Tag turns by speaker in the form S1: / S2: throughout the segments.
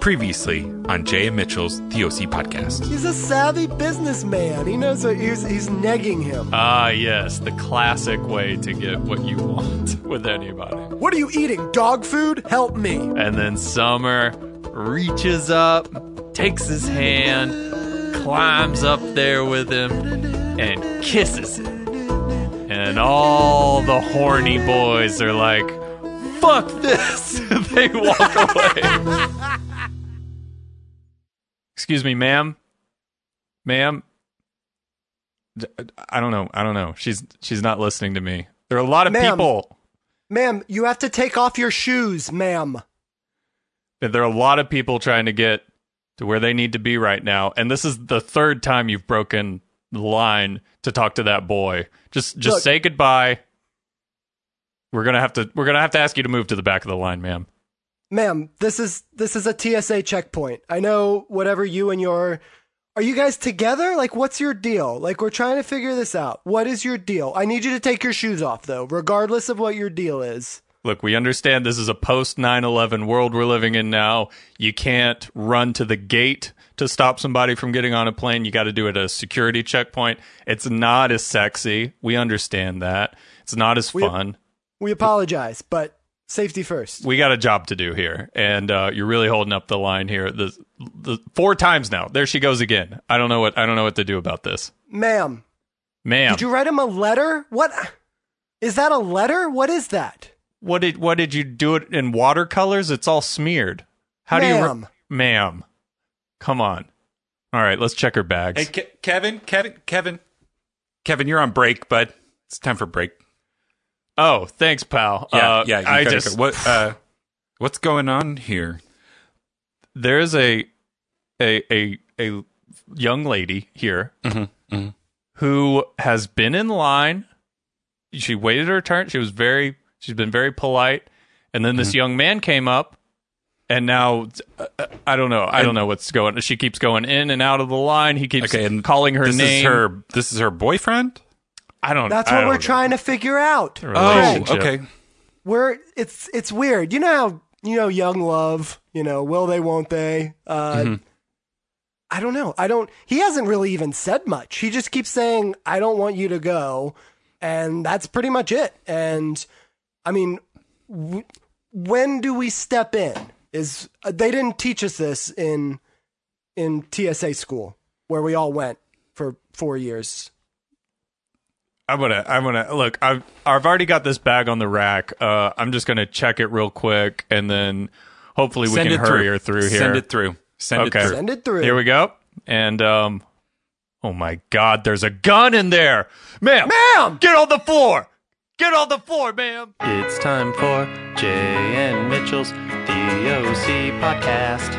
S1: Previously on Jay and Mitchell's TOC podcast.
S2: He's a savvy businessman. He knows what he's, he's negging him.
S3: Ah, yes, the classic way to get what you want with anybody.
S2: What are you eating? Dog food? Help me.
S3: And then Summer reaches up, takes his hand, climbs up there with him, and kisses him. And all the horny boys are like, fuck this. they walk away. Excuse me, ma'am. Ma'am. D- I don't know. I don't know. She's she's not listening to me. There are a lot of
S2: Ma'am.
S3: people.
S2: Ma'am, you have to take off your shoes, ma'am.
S3: There are a lot of people trying to get to where they need to be right now, and this is the third time you've broken the line to talk to that boy. Just just
S2: Look.
S3: say goodbye. We're gonna have to we're gonna have to ask you to move to the back of the line, ma'am.
S2: Ma'am, this is this is a TSA checkpoint. I know whatever you and your Are you guys together? Like what's your deal? Like we're trying to figure this out. What is your deal? I need you to take your shoes off though, regardless of what your deal is.
S3: Look, we understand this is a post 9 11 world we're living in now. You can't run to the gate to stop somebody from getting on a plane. You got to do it at a security checkpoint. It's not as sexy. We understand that. It's not as
S2: We-
S3: fun.
S2: We apologize, but safety first.
S3: We got a job to do here. And uh, you're really holding up the line here. The, the four times now. There she goes again. I don't know what I don't know what to do about this.
S2: Ma'am,
S3: Ma'am,
S2: did you write him a letter? What Is that a letter? What is that?
S3: what did what did you do it in watercolors? It's all smeared. How do you re-
S2: Ma'am.
S3: ma'am? Come on. All right, let's check her bags.
S1: Hey, Ke- Kevin, Kevin, Kevin, Kevin, you're on break, bud. It's time for break.
S3: oh, thanks, pal.
S1: Yeah,
S3: uh,
S1: yeah. you
S3: I
S1: gotta
S3: just
S1: go. what uh, what's going on here?
S3: there is a a a a young lady here
S1: Mm-hmm,
S3: who has been in line. She waited her turn. She was very. She's been very polite, and then
S1: Mm-hmm.
S3: this young man came up, and now uh, uh, I don't know. I don't know what's going. She keeps going in and out of the line. He keeps
S1: Okay, and
S3: calling her
S1: this
S3: name.
S1: is her. This is her boyfriend.
S3: I don't.
S2: That's
S3: I
S2: what
S3: don't
S2: we're
S3: know.
S2: trying to figure out.
S1: Oh,
S3: Relationship.
S1: okay.
S2: We're it's it's weird. You know how you know young love, you know, will they won't they? Uh
S3: Mm-hmm.
S2: I don't know. I don't he hasn't really even said much. He just keeps saying I don't want you to go and that's pretty much it. And I mean w- when do we step in? Is uh, they didn't teach us this in in TSA school where we all went for 4 years.
S3: I'm gonna, I'm gonna look. I've, I've already got this bag on the rack. Uh, I'm just gonna check it real quick, and then hopefully we
S1: Send
S3: can
S1: it
S3: hurry
S1: through.
S3: her through here.
S1: Send it through. Send
S3: Okay.
S1: it through.
S2: Send it through.
S3: Here we go. And um, oh my God, there's a gun in there, ma'am.
S2: Ma'am!
S3: get on the floor. Get on the floor, ma'am.
S4: It's time for Jay and Mitchell's DOC podcast.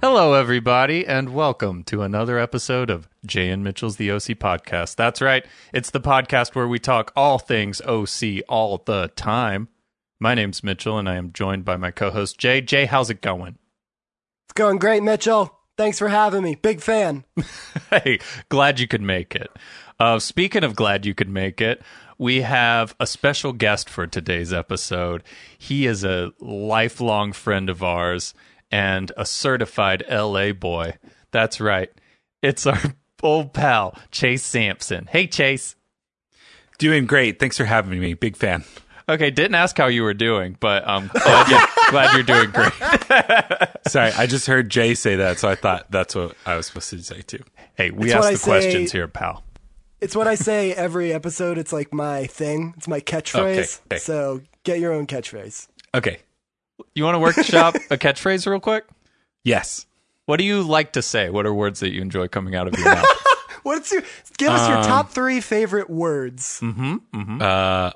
S3: Hello, everybody, and welcome to another episode of Jay and Mitchell's The OC Podcast. That's right, it's the podcast where we talk all things OC all the time. My name's Mitchell, and I am joined by my co host, Jay. Jay, how's it going?
S2: It's going great, Mitchell. Thanks for having me. Big fan.
S3: hey, glad you could make it. Uh, speaking of glad you could make it, we have a special guest for today's episode. He is a lifelong friend of ours and a certified LA boy. That's right. It's our old pal, Chase Sampson. Hey, Chase.
S1: Doing great. Thanks for having me. Big fan.
S3: Okay, didn't ask how you were doing, but I'm glad, you, glad you're doing great.
S1: Sorry, I just heard Jay say that, so I thought that's what I was supposed to say too.
S3: Hey, we
S2: It's what
S3: ask
S2: I
S3: the questions
S2: say-
S3: here, pal.
S2: It's what I say every episode. It's like my thing. It's my catchphrase.
S1: Okay, okay.
S2: So get your own catchphrase.
S1: Okay.
S3: You want to workshop a catchphrase real quick?
S1: Yes.
S3: What do you like to say? What are words that you enjoy coming out of your mouth?
S2: What's your give us
S1: Um,
S2: your top three favorite words?
S1: mm, Uh,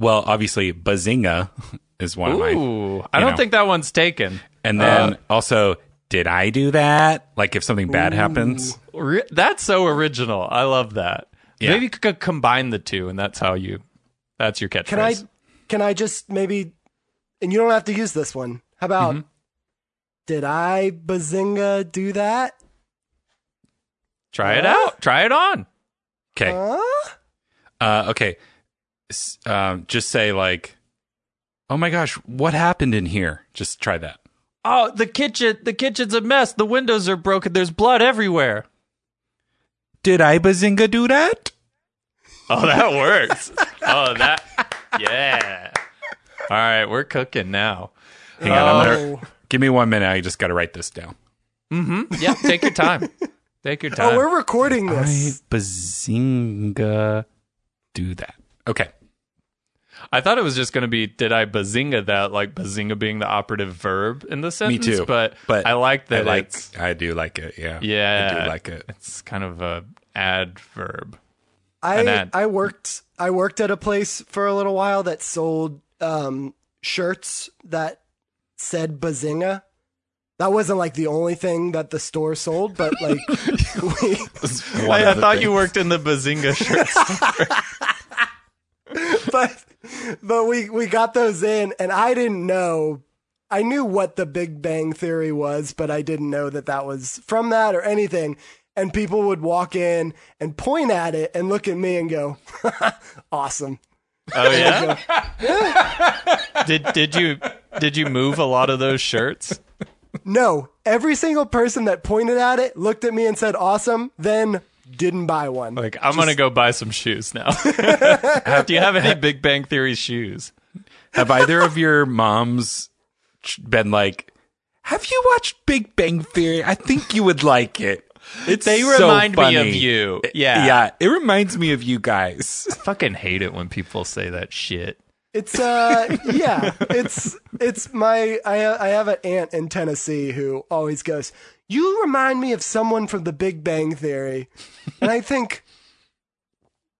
S1: well, obviously, bazinga is one of mine.
S3: Ooh, I don't
S1: know.
S3: think that one's taken.
S1: And then also, did I do that? Like if something bad happens.
S3: Re- That's so original. I love that.
S1: Yeah.
S3: Maybe you could combine the two, and that's how you. That's your catchphrase.
S2: Can I can I just maybe and you don't have to use this one. How about
S1: Mm-hmm.
S2: did I bazinga do that?
S3: try it out? Try it on.
S2: Uh.
S1: Okay.
S2: Huh?
S1: Uh, okay. S- um, just say like, "Oh my gosh, what happened in here?" Just try that.
S3: Oh, the kitchen, the kitchen's a mess. The windows are broken. There's blood everywhere.
S1: Did I bazinga do that?
S3: Oh, that works. oh, that. Yeah. All right, we're cooking now.
S1: Hang on, I'm gonna-
S2: Oh.
S1: give me one minute. I just got to write this down.
S3: Mm-hmm. Yeah, take your time. Take your time.
S2: Oh, we're recording this.
S1: I bazinga do that. Okay.
S3: I thought it was just going to be did I bazinga that like bazinga being the operative verb in the sentence.
S1: too,
S3: But
S1: but
S3: I like
S1: I
S3: that.
S1: like.
S3: it's,
S1: I do like it. Yeah. I
S3: Yeah.
S1: do like it.
S3: it's kind of a adverb.
S2: I
S3: And that-
S2: I worked I worked at a place for a little while that sold um, shirts that said Bazinga. That wasn't like the only thing that the store sold, but like we,
S1: One
S3: I, I
S1: of the
S3: thought you
S1: things.
S3: worked in the bazinga shirts.
S2: but but we we got those in, and I didn't know. I knew what the Big Bang Theory was, but I didn't know that that was from that or anything. And people would walk in and point at it and look at me and go, "Awesome."
S3: oh yeah. did did you did you move a lot of those shirts?
S2: No, every single person that pointed at it looked at me and said awesome, then didn't buy one.
S3: Like I'm gonna go buy some shoes now. Do you have any Big Bang Theory shoes?
S1: Have either of your moms ch- been like, "Have you watched Big Bang Theory? I think you would like it." It's
S3: They
S1: so
S3: remind me of
S1: funny."
S3: you. Yeah.
S1: yeah. It reminds me of you guys.
S3: Fucking hate it when people say that shit.
S2: It's uh yeah, it's it's my I I have an aunt in Tennessee who always goes, "You remind me of someone from the Big Bang Theory." And I think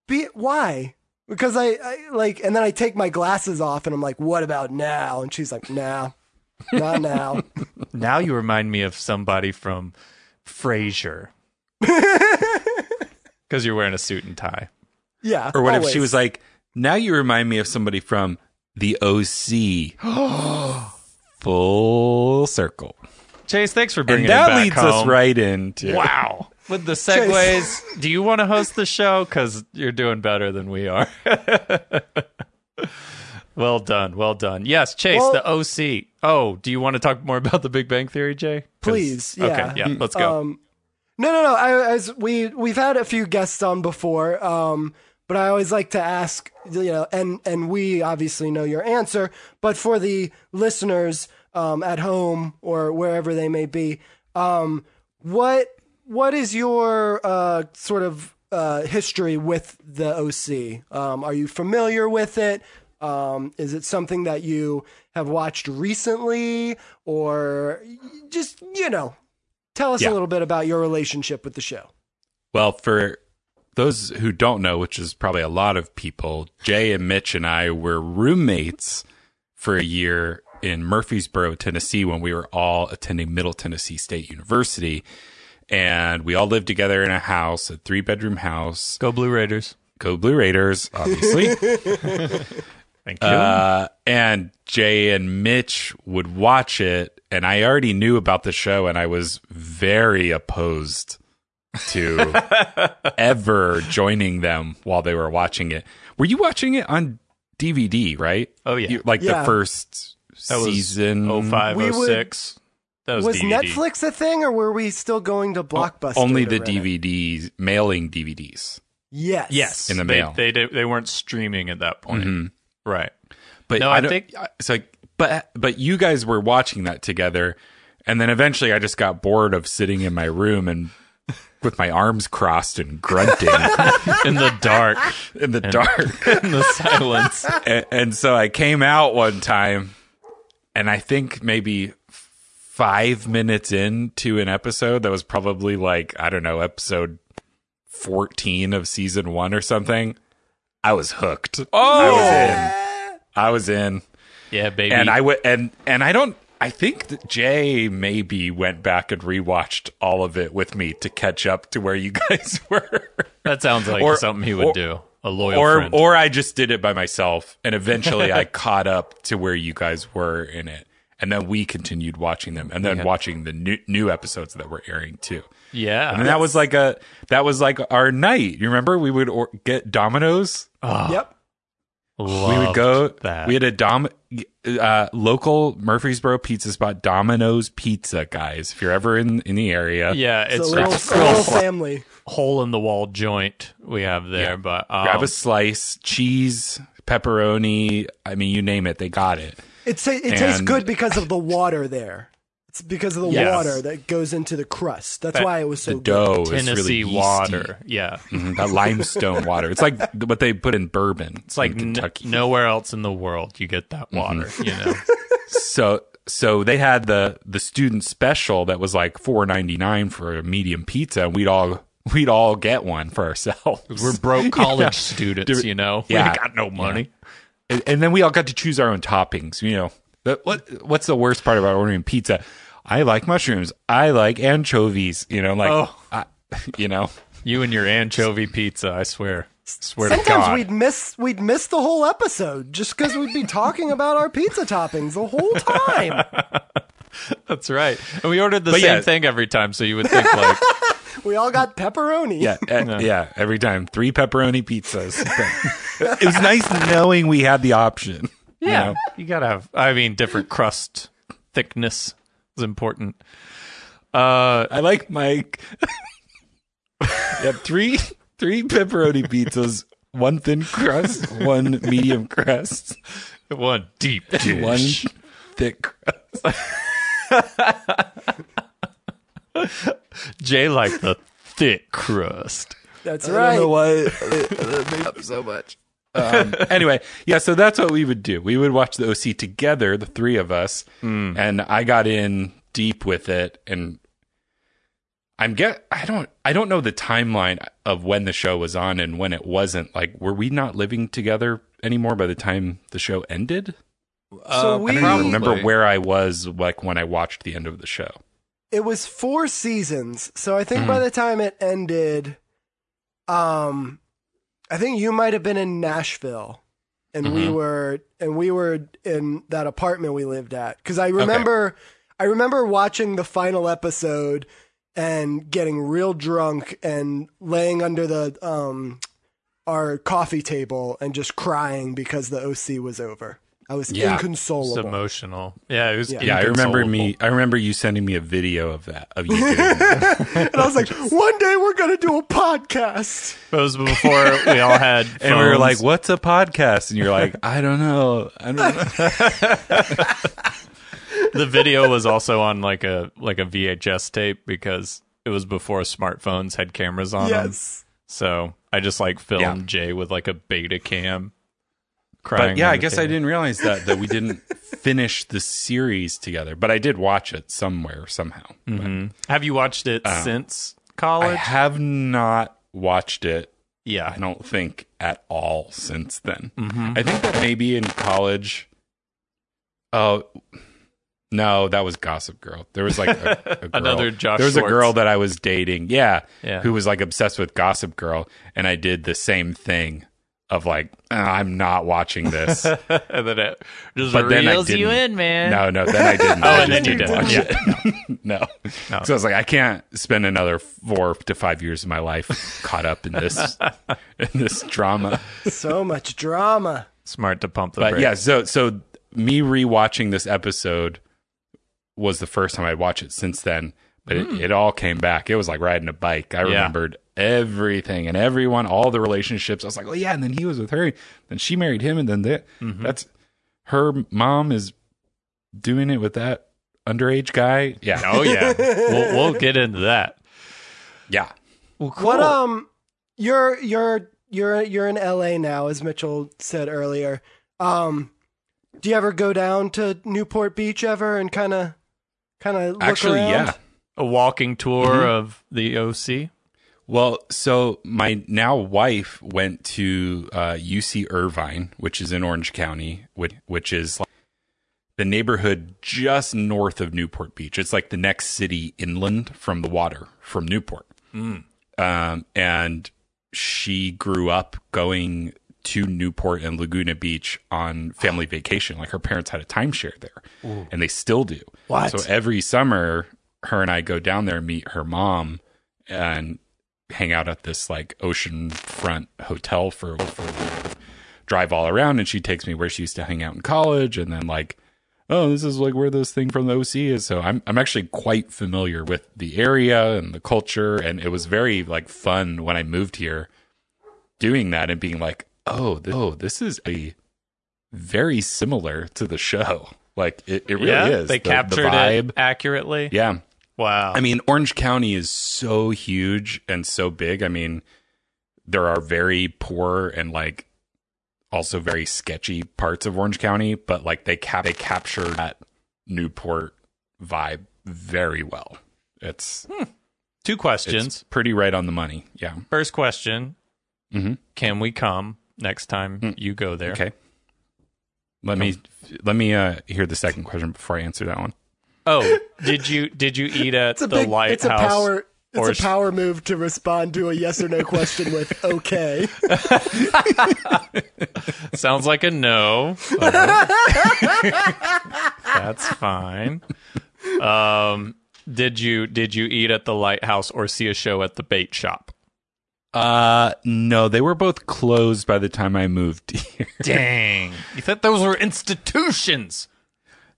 S2: be why? Because I, I like and then I take my glasses off and I'm like, "What about now?" And she's like, "Nah. Not now."
S3: Now you remind me of somebody from Frasier. Because you're wearing a suit and tie.
S2: Yeah.
S1: Or what if she
S2: always.
S1: was like, now you remind me of somebody from the OC. Full circle.
S3: Chase, thanks for bringing
S1: And
S3: it
S1: that
S3: back
S1: leads us
S3: home.
S1: right into.
S3: Wow. With the segues, do you want to host the show? Because you're doing better than we are. well done. Well done. Yes, Chase,
S2: Well-
S3: the OC. Oh, do you want to talk more about the Big Bang Theory, Jay? 'Cause-
S2: Please, yeah.
S3: Okay, yeah, let's go.
S2: Um, no, no, no. I, as we we've had a few guests on before, um, but I always like to ask, you know, and and we obviously know your answer, but for the listeners um, at home or wherever they may be, um, what what is your uh, sort of uh, history with the OC? Um, are you familiar with it? Um, is it something that you have watched recently, or just you know, Tell us
S1: Yeah.
S2: a little bit about your relationship with the show.
S1: Well, for those who don't know, which is probably a lot of people, Jay and Mitch and I were roommates for a year in Murfreesboro, Tennessee, when we were all attending Middle Tennessee State University. And we all lived together in a house, a three bedroom house.
S3: Go Blue Raiders.
S1: Go Blue Raiders, obviously.
S3: Thank you.
S1: Uh, and Jay and Mitch would watch it, and I already knew about the show, and I was very opposed to ever joining them while they were watching it. Were you watching it on DVD, right?
S3: Oh, yeah.
S1: You- like
S2: Yeah.
S1: the first
S3: That was
S1: season.
S3: Oh five,
S2: We
S3: oh
S2: would-
S3: six. That was,
S2: Was
S3: DVD.
S2: Netflix a thing, or were we still going to Blockbuster?
S1: Only
S2: to
S1: the
S2: rent it?
S1: DVDs, mailing DVDs.
S2: Yes.
S3: Yes,
S1: in the
S3: they,
S1: mail.
S3: They did, they weren't streaming at that point, right?
S1: But
S3: Mm-hmm. No, I
S1: don't-
S3: think-
S1: it's like, but but you guys were watching that together, and then eventually I just got bored of sitting in my room and with my arms crossed and grunting
S3: In the dark,
S1: in the dark,
S3: in the silence.
S1: and, and so I came out one time, and I think maybe five minutes into an episode that was probably like I don't know episode fourteen of season one or something. I was hooked. I was
S3: Oh!
S1: in. I was in.
S3: Yeah, baby.
S1: and I would and and I don't. I think that Jay maybe went back and rewatched all of it with me to catch up to where you guys were,
S3: that sounds like
S1: or-
S3: something he would
S1: or-
S3: do. A loyal
S1: or
S3: friend.
S1: or I just did it by myself, and eventually I caught up to where you guys were in it, and then we continued watching them, and then watching the new new episodes that were airing too.
S3: Yeah.
S1: And that was like a that was like our night. You remember we would or- get Domino's.
S2: Yep.
S1: we would go.
S3: that.
S1: We had a dom uh, local Murfreesboro pizza spot, Domino's Pizza, guys. If you're ever in in the area,
S3: Yeah,
S2: It's,
S3: it's
S2: a little,
S3: it's
S2: a little family.
S3: hole in the wall joint we have there, but um,
S1: grab a slice, cheese, pepperoni. I mean, you name it, they got it.
S2: It, ta- it tastes
S1: And-
S2: good because of the water there. It's because of the
S3: Yes.
S2: water that goes into the crust. That's
S3: That-
S2: why it was so
S1: The
S2: good.
S1: dough is really
S3: Tennessee
S1: yeasty.
S3: water. Yeah.
S1: Mhm, that limestone water. It's like th- what they put in bourbon. It's
S3: Like
S1: in
S3: n-
S1: Kentucky.
S3: nowhere else in the world you get that water, you know.
S1: so so they had the the student special that was like four ninety nine for a medium pizza, and we'd all we'd all get one for ourselves.
S3: We're broke college students, you know.
S1: Yeah.
S3: We got no money.
S1: and, and then we all got to choose our own toppings. You know, But what what's the worst part about ordering pizza? I like mushrooms. I like anchovies. You know, like
S3: Oh.
S1: I, you know.
S3: You and your anchovy pizza, I swear. Swear to
S2: Sometimes
S3: God.
S2: we'd miss we'd miss the whole episode just because we'd be talking about our pizza toppings the whole time.
S3: That's right. And we ordered the
S1: But
S3: same
S1: yeah.
S3: thing every time, so you would think like
S2: We all got pepperoni.
S1: Yeah, eh, yeah. Every time, three pepperoni pizzas. it was nice knowing we had the option. you
S3: Yeah,
S1: know?
S3: you gotta have. I mean, different crust thickness is important. Uh,
S1: I like Mike. yeah, three three pepperoni pizzas, one thin crust, one medium crust,
S3: one deep
S1: one
S3: dish.
S1: thick. crust.
S3: Jay like the thick crust.
S2: That's
S1: I don't know
S2: right.
S1: why it it made up so much. Um, anyway, yeah, so that's what we would do. We would watch the OC together, the three of us, and I got in deep with it, and I'm get I don't I don't know the timeline of when the show was on and when it wasn't. Like, were we not living together anymore by the time the show ended?
S2: So we-
S1: I don't even remember
S3: Probably.
S1: where I was like when I watched the end of the show.
S2: It was four seasons, so I think by the time it ended, um, I think you might have been in Nashville, and we were and we were in that apartment we lived at because I remember I remember watching the final episode and getting real drunk and laying under the um our coffee table and just crying because the OC was over. I was
S1: Yeah.
S3: It's
S2: inconsolable.
S3: emotional. Yeah, it was.
S2: Yeah.
S1: Yeah, I remember
S3: inconsolable.
S1: me I remember you sending me a video of that of you doing that.
S2: And I was like, one day we're going to do a podcast.
S3: It was before we all had, phones.
S1: and we were like, "What's a podcast?" And you're like, "I don't know, I don't know."
S3: the video was also on like a like a VHS tape because it was before smartphones had cameras on them.
S2: Yes.
S3: So I just like filmed
S1: Yeah.
S3: Jay with like a beta cam. Crying
S1: But yeah,
S3: on
S1: I
S3: the
S1: guess I
S3: table.
S1: didn't realize that that we didn't finish the series together, but I did watch it somewhere somehow. But
S3: Have you watched it since
S1: Oh. I
S3: college?
S1: have not watched it.
S3: yeah,
S1: I don't think at all since then. I think that maybe in college. Oh. no, that was Gossip Girl. There was like a, a girl.
S3: Another Josh
S1: There was a
S3: Schwartz.
S1: girl that I was dating, yeah,
S3: Yeah.
S1: who was like obsessed with Gossip Girl, and I did the same thing of like, "Ah, I'm not watching this.
S3: and then it just
S1: But then I
S3: reels you
S1: didn't.
S3: in, man.
S1: No, no, then I didn't.
S3: Oh,
S1: I
S3: and
S1: just
S3: then you
S1: didn't
S3: did.
S1: watch it. no. So I was like, I can't spend another four to five years of my life caught up in this in this drama.
S2: So much drama.
S3: Smart to pump the
S1: But
S3: brakes.
S1: yeah, so so me rewatching this episode was the first time I watched it since then. But it,
S3: Hmm.
S1: it all came back. It was like riding a bike. I remembered everything and everyone, all the relationships. I was like, oh yeah, and then he was with her, then she married him, and then that
S3: Mm-hmm.
S1: that's her mom is doing it with that underage guy. Yeah.
S3: Oh yeah. we'll, we'll get into that.
S1: Yeah.
S3: Well, cool.
S2: What um you're you're you're you're in LA now as Mitchell said earlier. Um do you ever go down to Newport Beach ever and kind of kind of look
S1: Actually,
S2: around?
S1: yeah.
S3: a walking tour of the OC.
S1: Well, so my now wife went to uh, UC Irvine, which is in Orange County, which, which is like the neighborhood just north of Newport Beach. It's like the next city inland from the water from Newport. Um, and she grew up going to Newport and Laguna Beach on family vacation. Like her parents had a timeshare there, and they still do.
S2: What?
S1: So every summer, her and I go down there and meet her mom and hang out at this like oceanfront hotel for, for a drive all around. And she takes me where she used to hang out in college, and then like oh, this is like where this thing from the OC is. So I'm I'm actually quite familiar with the area and the culture, and it was very like fun when I moved here, doing that and being like, oh, this, oh, this is a very similar to the show. Like it, it really
S3: yeah,
S1: is.
S3: they
S1: The- the
S3: captured
S1: vibe.
S3: it accurately.
S1: Yeah.
S3: Wow.
S1: I mean, Orange County is so huge and so big. I mean, there are very poor and like also very sketchy parts of Orange County, but like they cap they capture that Newport vibe very well. It's,
S3: Two
S1: it's
S3: questions.
S1: pretty right on the money. Yeah.
S3: First question:
S1: Mm-hmm.
S3: Can we come next time you go there?
S1: Okay. Let me let me uh hear the second question before I answer that one.
S3: Oh, did you did you eat at
S2: It's a
S3: the
S2: big.
S3: lighthouse?
S2: It's a power.
S3: or
S2: It's
S3: sh-
S2: a power move to respond to a yes or no question with okay.
S3: Sounds like a no. but- That's fine. Um, did you did you eat at the lighthouse or see a show at the bait shop?
S1: Uh no, they were both closed by the time I moved here.
S3: Dang, you thought those were institutions?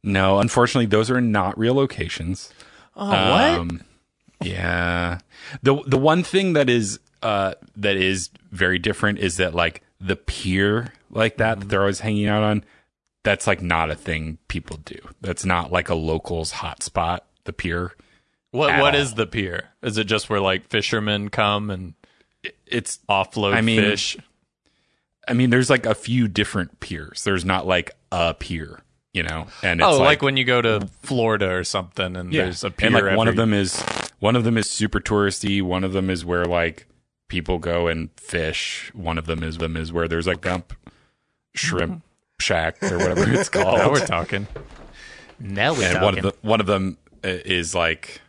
S1: No, unfortunately, those are not real locations.
S3: Oh,
S1: Um, yeah. the The one thing that is uh, that is very different is that like the pier like that that they're always hanging out on. That's like not a thing people do. That's not like a locals hotspot. The pier.
S3: what?
S1: at
S3: What
S1: all.
S3: is the pier? Is it just where like fishermen come and
S1: It's.
S3: offload
S1: I mean,
S3: fish?
S1: I mean, there's like a few different piers. There's not like a pier, you know. And it's
S3: Oh, like,
S1: like
S3: when you go to Florida or something, and there's a pier.
S1: and like
S3: every-
S1: one of them is one of them is super touristy one of them is where like people go and fish one of them is them is where there's a gump shrimp shack or whatever it's
S3: Now
S1: called
S3: Oh, we're talking.
S4: Now we're
S1: and one
S4: talking.
S1: of the one of them uh, is like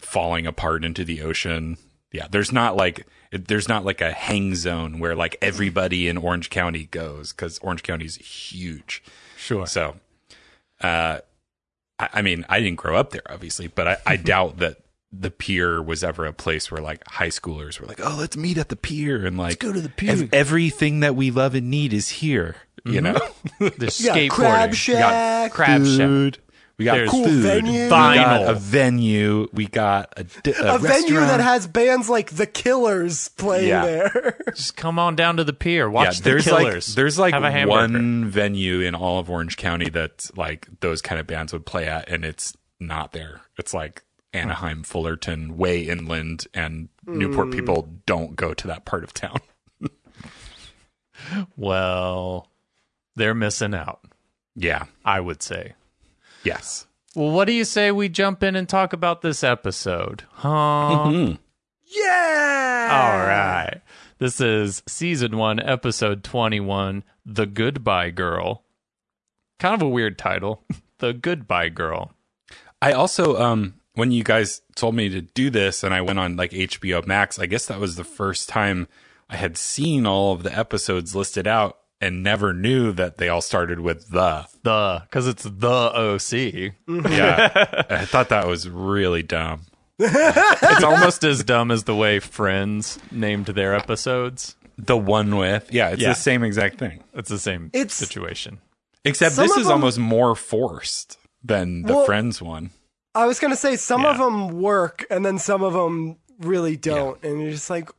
S1: falling apart into the ocean yeah there's not like there's not like a hang zone where like everybody in orange county goes because orange county is huge
S3: Sure.
S1: so, uh, I, I mean, I didn't grow up there, obviously, but I, I doubt that the pier was ever a place where like high schoolers were like, "Oh, let's meet at the pier," and like,
S2: go to the
S1: "Ev-
S2: pier."
S1: everything that we love and need is here. You
S2: Mm-hmm.
S1: know,
S3: There's
S2: You got crab shack.
S3: crab shack.
S1: food. We got
S3: There's
S1: cool
S2: Cool
S1: food.
S2: venue.
S1: We got
S3: Vinyl.
S1: a venue. We got a, di- a,
S2: a venue that
S1: restaurant.
S2: has bands like The Killers playing
S1: Yeah.
S2: there.
S3: Just come on down to the pier.
S1: Yeah,
S3: Watch the
S1: there's like
S3: killers.
S1: there's like
S3: Have a hamburger.
S1: one venue in all of Orange County that like those kind of bands would play at, and it's not there. It's like Anaheim, Fullerton, way inland, and
S2: Hmm.
S1: Newport people don't go to that part of town.
S3: Well, they're missing out,
S1: Yeah.
S3: I would say.
S1: Yes.
S3: Well, what do you say we jump in and talk about this episode? Huh? Mm-hmm. All
S2: Yeah.
S3: right. This is season one, episode 21 The Goodbye Girl. Kind of a weird title. the Goodbye Girl.
S1: I also um when you guys told me to do this, and I went on like HBO Max. I guess that was the first time I had seen all of the episodes listed out, and never knew that they all started with the.
S3: The, because it's the OC.
S1: Yeah. I thought that was really dumb.
S3: it's almost as dumb as the way Friends named their episodes.
S1: The one with. Yeah, it's
S3: Yeah.
S1: the same exact thing.
S3: It's the same
S2: It's-
S3: situation.
S1: Except
S2: Some
S1: this
S2: of
S1: is
S2: them-
S1: almost more forced than the
S2: Well-
S1: Friends one.
S2: I was gonna say some of
S3: Yeah.
S2: them work, and then some of them really don't, and you're just like,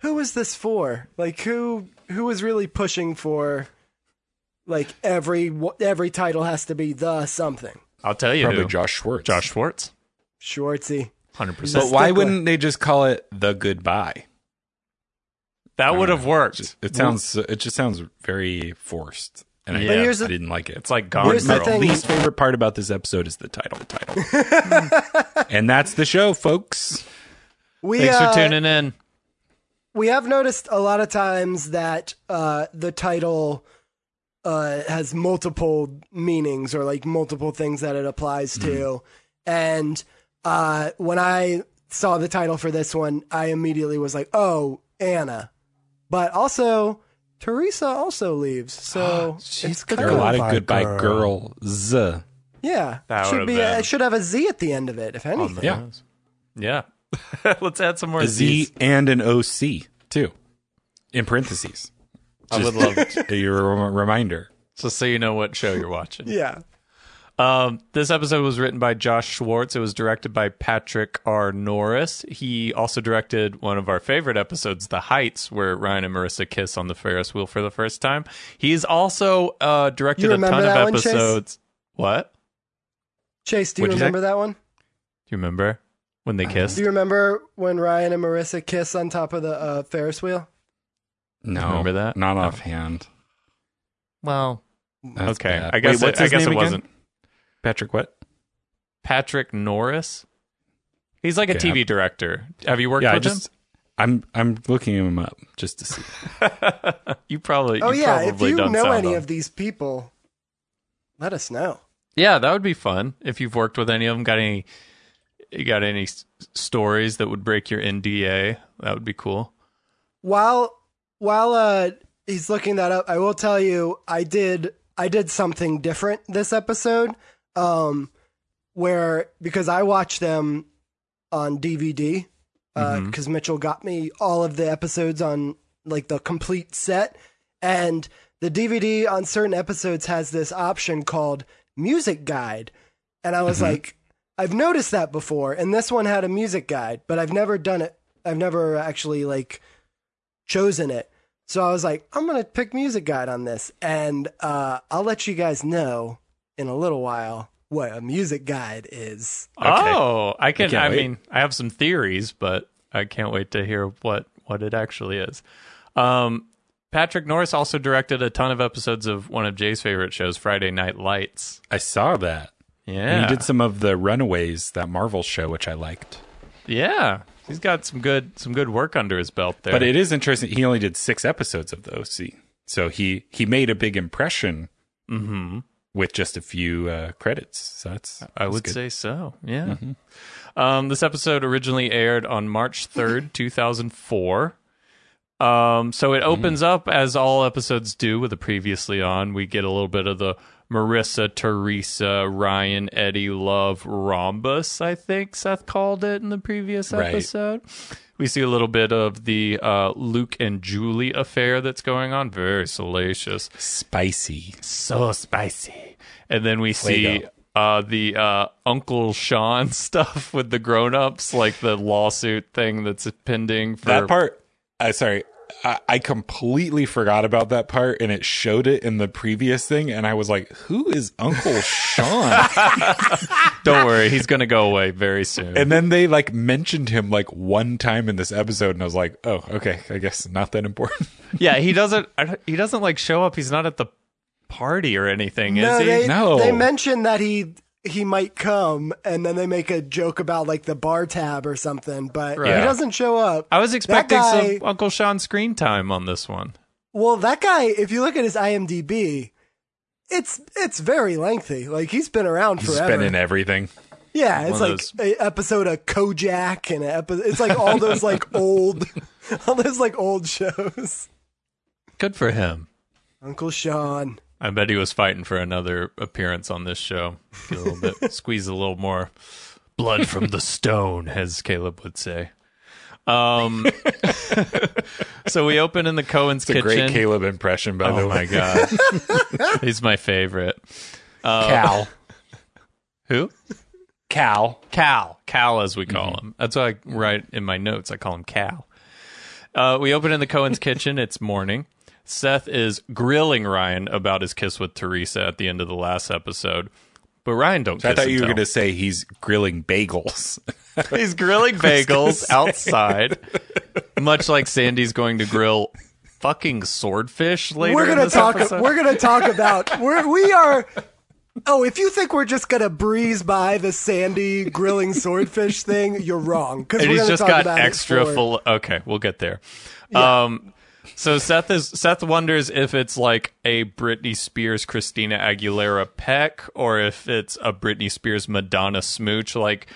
S2: who is this for? Like who who is really pushing for? Like every every title has to be the something.
S3: I'll tell you.
S1: Probably
S3: who.
S1: Josh Schwartz.
S3: Josh Schwartz.
S2: Schwartzy.
S3: 100%.
S1: But
S2: That's
S1: why
S2: the-
S1: wouldn't they just call it the goodbye?
S3: That would have worked.
S1: Just- Uh, It sounds. It just sounds very forced, and I,
S3: But
S2: here's
S1: I
S2: the-
S1: didn't like it.
S3: It's like Gone
S2: Here's the
S3: Girl.
S1: My
S2: thing.
S1: least favorite part about this episode is the title. The title, and that's the show, folks.
S2: We,
S3: Thanks
S2: uh,
S3: for tuning in.
S2: we have noticed a lot of times that uh, the title uh, has multiple meanings or like multiple things that it applies to. And uh, when I saw the title for this one, I immediately was like, oh, Anna. But also, Teresa also leaves. So it's
S1: There
S2: kind
S1: are a lot
S2: of
S1: of goodbye
S5: Goodbye
S1: girls. uh,
S2: yeah.
S3: That
S2: should
S3: would've
S2: be a,
S3: been-
S2: it should have a Z at the end of it, if anything.
S1: Yeah.
S3: Yeah. Let's add some more
S1: A Z
S3: Z's.
S1: and an OC too, in parentheses.
S3: I would love it.
S1: A rem- reminder.
S3: Just so you know what show you're watching.
S2: Yeah.
S3: Um, this episode was written by Josh Schwartz. It was directed by Patrick R. Norris. He also directed one of our favorite episodes, The Heights, where Ryan and Marissa kiss on the Ferris wheel for the first time. He's also uh,
S2: You
S3: directed a
S2: remember
S3: ton
S2: that
S3: of
S2: one, Chase?
S3: episodes. what?
S2: Chase, do you
S3: What'd you say?
S2: remember that one?
S3: Do you remember when they kissed?
S2: Do you remember when Ryan and Marissa kiss on top of the uh, Ferris wheel?
S1: No,
S3: Remember that?
S1: Not offhand.
S3: Well,
S1: That's
S3: okay.
S1: bad.
S3: I guess
S1: Wait, what's
S3: it, I
S1: his
S3: guess it
S1: name again?
S3: wasn't.
S1: Patrick. What?
S3: Patrick Norris. He's like a
S1: Okay,
S3: TV director. Have you worked
S1: yeah, I
S3: with
S1: just I'm I'm looking him up just to see.
S3: him? you probably.
S2: Oh
S3: you
S2: yeah, if
S3: probably
S2: you
S3: done
S2: know
S3: sound
S2: any
S3: on.
S2: of these people, let us know.
S3: Yeah, that would be fun if you've worked with any of them. Got any? You got any s- stories that would break your NDA? That would be cool.
S2: While while uh he's looking that up, I will tell you I did I did something different this episode. Um where because I watched them on DVD because
S3: Mhm.
S2: uh, Mitchell got me all of the episodes on like the complete set, and the DVD on certain episodes has this option called music guide, and I was like, I've noticed that before, and this one had a music guide, but I've never done it. I've never actually like chosen it. So I was like, I'm gonna pick music guide on this, and uh, I'll let you guys know in a little while what a music guide is.
S3: Oh, I can.
S1: can't
S3: I,
S1: wait.
S3: mean, I have some theories, but I can't wait to hear what what it actually is. Um, Patrick Norris also directed a ton of episodes of one of Jay's favorite shows, Friday Night Lights.
S1: I saw that.
S3: Yeah,
S1: And he did some of the Runaways, that Marvel show, which I liked.
S3: yeah. He's got some good some good work under his belt there.
S1: But it is interesting. He only did six episodes of the OC, so he he made a big impression
S3: Mhm.
S1: with just a few uh, credits. So that's
S3: I
S1: that's
S3: would
S1: good.
S3: say
S1: Mm-hmm.
S3: so. Yeah. Um, this episode originally aired on March third, two thousand four. Um, so
S1: Mm-hmm.
S3: it opens up as all episodes do with the previously on. We get a little bit of the Marissa, Teresa, Ryan, Eddie, Love rhombus. I think Seth called it in the previous
S1: Right.
S3: episode. We see a little bit of the uh, Luke and Julie affair that's going on. Very salacious
S1: spicy.
S3: so spicy. And then we see uh, the uh, Uncle Sean stuff with the grown-ups, like the lawsuit thing that's pending. For,
S1: That part, uh, sorry, I, I completely forgot about that part, and it showed it in the previous thing, and I was like, "Who is Uncle Sean?"
S3: Don't worry, he's gonna go away very soon.
S1: and then they like mentioned him like one time in this episode, and I was like, "Oh, okay, I guess not that important."
S3: yeah, he doesn't. I don't- He doesn't like show up. He's not at the party or anything, is
S2: no,
S3: he?
S2: they
S1: No.
S2: they mention that he he might come, and then they make a joke about like the bar tab or something, but
S3: Right.
S2: he doesn't show up.
S3: I was expecting
S2: guy-
S3: some Uncle Sean screen time on this one.
S2: Well, that guy, if you look at his IMDb, it's it's very lengthy. Like he's been around
S1: He's
S2: forever.
S1: been in everything.
S2: yeah, it's
S3: One
S2: like
S3: of those-
S2: a episode of Kojak and an episode. It's like all those like old, all those like old shows.
S3: Good for him.
S2: Uncle Sean.
S3: I bet he was fighting for another appearance on this show. Get a little bit, squeeze a little more blood from the stone, as Caleb would say. Um, so we open in the Cohen's
S1: It's a
S3: kitchen.
S1: great Caleb impression, by the
S3: Oh my
S1: way.
S3: god, he's my favorite.
S1: Cal,
S3: Who?
S1: Cal,
S3: Cal, Cal, as we call
S1: Mm-hmm.
S3: him. That's what I write in my notes. I call him Cal. Uh, we open in the Cohen's kitchen. It's morning. Seth is grilling Ryan about his kiss with Teresa at the end of the last episode, but Ryan don't.
S1: So I
S3: kiss
S1: thought
S3: and
S1: you were
S3: tell.
S1: going to say he's grilling bagels.
S3: He's grilling bagels outside, much like Sandy's going to grill fucking swordfish later.
S2: we're
S3: in
S2: gonna
S3: this
S2: talk.
S3: episode.
S2: We're gonna talk about. We're we are. Oh, if you think we're just gonna breeze by the sandy grilling swordfish thing, you're wrong. Because
S3: and
S2: we're
S3: he's
S2: gonna
S3: just
S2: talk
S3: got
S2: about
S3: extra
S2: it for,
S3: full. Okay, we'll get there. Um, so Seth is Seth wonders if it's like a Britney Spears Christina Aguilera peck or if it's a Britney Spears Madonna smooch, like.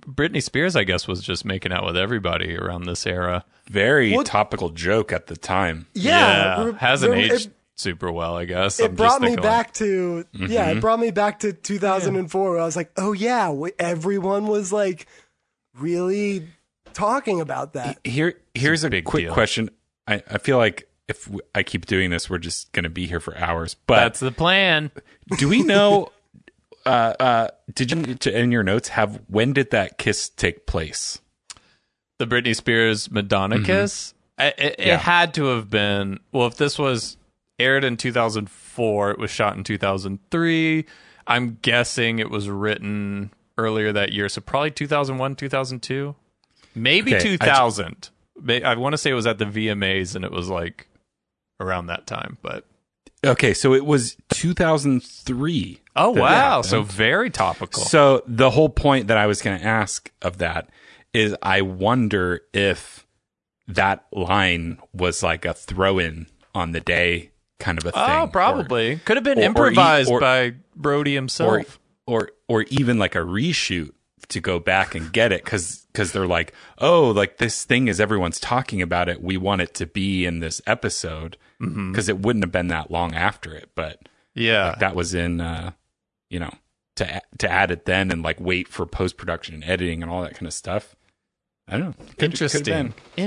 S3: Britney Spears, I guess, was just making out with everybody around this era.
S1: Very
S2: What-
S1: topical joke at the time.
S2: Yeah, re-
S3: hasn't
S2: re-
S3: aged
S2: It,
S3: super well, I guess.
S2: it
S3: I'm just
S2: brought me
S3: thinking, Mm-hmm.
S2: back to yeah, it brought me back to 2004. Where I was like, oh yeah, w- everyone was like really talking about that.
S1: Here, here's a
S3: big
S1: quick
S3: deal.
S1: question. I, I feel like if w I I keep doing this, we're just going to be here for hours. But
S3: That's the plan.
S1: do we know? uh, uh, did you to in your notes have when did that kiss take place?
S3: The Britney Spears Madonna kiss. I, it, it
S1: Mm-hmm. Yeah.
S3: had to have been. Well, if this was aired in 2004, it was shot in 2003. I'm guessing it was written earlier that year, so probably 2001, 2002, maybe
S1: Okay, I ju-
S3: 2000. May- I want to say it was at the VMAs, and it was like around that time. But
S1: Okay, so it was 2003.
S3: oh
S1: that it
S3: wow, so
S1: happened.
S3: very topical.
S1: So the whole point that I was going to ask of that is I wonder if that line was like a throw in on the day kind of a thing.
S3: oh,
S1: or-
S3: probably could have been
S1: or- or e-
S3: improvised
S1: or-
S3: by Brody himself.
S1: Or, e- or or even like a reshoot to go back and get it cuz cuz they're like, "Oh, like this thing is everyone's talking about it. We want it to be in this episode."
S3: Mm-hmm.
S1: Cuz it wouldn't have been that long after it, but
S3: yeah,
S1: that was in uh you know to a- to add it then and like wait for post production and editing and all that kind of stuff i don't know Could- could have been.
S3: Interesting.
S1: Uh,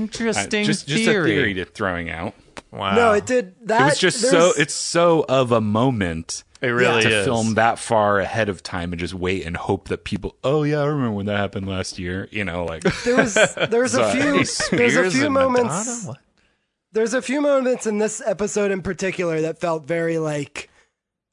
S3: Interesting
S1: just just a theory to throwing out
S3: Wow.
S2: no, it did that.
S1: it was just so
S2: there's-
S1: it's so of a moment
S3: It really
S1: to
S3: is.
S1: film that far ahead of time and just wait and hope that people oh yeah i remember when that happened last year you know like
S2: there was there's a few there's a
S3: Spears
S2: few
S3: and
S2: moments.
S3: Madonna? What?
S2: there's a few moments in this episode in particular that felt very like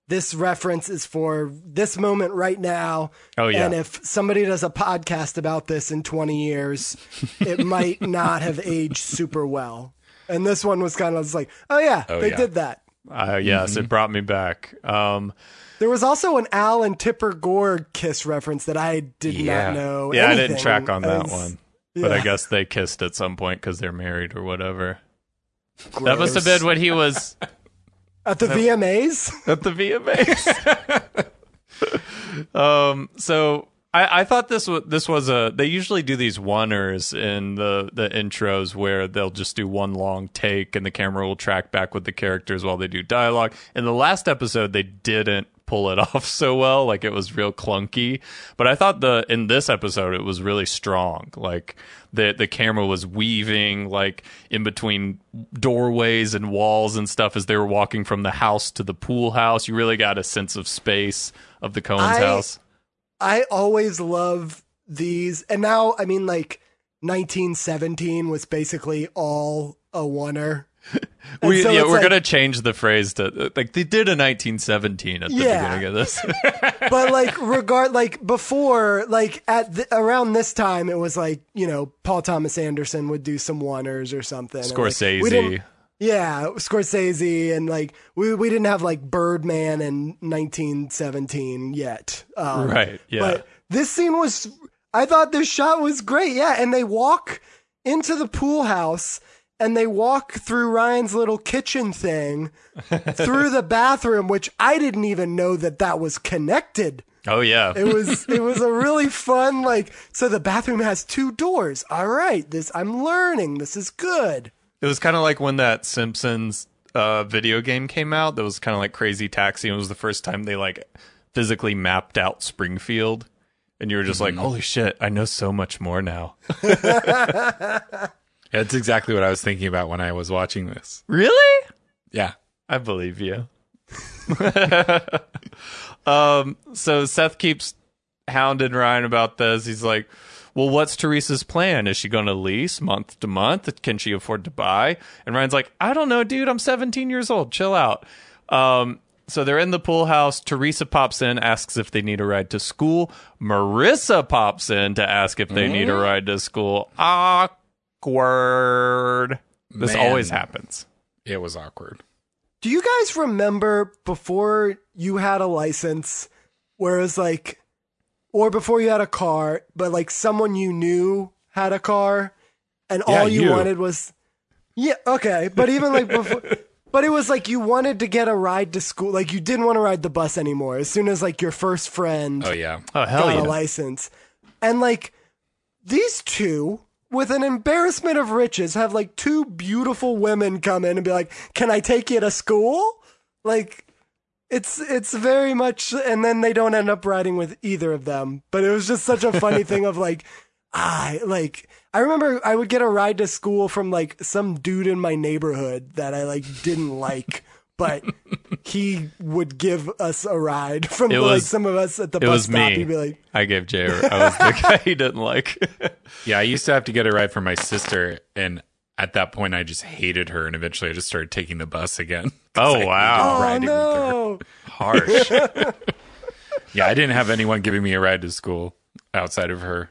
S2: this reference is for this moment right now.
S3: Oh, yeah.
S2: And if somebody does a podcast about this in 20 years, it might not have aged super well. And this one was kind of just like, oh yeah,
S1: Oh,
S2: they
S1: yeah.
S2: did that.
S3: Uh, yes, it brought me back. Um,
S2: There was also an Al and Tipper Gore kiss reference that I did
S1: Yeah.
S2: not know.
S3: yeah, I didn't
S2: anything.
S3: track on
S2: I
S3: that
S2: didn't s-
S3: one, but I
S2: yeah.
S3: guess they kissed at some point because they're married or whatever. That
S2: Gross.
S3: must have been when he was
S2: at the VMAs.
S3: at the VMAs. um, so I, I thought this was this was a. They usually do these oneers in the the intros where they'll just do one long take and the camera will track back with the characters while they do dialogue. In the last episode, they didn't pull it off so well like it was real clunky but i thought the in this episode it was really strong like the the camera was weaving like in between doorways and walls and stuff as they were walking from the house to the pool house you really got a sense of space of the cohen's
S2: I-
S3: house
S2: I always love these. And now, I mean, like 1917 was basically all a oneer. And
S3: we,
S2: so
S3: yeah,
S2: it's
S3: we're
S2: like-
S3: gonna change the phrase to like they did a 1917 at the
S2: Yeah.
S3: beginning of this.
S2: But like, regard like before, like at the, around this time, it was like you know Paul Thomas Anderson would do some oneers or something. And, like, we
S3: Scorsese,
S2: didn't- yeah, Scorsese, and like we we didn't have like Birdman in 1917 yet. Um,
S3: right? Yeah,
S2: But this scene was, I thought this shot was great. Yeah. And they walk into the pool house and they walk through Ryan's little kitchen thing through the bathroom, which I didn't even know that that was connected.
S3: oh yeah,
S2: It was, it was a really fun, like, so the bathroom has two doors. All right. This, I'm learning. This is good.
S3: It was kind of like when that Simpsons uh, video game came out. That was kind of like Crazy Taxi. and It was the first time they like physically mapped out Springfield, and you were just
S2: Mm-hmm.
S3: like, "Holy shit! I know so much more now."
S1: that's exactly what i was thinking about when i was watching this
S3: really?
S1: yeah
S3: I believe you. um. So Seth keeps hounding Ryan about this. He's like, "Well, what's Teresa's plan? Is she going to lease month to month? Can she afford to buy?" And Ryan's like, "I don't know, dude. I'm 17 years old. Chill out." Um. So they're in the pool house. Teresa pops in, asks if they need a ride to school. Marissa pops in to ask if they need a ride to school. Awkward. This
S1: Man.
S3: always happens.
S1: it was awkward
S2: Do you guys remember before you had a license, where it was like, or before you had a car, but like someone you knew had a car, and
S1: Yeah,
S2: all you,
S1: you.
S2: wanted was, yeah, okay, but even like before. But it was like you wanted to get a ride to school. Like you didn't want to ride the bus anymore. As soon as like your first friend
S1: oh yeah
S3: Oh hell
S2: got
S3: yeah!
S2: a license. And like these two, with an embarrassment of riches, have like two beautiful women come in and be like, "Can I take you to school?" Like, it's it's very much, and then they don't end up riding with either of them. But it was just such a funny thing of like, I like. I remember I would get a ride to school from like some dude in my neighborhood that I like didn't like, but he would give us a ride from
S3: It
S2: like
S3: was-
S2: some of us at the
S3: It
S2: bus
S3: was
S2: stop.
S3: me.
S2: He'd be like,
S3: I gave Jay. a- I was the guy he didn't like.
S1: Yeah, I used to have to get a ride from my sister, and at that point, I just hated her, and eventually, I just started taking the bus again. 'Cause I
S3: oh
S1: hated
S3: wow,
S2: "Oh
S1: riding with her.
S2: no!"
S3: harsh.
S1: Yeah, I didn't have anyone giving me a ride to school outside of her.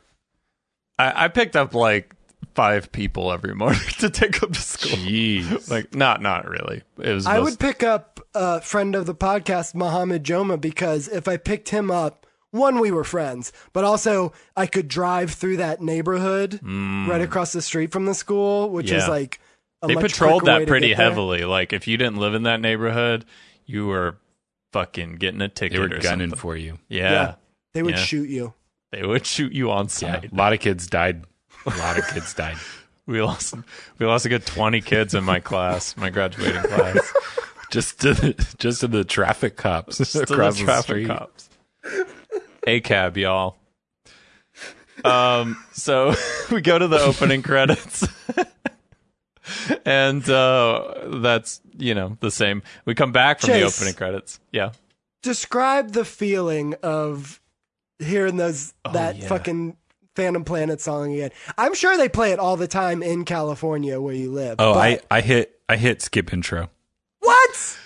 S3: I, I picked up like five people every morning to take up to school.
S1: Jeez.
S3: Like not not really. It was.
S2: I
S3: most-
S2: would pick up a friend of the podcast, Mohammed Joma, because if I picked him up, one, we were friends, but also I could drive through that neighborhood right across the street from the school, which is
S3: Mm. Yeah.
S2: like a
S3: they
S2: much
S3: patrolled
S2: quicker way
S3: that
S2: to
S3: pretty
S2: get there.
S3: heavily. Like if you didn't live in that neighborhood, you were fucking getting a ticket
S1: they were
S3: or
S1: gunning
S3: something.
S1: for you.
S3: Yeah,
S2: Yeah. They would
S3: Yeah.
S2: shoot you.
S3: they would shoot you on
S1: Yeah,
S3: sight.
S1: a lot of kids died. A lot of kids died.
S3: We lost we lost a good twenty kids in my class, my graduating class.
S1: Just to the, just to the traffic cops
S3: Just to the
S1: across the,
S3: traffic
S1: street.
S3: cops. A cab, y'all. Um, so we go to the opening credits. and uh that's you know the same. We come back from
S2: Chase.
S3: the opening credits. Yeah.
S2: Describe the feeling of hearing those that
S3: Oh, yeah.
S2: fucking Phantom Planet song again. I'm sure they play it all the time in California where you live.
S1: Oh,
S2: but-
S1: I, I hit I hit skip intro.
S2: what?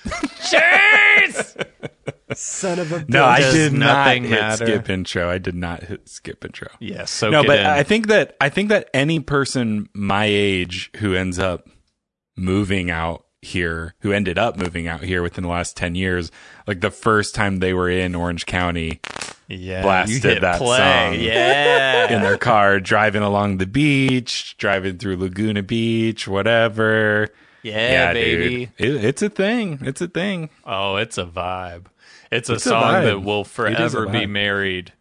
S2: Son of a bitch.
S1: No, I
S3: Does
S1: did not
S3: nothing
S1: hit
S3: matter?
S1: skip intro. I did not hit skip intro.
S3: Yeah, so
S1: no, but
S3: in.
S1: I think that I think that any person my age who ends up moving out here, who ended up moving out here within the last ten years, like the first time they were in Orange County
S3: yeah,
S1: blasted
S3: you hit
S1: that
S3: play.
S1: song.
S3: Yeah.
S1: in their car, driving along the beach, driving through Laguna Beach, whatever.
S3: yeah, Eh, baby.
S1: dude, It- it's a thing. It's a thing.
S3: Oh, it's a vibe. It's a
S1: a
S3: song
S1: vibe.
S3: that will
S1: It is a
S3: forever be
S1: vibe.
S3: married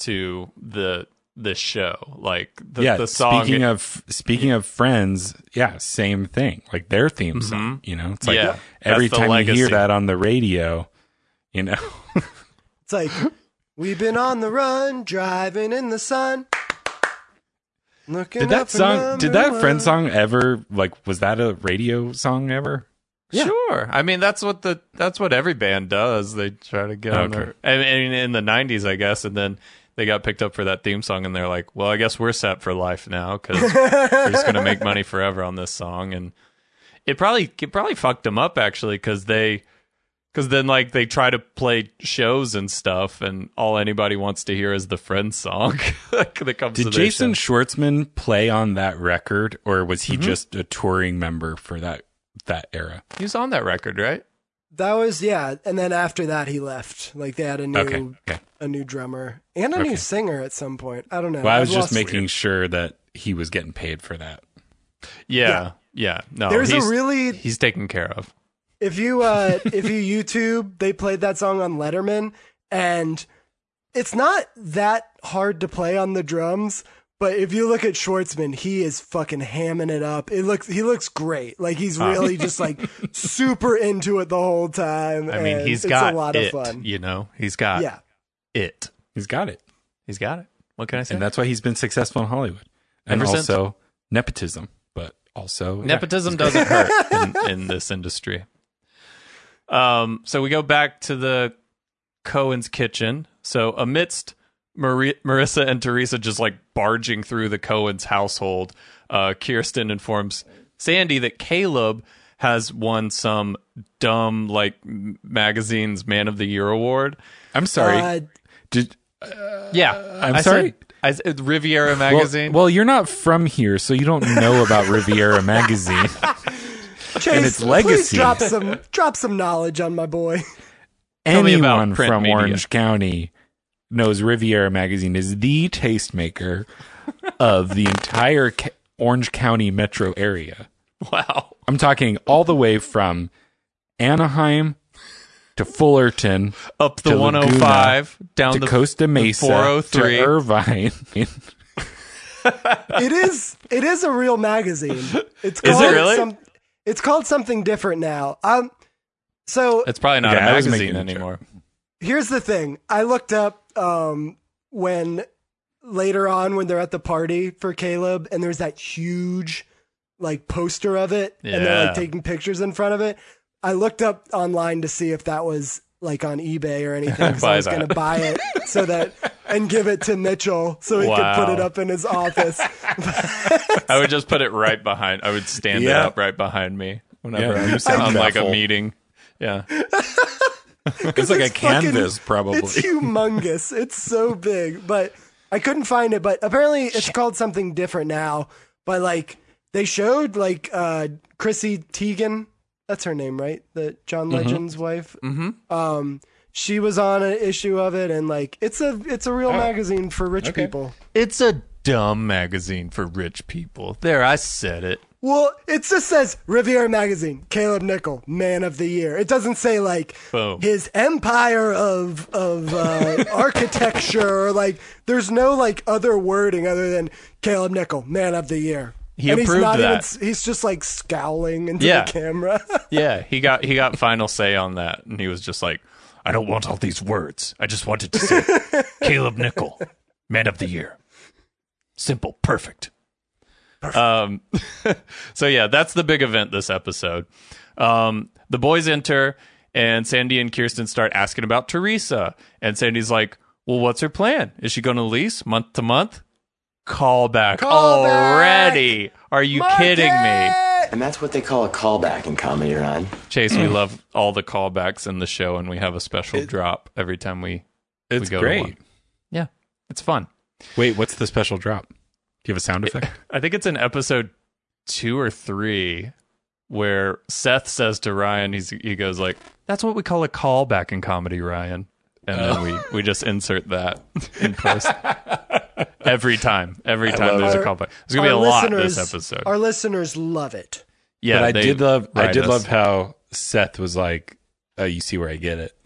S3: to the the show. Like the,
S1: yeah.
S3: the song.
S1: Speaking of speaking of friends, yeah, same thing. Like their theme song. You know, it's like
S3: Mm-hmm. Yeah,
S1: every
S3: that's the
S1: time you hear
S3: legacy.
S1: that on the radio, you know.
S2: It's like we've been on the run, driving in the sun. Looking
S1: did
S2: out
S1: that
S2: for
S1: song? Did that
S2: number
S1: friend
S2: one.
S1: song ever? Like, was that a radio song ever?
S2: Yeah.
S3: Sure. I mean that's what the that's what every band does. They try to get on
S1: Okay.
S3: their I mean in the nineties, I guess, and then they got picked up for that theme song and they're like, Well, I guess we're set for life now because we're just gonna make money forever on this song and it probably it probably fucked them up actually because they because then like they try to play shows and stuff and all anybody wants to hear is the friends song that comes to their
S1: Did Jason
S3: show.
S1: Schwartzman play on that record, or was he just a touring member for that that era?
S3: he was on that record right
S2: That was yeah, and then after that he left. Like they had a new
S1: Okay. Okay.
S2: a new drummer and a
S1: Okay.
S2: new singer at some point. I don't know.
S1: Well, I was
S2: I've
S1: just
S2: lost-
S1: making sure that he was getting paid for that.
S3: yeah
S2: Yeah.
S3: yeah, no
S2: There's a
S3: he's-
S2: really
S3: he's taken care of
S2: If you uh if you YouTube, they played that song on Letterman and it's not that hard to play on the drums, but if you look at Schwartzman, he is fucking hamming it up. It looks he looks great. Like he's really just like super into it the whole time.
S3: I mean,
S2: and
S3: he's
S2: it's
S3: got
S2: a lot
S3: it,
S2: of fun.
S3: You know, he's got
S2: yeah.
S3: it.
S1: He's got it,
S3: He's got it. What can I say?
S1: and that's why he's been successful in Hollywood, and
S3: Ever since.
S1: also nepotism. But also yeah.
S3: Nepotism doesn't hurt in, in this industry. Um, so we go back to the Cohen's kitchen. So amidst Mari- Marissa and Teresa just like barging through the Cohen's household, uh, Kirsten informs Sandy that Caleb has won some dumb like m- magazine's Man of the Year award.
S1: I'm sorry.
S2: Uh,
S1: Did,
S3: Yeah,
S1: I'm
S3: I said-
S1: sorry.
S3: I said Riviera
S1: well,
S3: magazine.
S1: well, you're not from here, so you don't know about Riviera magazine.
S2: Chase,
S1: its
S2: Please
S1: legacy.
S2: drop some drop some knowledge on my boy.
S3: me about
S1: Anyone
S3: print
S1: from
S3: media.
S1: Orange County knows Riviera magazine is the tastemaker of the entire ca- Orange County metro area.
S3: wow.
S1: I'm talking all the way from Anaheim to Fullerton
S3: up the
S1: to
S3: 105 down
S1: to
S3: the oh
S1: Costa
S3: the
S1: Mesa to
S3: 403
S1: Irvine.
S2: it is it is a real magazine.
S3: Is
S2: It's
S3: it
S2: called
S3: really?
S2: some, it's called something different now. Um so
S3: It's probably not
S1: Okay,
S3: a
S1: I was
S3: magazine
S1: making a joke.
S3: anymore.
S2: here's the thing. I looked up um when later on when they're at the party for Caleb and there's that huge like poster of it and they're
S3: Yeah.
S2: like taking pictures in front of it. I looked up online to see if that was like on eBay or anything because
S3: Buy
S2: I was
S3: that.
S2: going to buy it so that and give it to Mitchell so he could
S3: Wow.
S2: put it up in his office.
S3: I would just put it right behind. I would stand it
S1: Yeah.
S3: up right behind me whenever
S1: Yeah, you
S3: I'm
S1: sound
S3: on like a
S1: awful.
S3: meeting. Yeah,
S1: It's like a
S2: it's fucking-
S1: canvas, probably.
S2: It's humongous. it's so big, but I couldn't find it. But apparently, it's called something different now. But like they showed like uh Chrissy Teigen, that's her name, right? The John Legend's wife. Mm-hmm. Um, she was on an issue of it, and like it's a it's a real
S1: Ah.
S2: magazine for rich people.
S3: it's a dumb magazine for rich people. There, I said it.
S2: Well, it just says Riviera Magazine, Caleb Nickel, Man of the Year. It doesn't say like
S3: Boom.
S2: his empire of of uh, architecture or like there's no like other wording other than Caleb Nickel, Man of the Year.
S3: He
S2: and he's
S3: approved
S2: not
S3: that.
S2: Even, s- he's just like scowling into
S3: Yeah.
S2: the camera.
S3: Yeah, he got he got final say on that, and he was just like, "I don't want all these words. I just wanted to say Caleb Nickel, Man of the Year. Simple, perfect." Um, so yeah, that's the big event this episode. Um, the boys enter, and Sandy and Kirsten start asking about Teresa, and Sandy's like, "Well, what's her plan? Is she going to lease month to month?" Call back
S2: Callback!
S3: already. Are you kidding me?
S5: And that's what they call a callback in comedy, Ron.
S3: Chase,
S2: Mm.
S3: we love all the callbacks in the show, and we have a special drop every time we.
S1: It's
S3: go to
S1: great.
S3: one. Yeah, it's fun.
S1: Wait, what's the special drop? Do you have a sound effect?
S3: I think it's in episode two or three where Seth says to Ryan, he's he goes like, "That's what we call a callback in comedy, Ryan," and then we we just insert that in post every time. Every time there's a
S2: it.
S3: callback, there's gonna be a
S2: Our
S3: lot this
S2: listeners-
S3: episode.
S2: Our listeners love it.
S3: yeah,
S1: but I
S3: they
S1: did love I
S3: write
S1: did
S3: us.
S1: love how Seth was like, "Oh, you see where I get it."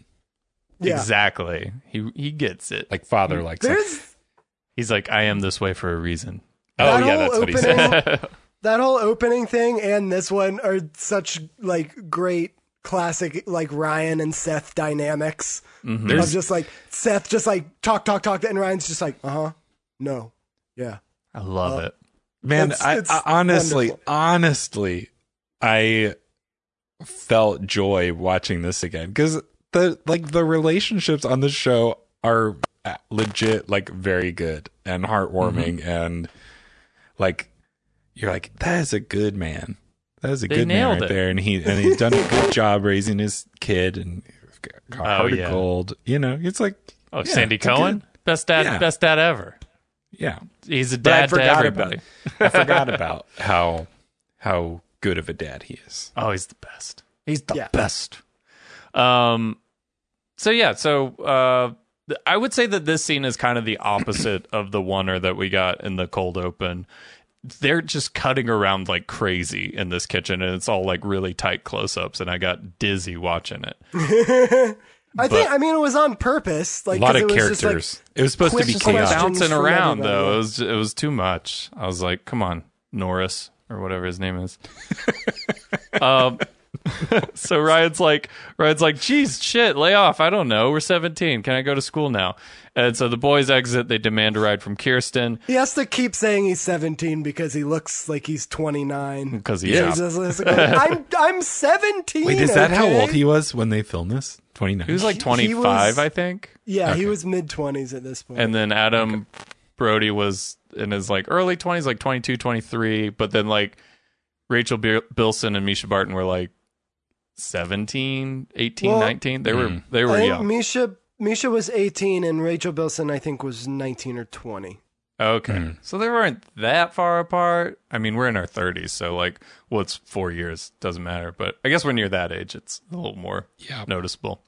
S2: Yeah.
S3: exactly. He he gets it.
S1: Like father likes it.
S2: There's
S3: He's like, "I am this way for a reason."
S1: Oh
S2: that
S1: yeah,
S2: whole
S1: that's what he
S2: opening-
S1: said.
S2: that whole opening thing and this one are such like great classic like Ryan and Seth dynamics. Of
S1: Hmm. There's-
S2: just like Seth just like talk talk talk and Ryan's just like uh huh no yeah
S3: I love it.
S1: Oh, Man,
S2: It's-
S1: I,
S2: it's
S1: I honestly,
S2: wonderful.
S1: honestly, I felt joy watching this again because the like the relationships on this show are legit like very good and heartwarming
S3: Mm-hmm.
S1: and like you're like that is a good man that is a
S3: They
S1: good man
S3: nailed
S1: right
S3: it.
S1: there and he and he's done a good job raising his kid and got heart
S3: Oh, yeah.
S1: of gold you know it's like
S3: Oh,
S1: yeah,
S3: Sandy
S1: it's a good-
S3: Cohen, best dad,
S1: Yeah.
S3: best dad ever.
S1: yeah
S3: He's a
S1: But I
S3: dad to
S1: forgot
S3: everybody.
S1: About, I forgot about how how good of a dad he is.
S3: Oh, he's the best. He's the
S2: Yeah.
S3: best. Um, so yeah, so uh, th- I would say that this scene is kind of the opposite of the oneer that we got in the cold open. They're just cutting around like crazy in this kitchen, and it's all like really tight close-ups, and I got dizzy watching it.
S2: I think I mean it was on purpose like
S1: a
S2: 'cause
S1: lot of
S2: it was
S1: characters.
S2: just, like,
S1: it was supposed to be
S2: quick
S1: chaos.
S2: questions
S3: bouncing
S2: from
S3: around
S2: everybody.
S3: though. It was it was too much. I was like, come on, Norris or whatever his name is. um, so Ryan's like, Ryan's like, geez, shit, lay off. I don't know. We're seventeen. Can I go to school now? And so the boys exit. They demand a ride from Kirsten
S2: He has to keep saying he's 17 because he looks like he's 29.
S3: because he's
S1: Yeah.
S3: out.
S2: He's just- he's like, "Oh, I'm I'm 17.
S1: Wait, is that how
S2: okay?
S1: old he was when they filmed this? Twenty
S3: he
S1: nine.
S3: was like
S2: He- he
S3: twenty
S2: was-
S3: five, I think.
S2: Yeah, he was mid 20s at this point.
S3: And then Adam Brody was in his like early 20s, like 22, 23. But then like Rachel Bir- Bilson and Misha Barton were like 17, 18,
S2: Well, Oh,
S3: 19. They were, they
S2: I
S3: were
S2: think
S3: young.
S2: Misha Misha was 18 and Rachel Bilson I think was 19 or 20.
S3: okay. So they weren't that far apart. I mean, we're in our 30s. So like what's four years doesn't matter. But I guess when you're that age, it's a little more
S1: Yeah.
S3: noticeable.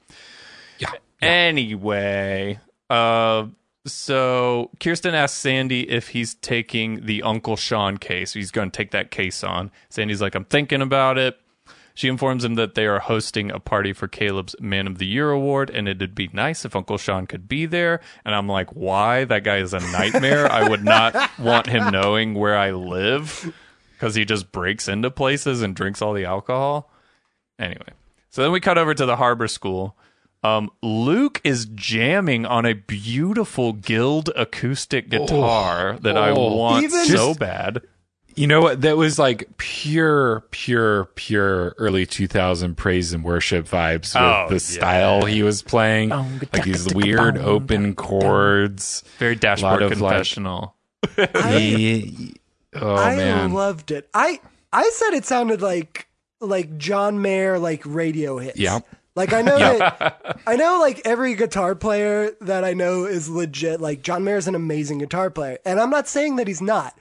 S1: Yeah.
S3: Anyway, uh, so Kirsten asks Sandy if he's taking the Uncle Sean case. He's going to take that case on. Sandy's like, I'm thinking about it. She informs him that they are hosting a party for Caleb's Man of the Year award, and it'd be nice if Uncle Sean could be there. And I'm like, why? That guy is a nightmare. I would not want him knowing where I live because he just breaks into places and drinks all the alcohol. Anyway, so then we cut over to the harbor school. Um, Luke is jamming on a beautiful Guild acoustic guitar that I
S1: Oh.
S3: want
S2: Even-
S3: so
S1: Just-
S3: bad.
S1: You know what? That was like pure, pure, pure early 2000 praise and worship vibes with
S3: Oh,
S1: the
S3: yeah.
S1: style he was playing. Like these weird open chords.
S3: Very
S1: Lot
S3: dashboard
S1: of, like-
S3: confessional.
S1: Ye- Oh,
S2: I
S1: man.
S2: loved it. I I said it sounded like like John Mayer like radio hits.
S1: Yep.
S2: Like I know that I know like every guitar player that I know is legit. Like John Mayer's an amazing guitar player, and I'm not saying that he's not.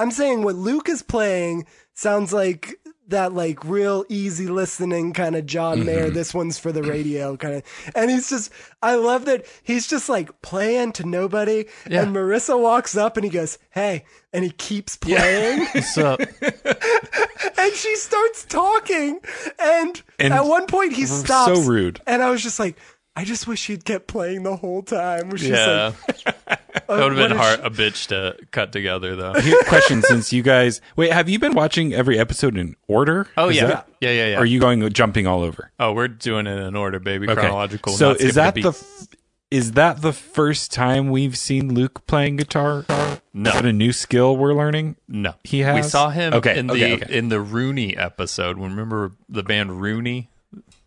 S2: I'm saying what Luke is playing sounds like that like real easy listening kind of
S1: Mm-hmm.
S2: John Mayer. This one's for the radio kind of, and he's just I love that he's just like playing to nobody, and Marissa walks up and he goes, "Hey," and he keeps playing, and she starts talking, and,
S1: And
S2: at one point he
S1: so
S2: stops,
S1: rude.
S2: and I was just like. I just wish he'd kept playing the whole time. She's
S3: Yeah,
S2: like, uh,
S3: that would have
S2: what
S3: been
S2: is
S3: hard
S2: she-
S3: a bitch to cut together though.
S1: Here- question since you guys wait have you been watching every episode in order
S3: Oh
S1: Is
S3: yeah.
S1: that-
S3: yeah, yeah, yeah.
S1: are you going jumping all over
S3: oh, we're doing it in order, baby. Chronological.
S1: so
S3: not skipping
S1: is that
S3: a
S1: the
S3: beat.
S1: f- is that the first time we've seen luke playing guitar
S3: No.
S1: is that a new skill we're learning
S3: no?
S1: he has
S3: We saw him
S1: okay
S3: in the
S1: okay, okay.
S3: in the Rooney episode. Remember the band Rooney?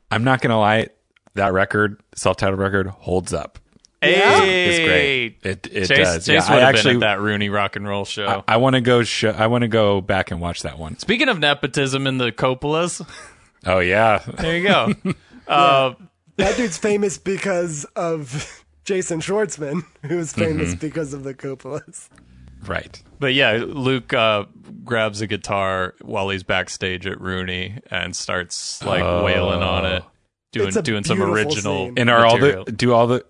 S1: i'm not gonna lie that record self-titled record holds up it's great it,
S3: Chase,
S1: it does
S3: Chase
S1: yeah,
S3: would
S1: i
S3: have
S1: actually
S3: been at that Rooney rock and roll show.
S1: i, I want to go sh- i want to go back and watch that one
S3: Speaking of nepotism in the Coppolas,
S1: oh yeah
S3: there you go. uh,
S2: That dude's famous because of Jason Schwartzman, who's famous because of the Coppolas.
S1: right
S3: But yeah, Luke uh, grabs a guitar while he's backstage at Rooney and starts like wailing on it, doing
S2: Oh. It's a
S3: doing some
S2: beautiful
S3: original.
S2: scene.
S1: And are all
S3: material.
S1: the do all the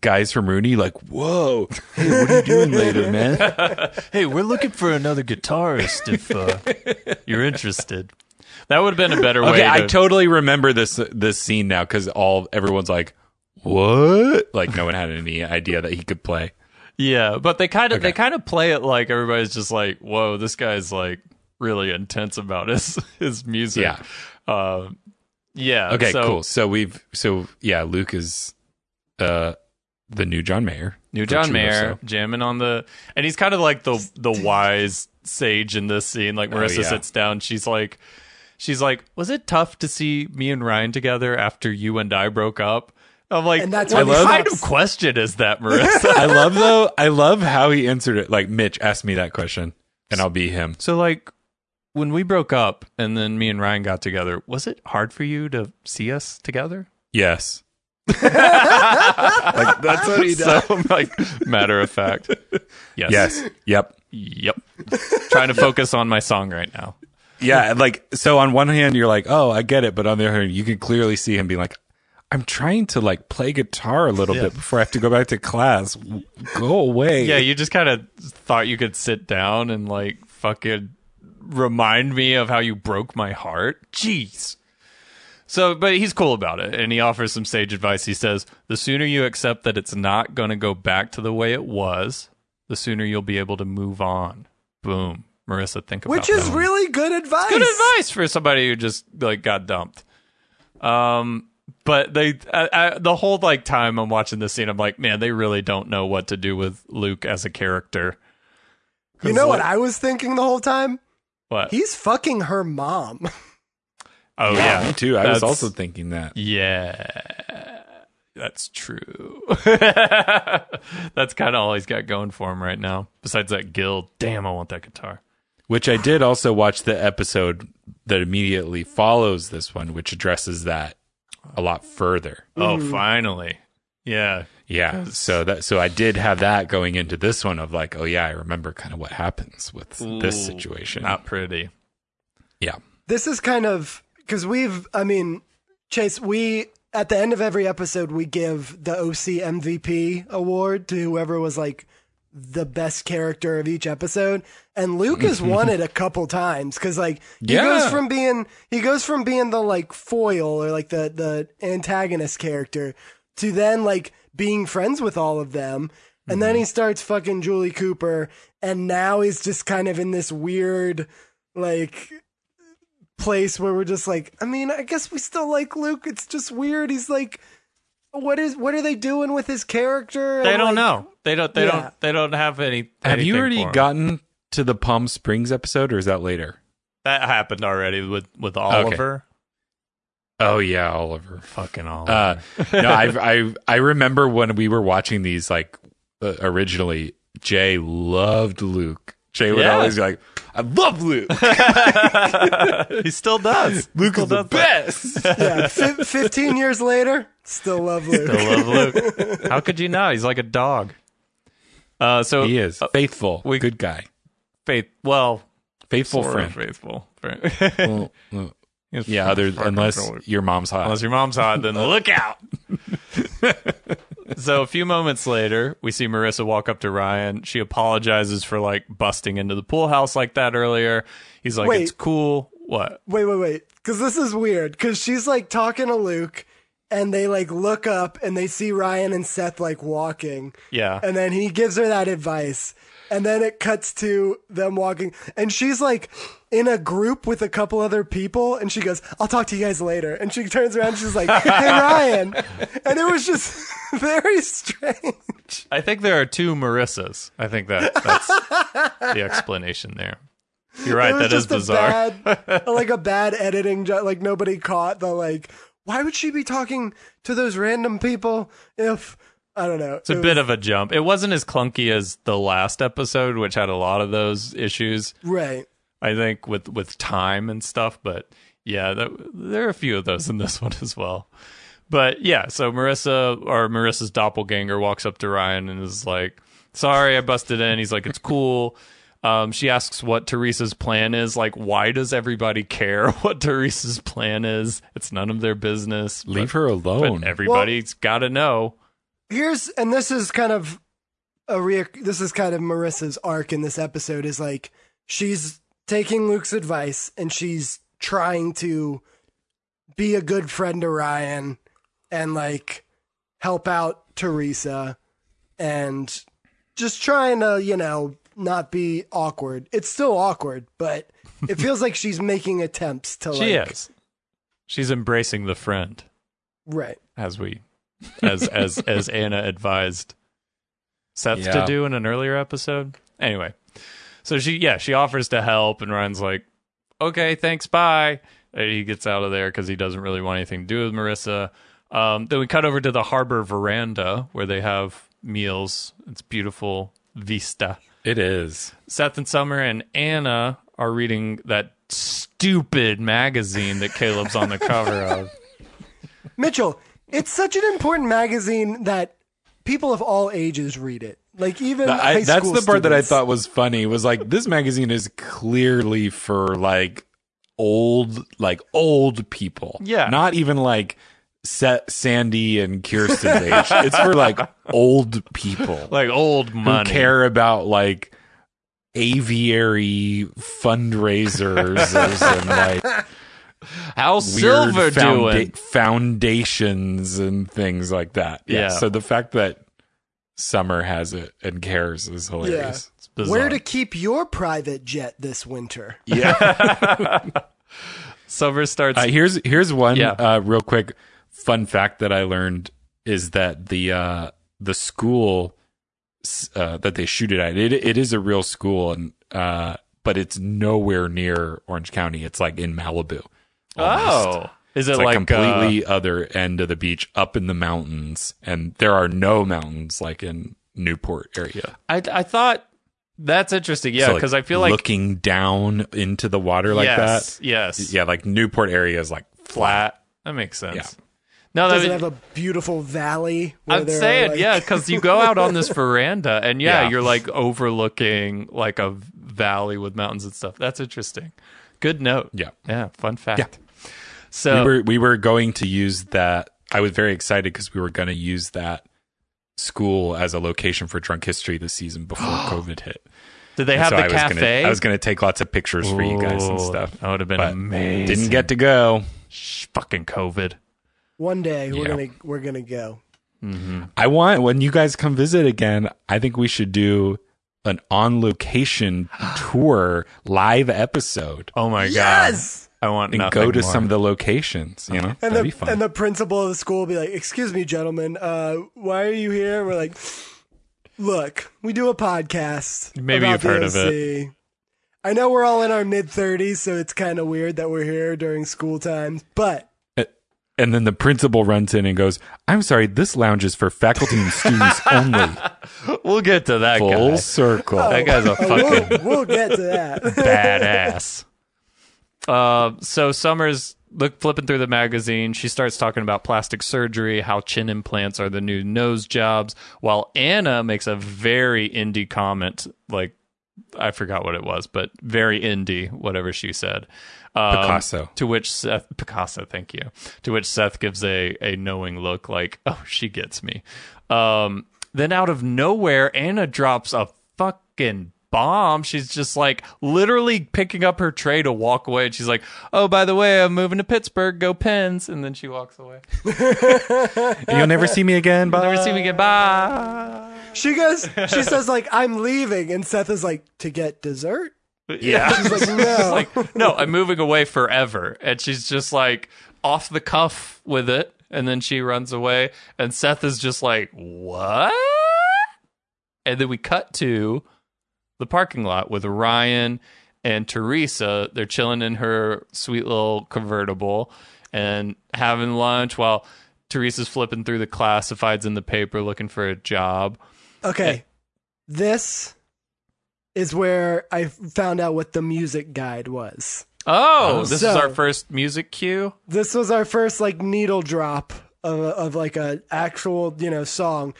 S1: guys from Rooney like, whoa, hey, what are you doing later, man?
S3: hey, we're looking for another guitarist if uh, you're interested. That would have been a better way.
S1: okay,
S3: to,
S1: I totally remember this this scene now because all everyone's like, what? Like no one had any idea that he could play.
S3: yeah, but they kind of they kind of play it like everybody's just like, whoa, this guy's like really intense about his his music.
S1: Yeah.
S3: Uh, yeah.
S1: Okay,
S3: so-
S1: cool. So we've so yeah, Luke is uh the new John Mayer.
S3: New John
S1: Virtuoso.
S3: Mayer jamming on the, and he's kind of like the the wise sage in this scene. Like Marissa
S1: Oh, yeah.
S3: sits down, she's like, she's like, was it tough to see me and Ryan together after you and I broke up? I'm like,
S2: And that's
S3: what
S2: when he
S3: kind
S2: stops.
S3: of question is that, Marissa?
S1: I love though I love how he answered it. Like Mitch asked me that question and I'll be him.
S3: so like, when we broke up, and then me and Ryan got together, was it hard for you to see us together?
S1: Yes.
S3: That's what he does. So like, matter of fact, yes,
S1: Yes. Yep.
S3: yep. Trying to focus on my song right now.
S1: Yeah, like so on one hand you're like, "Oh, I get it," but on the other hand, you can clearly see him being like, "I'm trying to like play guitar a little bit before I have to go back to class. W- Go away."
S3: Yeah, you just kind of thought you could sit down and like fucking remind me of how you broke my heart. Jeez. So, but he's cool about it and he offers some sage advice. He says, The sooner you accept that it's not going to go back to the way it was, the sooner you'll be able to move on. Boom. Marissa, think about
S2: Which is
S3: that.
S2: really good advice.
S3: good advice for somebody who just like got dumped. Um, but they I, I, the whole like time I'm watching this scene, I'm like, man, they really don't know what to do with Luke as a character.
S2: You know what I was thinking the whole time?
S3: But
S2: He's fucking her mom.
S3: oh yeah,
S1: me too. I was
S3: That's-
S1: also thinking that.
S3: yeah, that's true. that's kind of all he's got going for him right now. Besides that guild, damn, I want that guitar.
S1: Which I did also watch the episode that immediately follows this one, which addresses that a lot further.
S3: Oh, finally, yeah,
S1: Yeah. So that so I did have that going into this one of like, "Oh yeah, I remember kind of what happens with this
S3: Ooh,
S1: situation."
S3: not pretty.
S1: yeah.
S2: This is kind of because we've, I mean, Chase, we at the end of every episode we give the OC MVP award to whoever was like the best character of each episode. And Luke has won it a couple times because like he
S1: Yeah.
S2: goes from being he goes from being the like foil or like the the antagonist character to then like being friends with all of them. And then he starts fucking Julie Cooper, and now he's just kind of in this weird, like, place where we're just like, I mean, I guess we still like Luke. It's just weird. He's like, what is what are they doing with his character?
S3: They
S2: And,
S3: don't
S2: like,
S3: know. They don't. They
S2: Yeah.
S3: don't. They don't have any.
S1: Have you
S3: anything
S1: already
S3: for 'em.
S1: gotten to the Palm Springs episode, or is that later?
S3: that happened already with with Oliver?
S1: Oh yeah, Oliver.
S3: Fucking Oliver.
S1: Uh, no, I I I remember when we were watching these like uh, originally. Jay loved Luke. Jay would
S3: Yeah.
S1: always be like, "I love Luke.
S3: Uh, he still does.
S1: Luke
S3: Still
S1: is the
S3: does that.
S1: best."
S2: Yeah, fif- fifteen years later, still love Luke.
S3: I love Luke. How could you not? He's like a dog. Uh, so
S1: he is faithful,
S3: we-
S1: good guy,
S3: faith. Well,
S1: faithful
S3: sort of
S1: friend.
S3: faithful. friend.
S1: Well, well,
S3: He's
S1: yeah, other
S3: fucking
S1: unless
S3: controller.
S1: your mom's hot.
S3: unless your mom's hot, then look out. so a few moments later, we see Marissa walk up to Ryan. She apologizes for like busting into the pool house like that earlier. He's like,
S2: Wait.
S3: "It's cool." What?
S2: Wait, wait, wait. Because this is weird. Because she's like talking to Luke, and they like look up and they see Ryan and Seth like walking,
S3: Yeah.
S2: and then he gives her that advice, and then it cuts to them walking, and she's like in a group with a couple other people, and she goes, "I'll talk to you guys later," and she turns around, and she's like, "Hey, Ryan," and it was just very strange.
S3: I think there are two Marissas. I think that that's the explanation there. You're right.
S2: it was
S3: That is
S2: just
S3: bizarre.
S2: A bad, like a bad editing job. Like nobody caught the like. Why would she be talking to those random people if I don't know?
S3: It's a bit of a jump. It wasn't as clunky as the last episode, which had a lot of those issues.
S2: right.
S3: I think with with time and stuff, but yeah, that, there are a few of those in this one as well. But yeah, so Marissa or Marissa's doppelganger walks up to Ryan and is like, "Sorry, I busted in." He's like, "It's cool." Um, she asks what Teresa's plan is. Like, why does everybody care what Teresa's plan is? It's none of their business. But-
S1: Leave her alone.
S3: But everybody's got to know.
S2: Here's and this is kind of a re- This is kind of Marissa's arc in this episode is like she's taking Luke's advice and she's trying to be a good friend to Ryan and like help out Teresa and just trying to, you know, not be awkward. It's still awkward, but it feels like she's making attempts to like
S3: she is. She's embracing the friend.
S2: right.
S3: as we as as as Anna advised Seth
S1: Yeah.
S3: to do in an earlier episode. Anyway, so she yeah she offers to help, and Ryan's like, okay, thanks, bye. And he gets out of there because he doesn't really want anything to do with Marissa. Um, then we cut over to the harbor veranda where they have meals. It's beautiful vista.
S1: it is.
S3: Seth and Summer and Anna are reading that stupid magazine that Caleb's on the cover of.
S2: Mitchell, it's such an important magazine that people of all ages read it. Like even
S1: I-
S2: high
S1: that's
S2: school
S1: the part that I
S2: students.
S1: thought was funny. Was like this magazine is clearly for like old, like old people.
S3: Yeah.
S1: not even like Sa- Sandy and Kirsten's age. It's for like old people
S3: Like old
S1: who
S3: money.
S1: care about like aviary fundraisers and like
S3: How
S1: weird
S3: Silver
S1: founda-
S3: doing?
S1: foundations and things like that. Yeah.
S3: Yeah.
S1: So the fact that Summer has it and cares is hilarious.
S3: It's bizarre.
S2: Where to keep your private jet this winter?
S1: yeah.
S3: Silver starts?
S1: Uh, here's here's one
S3: Yeah.
S1: uh, real quick fun fact that I learned is that the uh, the school s- uh, that they shoot it at it it is a real school and uh, but it's nowhere near Orange County. It's like in Malibu. almost.
S3: oh, is it like,
S1: It's
S3: uh,
S1: like,
S3: completely?
S1: completely other end of the beach, up in the mountains, and there are no mountains like in Newport area.
S3: I I thought that's interesting. Yeah,
S1: So, like,
S3: because I feel like
S1: looking down into the water like
S3: yes, Yes.
S1: that. Yeah, like Newport area is like
S3: Flat. That makes sense.
S1: Yeah.
S3: No,
S2: Does it
S3: that
S2: have a beautiful valley? Where
S3: I'm
S2: there are,
S3: saying
S2: like-
S3: yeah, because you go out on this veranda and yeah,
S1: Yeah.
S3: you're like overlooking like a valley with mountains and stuff. That's interesting. Good note.
S1: Yeah.
S3: Yeah. Fun fact. So
S1: we were we were going to use that. I was very excited because we were going to use that school as a location for drunk history the season before COVID hit.
S3: Did they
S1: And
S3: have
S1: so
S3: the
S1: I was
S3: cafe?
S1: Gonna, I was going to take lots of pictures for you guys and
S3: Ooh,
S1: stuff.
S3: That would have been
S1: but
S3: amazing.
S1: Didn't get to go.
S3: Shh, fucking COVID.
S2: One day we're
S1: Yeah.
S2: gonna we're gonna go.
S1: I want when you guys come visit again. I think we should do an on location tour live episode
S3: Oh my
S2: Yes!
S3: god. I want
S1: and
S3: nothing
S1: go to
S3: more.
S1: some of the locations. You know,
S2: And
S1: that'd
S2: the
S1: be fun.
S2: and the principal of the school will be like, "Excuse me, gentlemen, uh, why are you here?" We're like, "Look, we do a podcast.
S3: Maybe
S2: about
S3: you've heard of
S2: VOC. I know we're all in our mid thirties, so it's kind of weird that we're here during school times, but."
S1: and then the principal runs in and goes, "I'm sorry, this lounge is for faculty and students only."
S3: We'll get to that
S1: Full
S3: guy.
S1: circle.
S3: That guy's a
S2: uh, we'll-
S3: fucking
S2: we'll get to that.
S3: badass. Uh, so Summers look flipping through the magazine. She starts talking about plastic surgery, how chin implants are the new nose jobs, while Anna makes a very indie comment, like I forgot what it was, but very indie, whatever she said. Um,
S1: Picasso.
S3: To which Seth Picasso, thank you. To which Seth gives a a knowing look, like, oh, she gets me. Um, then out of nowhere, Anna drops a fucking bomb. She's just like literally picking up her tray to walk away, and she's like, oh, by the way, I'm moving to Pittsburgh. Go Pens, and then she walks away.
S1: You'll never see me again. Bye.
S3: Never see me again. Bye.
S2: She goes, she says, like, I'm leaving. And Seth is like, to get dessert?
S3: Yeah.
S2: She's like, no.
S3: like, no, I'm moving away forever. And she's just like off the cuff with it. And then she runs away. And Seth is just like, what? And then we cut to the parking lot with Ryan and Teresa. They're chilling in her sweet little convertible and having lunch while Teresa's flipping through the classifieds in the paper looking for a job.
S2: okay. This is where I found out what the music guide was.
S3: Oh, this is
S2: So-
S3: our first music cue.
S2: This was our first, like, needle drop of, of like, a actual, you know, song.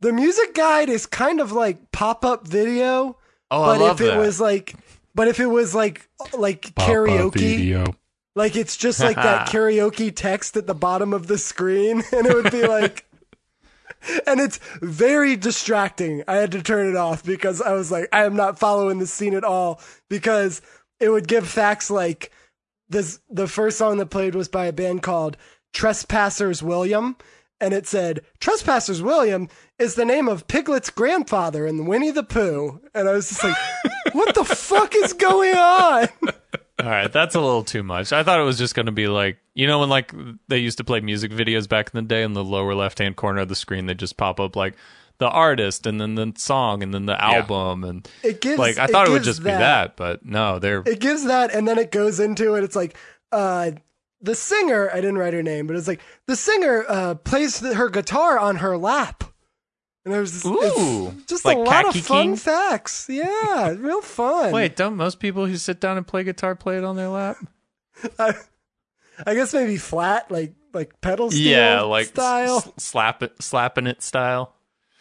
S2: The music guide is kind of like pop up video,
S3: Oh, I
S2: but
S3: love
S2: if it
S3: that.
S2: was like, but if it was like, like karaoke, Like it's just like that karaoke text at the bottom of the screen, and it would be like, and it's very distracting. I had to turn it off because I was like, I am not following the scene at all because it would give facts like this. The first song that played was by a band called Trespassers William, and it said Trespassers William is the name of Piglet's grandfather in Winnie the Pooh, and I was just like, what the fuck is going on?
S3: All right, that's a little too much. I thought it was just going to be like, you know, when like they used to play music videos back in the day in the lower left hand corner of the screen, they just pop up like the artist and then the song and then the album. And
S2: It gives
S3: like, I thought it, would
S2: gives
S3: just be that, but no, they're
S2: it gives that and then it goes into it it's like uh the singer i didn't write her name but it's like the singer uh plays th- her guitar on her lap and there's this, it's
S3: Ooh,
S2: just
S3: like
S2: a lot
S3: Khaki
S2: of fun
S3: King?
S2: facts yeah real fun
S3: wait, don't most people who sit down and play guitar play it on their lap?
S2: I, I guess maybe flat like like pedal steel
S3: yeah, like s-
S2: style
S3: s- slap it, slapping it style.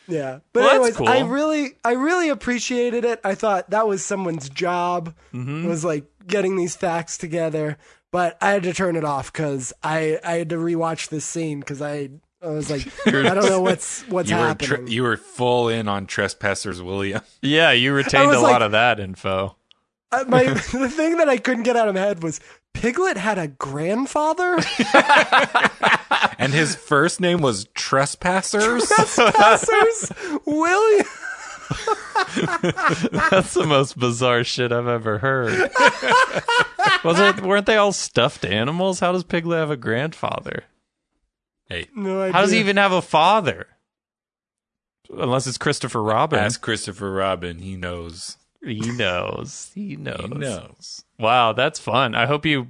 S2: Yeah, but
S3: Well,
S2: anyways,
S3: that's
S2: I
S3: cool.
S2: really, I really appreciated it. I thought that was someone's job
S3: Mm-hmm.
S2: was like getting these facts together, but I had to turn it off because I, I had to rewatch this scene because I, I was like, I don't know what's what's
S1: You were
S2: happening.
S1: tr- you were full in on trespassers, William.
S3: Yeah, you retained
S2: was
S3: a
S2: like-
S3: lot of that info.
S2: Uh, my the thing that I couldn't get out of my head was Piglet had a grandfather.
S1: And his first name was Trespassers.
S2: Passers William.
S3: That's the most bizarre shit I've ever heard. Wasn't it, weren't they all stuffed animals? How does Piglet have a grandfather?
S1: hey,
S2: No idea.
S3: How does he even have a father? Unless it's Christopher Robin.
S1: ask Christopher Robin. He knows.
S3: He knows. He knows.
S1: He knows.
S3: Wow, that's fun. I hope you.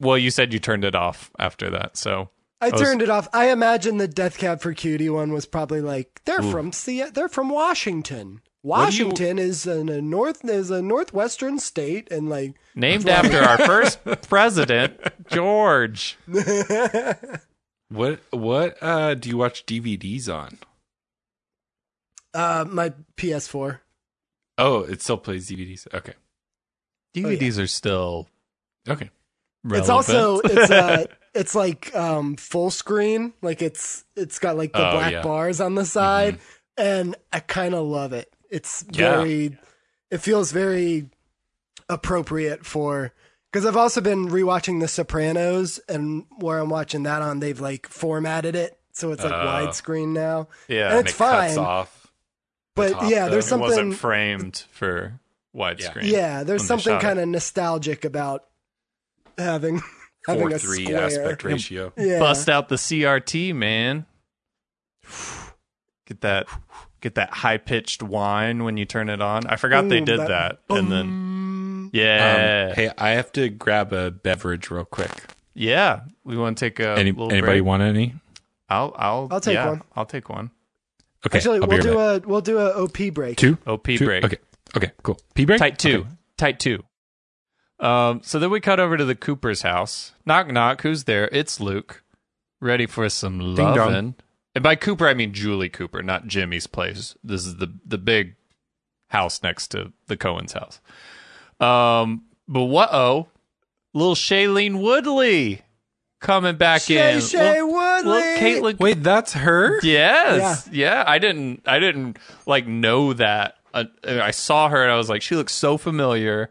S3: Well, you said you turned it off after that, so
S2: I
S3: was-
S2: turned it off. I imagine the Death Cab for Cutie one was probably like they're from Se- they're from Washington.
S3: Hmm. do you-
S2: Washington is an, a north is a northwestern state, and like
S3: named after our first president, George.
S2: Oh,
S1: What what uh, do you watch DVDs on?
S2: uh, my PS4.
S1: Oh, it still plays DVDs. Okay,
S3: DVDs are still
S1: okay.
S3: relevant.
S2: It's also it's uh, it's like um full screen like it's it's got like the
S1: Oh,
S2: black
S1: yeah.
S2: bars on the side and i kind of love it it's
S1: Yeah.
S2: very it feels very appropriate for because i've also been rewatching the sopranos and where i'm watching that on they've like formatted it so it's like
S1: Oh.
S2: widescreen now
S3: Yeah,
S2: And
S1: and
S2: it's
S1: it cuts
S2: fine,
S1: off.
S2: but
S1: top,
S2: yeah
S1: though.
S2: there's
S3: it wasn't
S2: something
S3: framed for widescreen.
S2: yeah
S3: when
S2: there's
S3: they
S2: something
S3: shot it.
S2: kind of nostalgic about having having
S1: Four
S2: a
S1: three
S2: square.
S1: aspect ratio.
S2: yeah.
S3: Bust out the CRT, man. Get that get that high pitched whine when you turn it on. I forgot they
S2: Boom,
S3: did
S2: that-
S3: that. And then
S2: then
S3: yeah.
S1: Um, hey, I have to grab a beverage real quick.
S3: yeah. We want to take a
S1: Any,
S3: little
S1: anybody
S3: break.
S1: want any?
S3: I'll I'll
S2: I'll take
S3: yeah,
S2: one.
S3: I'll take one.
S1: Okay,
S2: Actually,
S1: I'll be
S2: we'll
S1: right
S2: do
S1: back.
S2: a we'll do a OP break.
S1: two
S3: OP
S1: Two?
S3: break.
S1: Okay, okay, cool. P break
S3: Type two.
S1: Okay.
S3: Type two. Um, so then we cut over to the Cooper's house. Knock knock. Who's there? It's Luke. Ready for some
S1: dong.
S3: lovin'. And by Cooper, I mean Julie Cooper, not Jimmy's place. This is the the big house next to the Cohen's house. Um, but what oh, little Shailene Woodley coming back
S2: Shay
S3: in.
S2: Shay
S3: Little-
S2: Woodley.
S3: little Caitlin
S1: Wait, that's her.
S3: Yes. Yeah. I didn't. I didn't like know that. Uh, I saw her and I was like, she looks so familiar.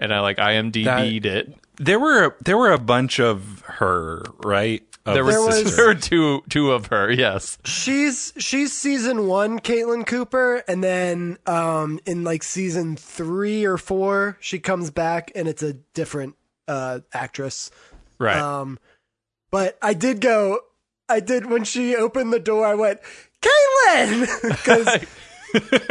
S3: And I like IMDb'd it.
S1: There were there were a bunch of her, right? Of
S3: There were
S2: There was-
S3: there were two two of her. Yes.
S2: She's she's season one, Caitlin Cooper, and then um in like season three or four, she comes back and it's a different uh actress.
S3: Right.
S2: Um but I did go I did when she opened the door I went, Caitlin because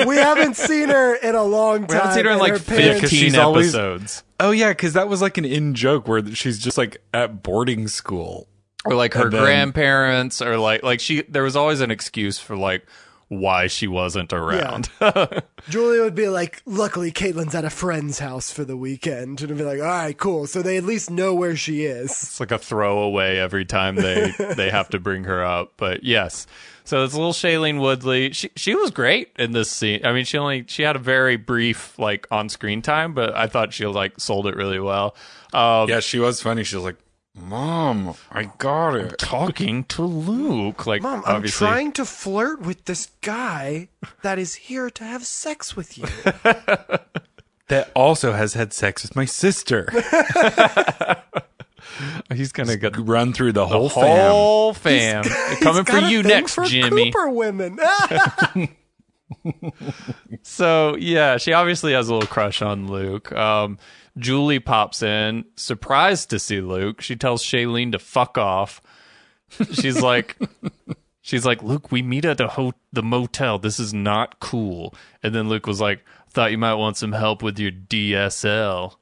S2: we haven't seen her in a long time.
S3: we haven't seen her in
S2: and
S3: like
S2: parents-
S1: Yeah, 'cause
S3: fifteen
S1: she's always-
S3: episodes.
S1: Oh yeah, because that was like an in joke where she's just like at boarding school.
S3: Or like her
S1: And then-
S3: grandparents, or like like she. There was always an excuse for like why she wasn't around.
S2: Julia would be like, luckily Caitlin's at a friend's house for the weekend. And I'd be like, all right, cool. So they at least know where she is.
S3: It's like a throwaway every time they they have to bring her up. But yes, so it's little Shailene Woodley. She she was great in this scene. I mean, she only she had a very brief like on screen time, but I thought she like sold it really well. Um,
S1: Yeah, she was funny. She was like, "Mom, I got it."
S3: Talking to Luke, like
S2: Mom, I'm
S3: obviously,
S2: trying to flirt with this guy that is here to have sex with you.
S1: That also has had sex with my sister.
S3: he's gonna get the
S1: Run through the whole fam.
S3: whole fam
S2: He's
S3: coming for
S2: got a
S3: you
S2: thing
S3: next,
S2: for
S3: Jimmy.
S2: Cooper women.
S3: So yeah, she obviously has a little crush on Luke. Um, Julie pops in, surprised to see Luke. She tells Shailene to fuck off. She's like, she's like, Luke, we meet at the ho- the motel. This is not cool. And then Luke was like, thought you might want some help with your DSL.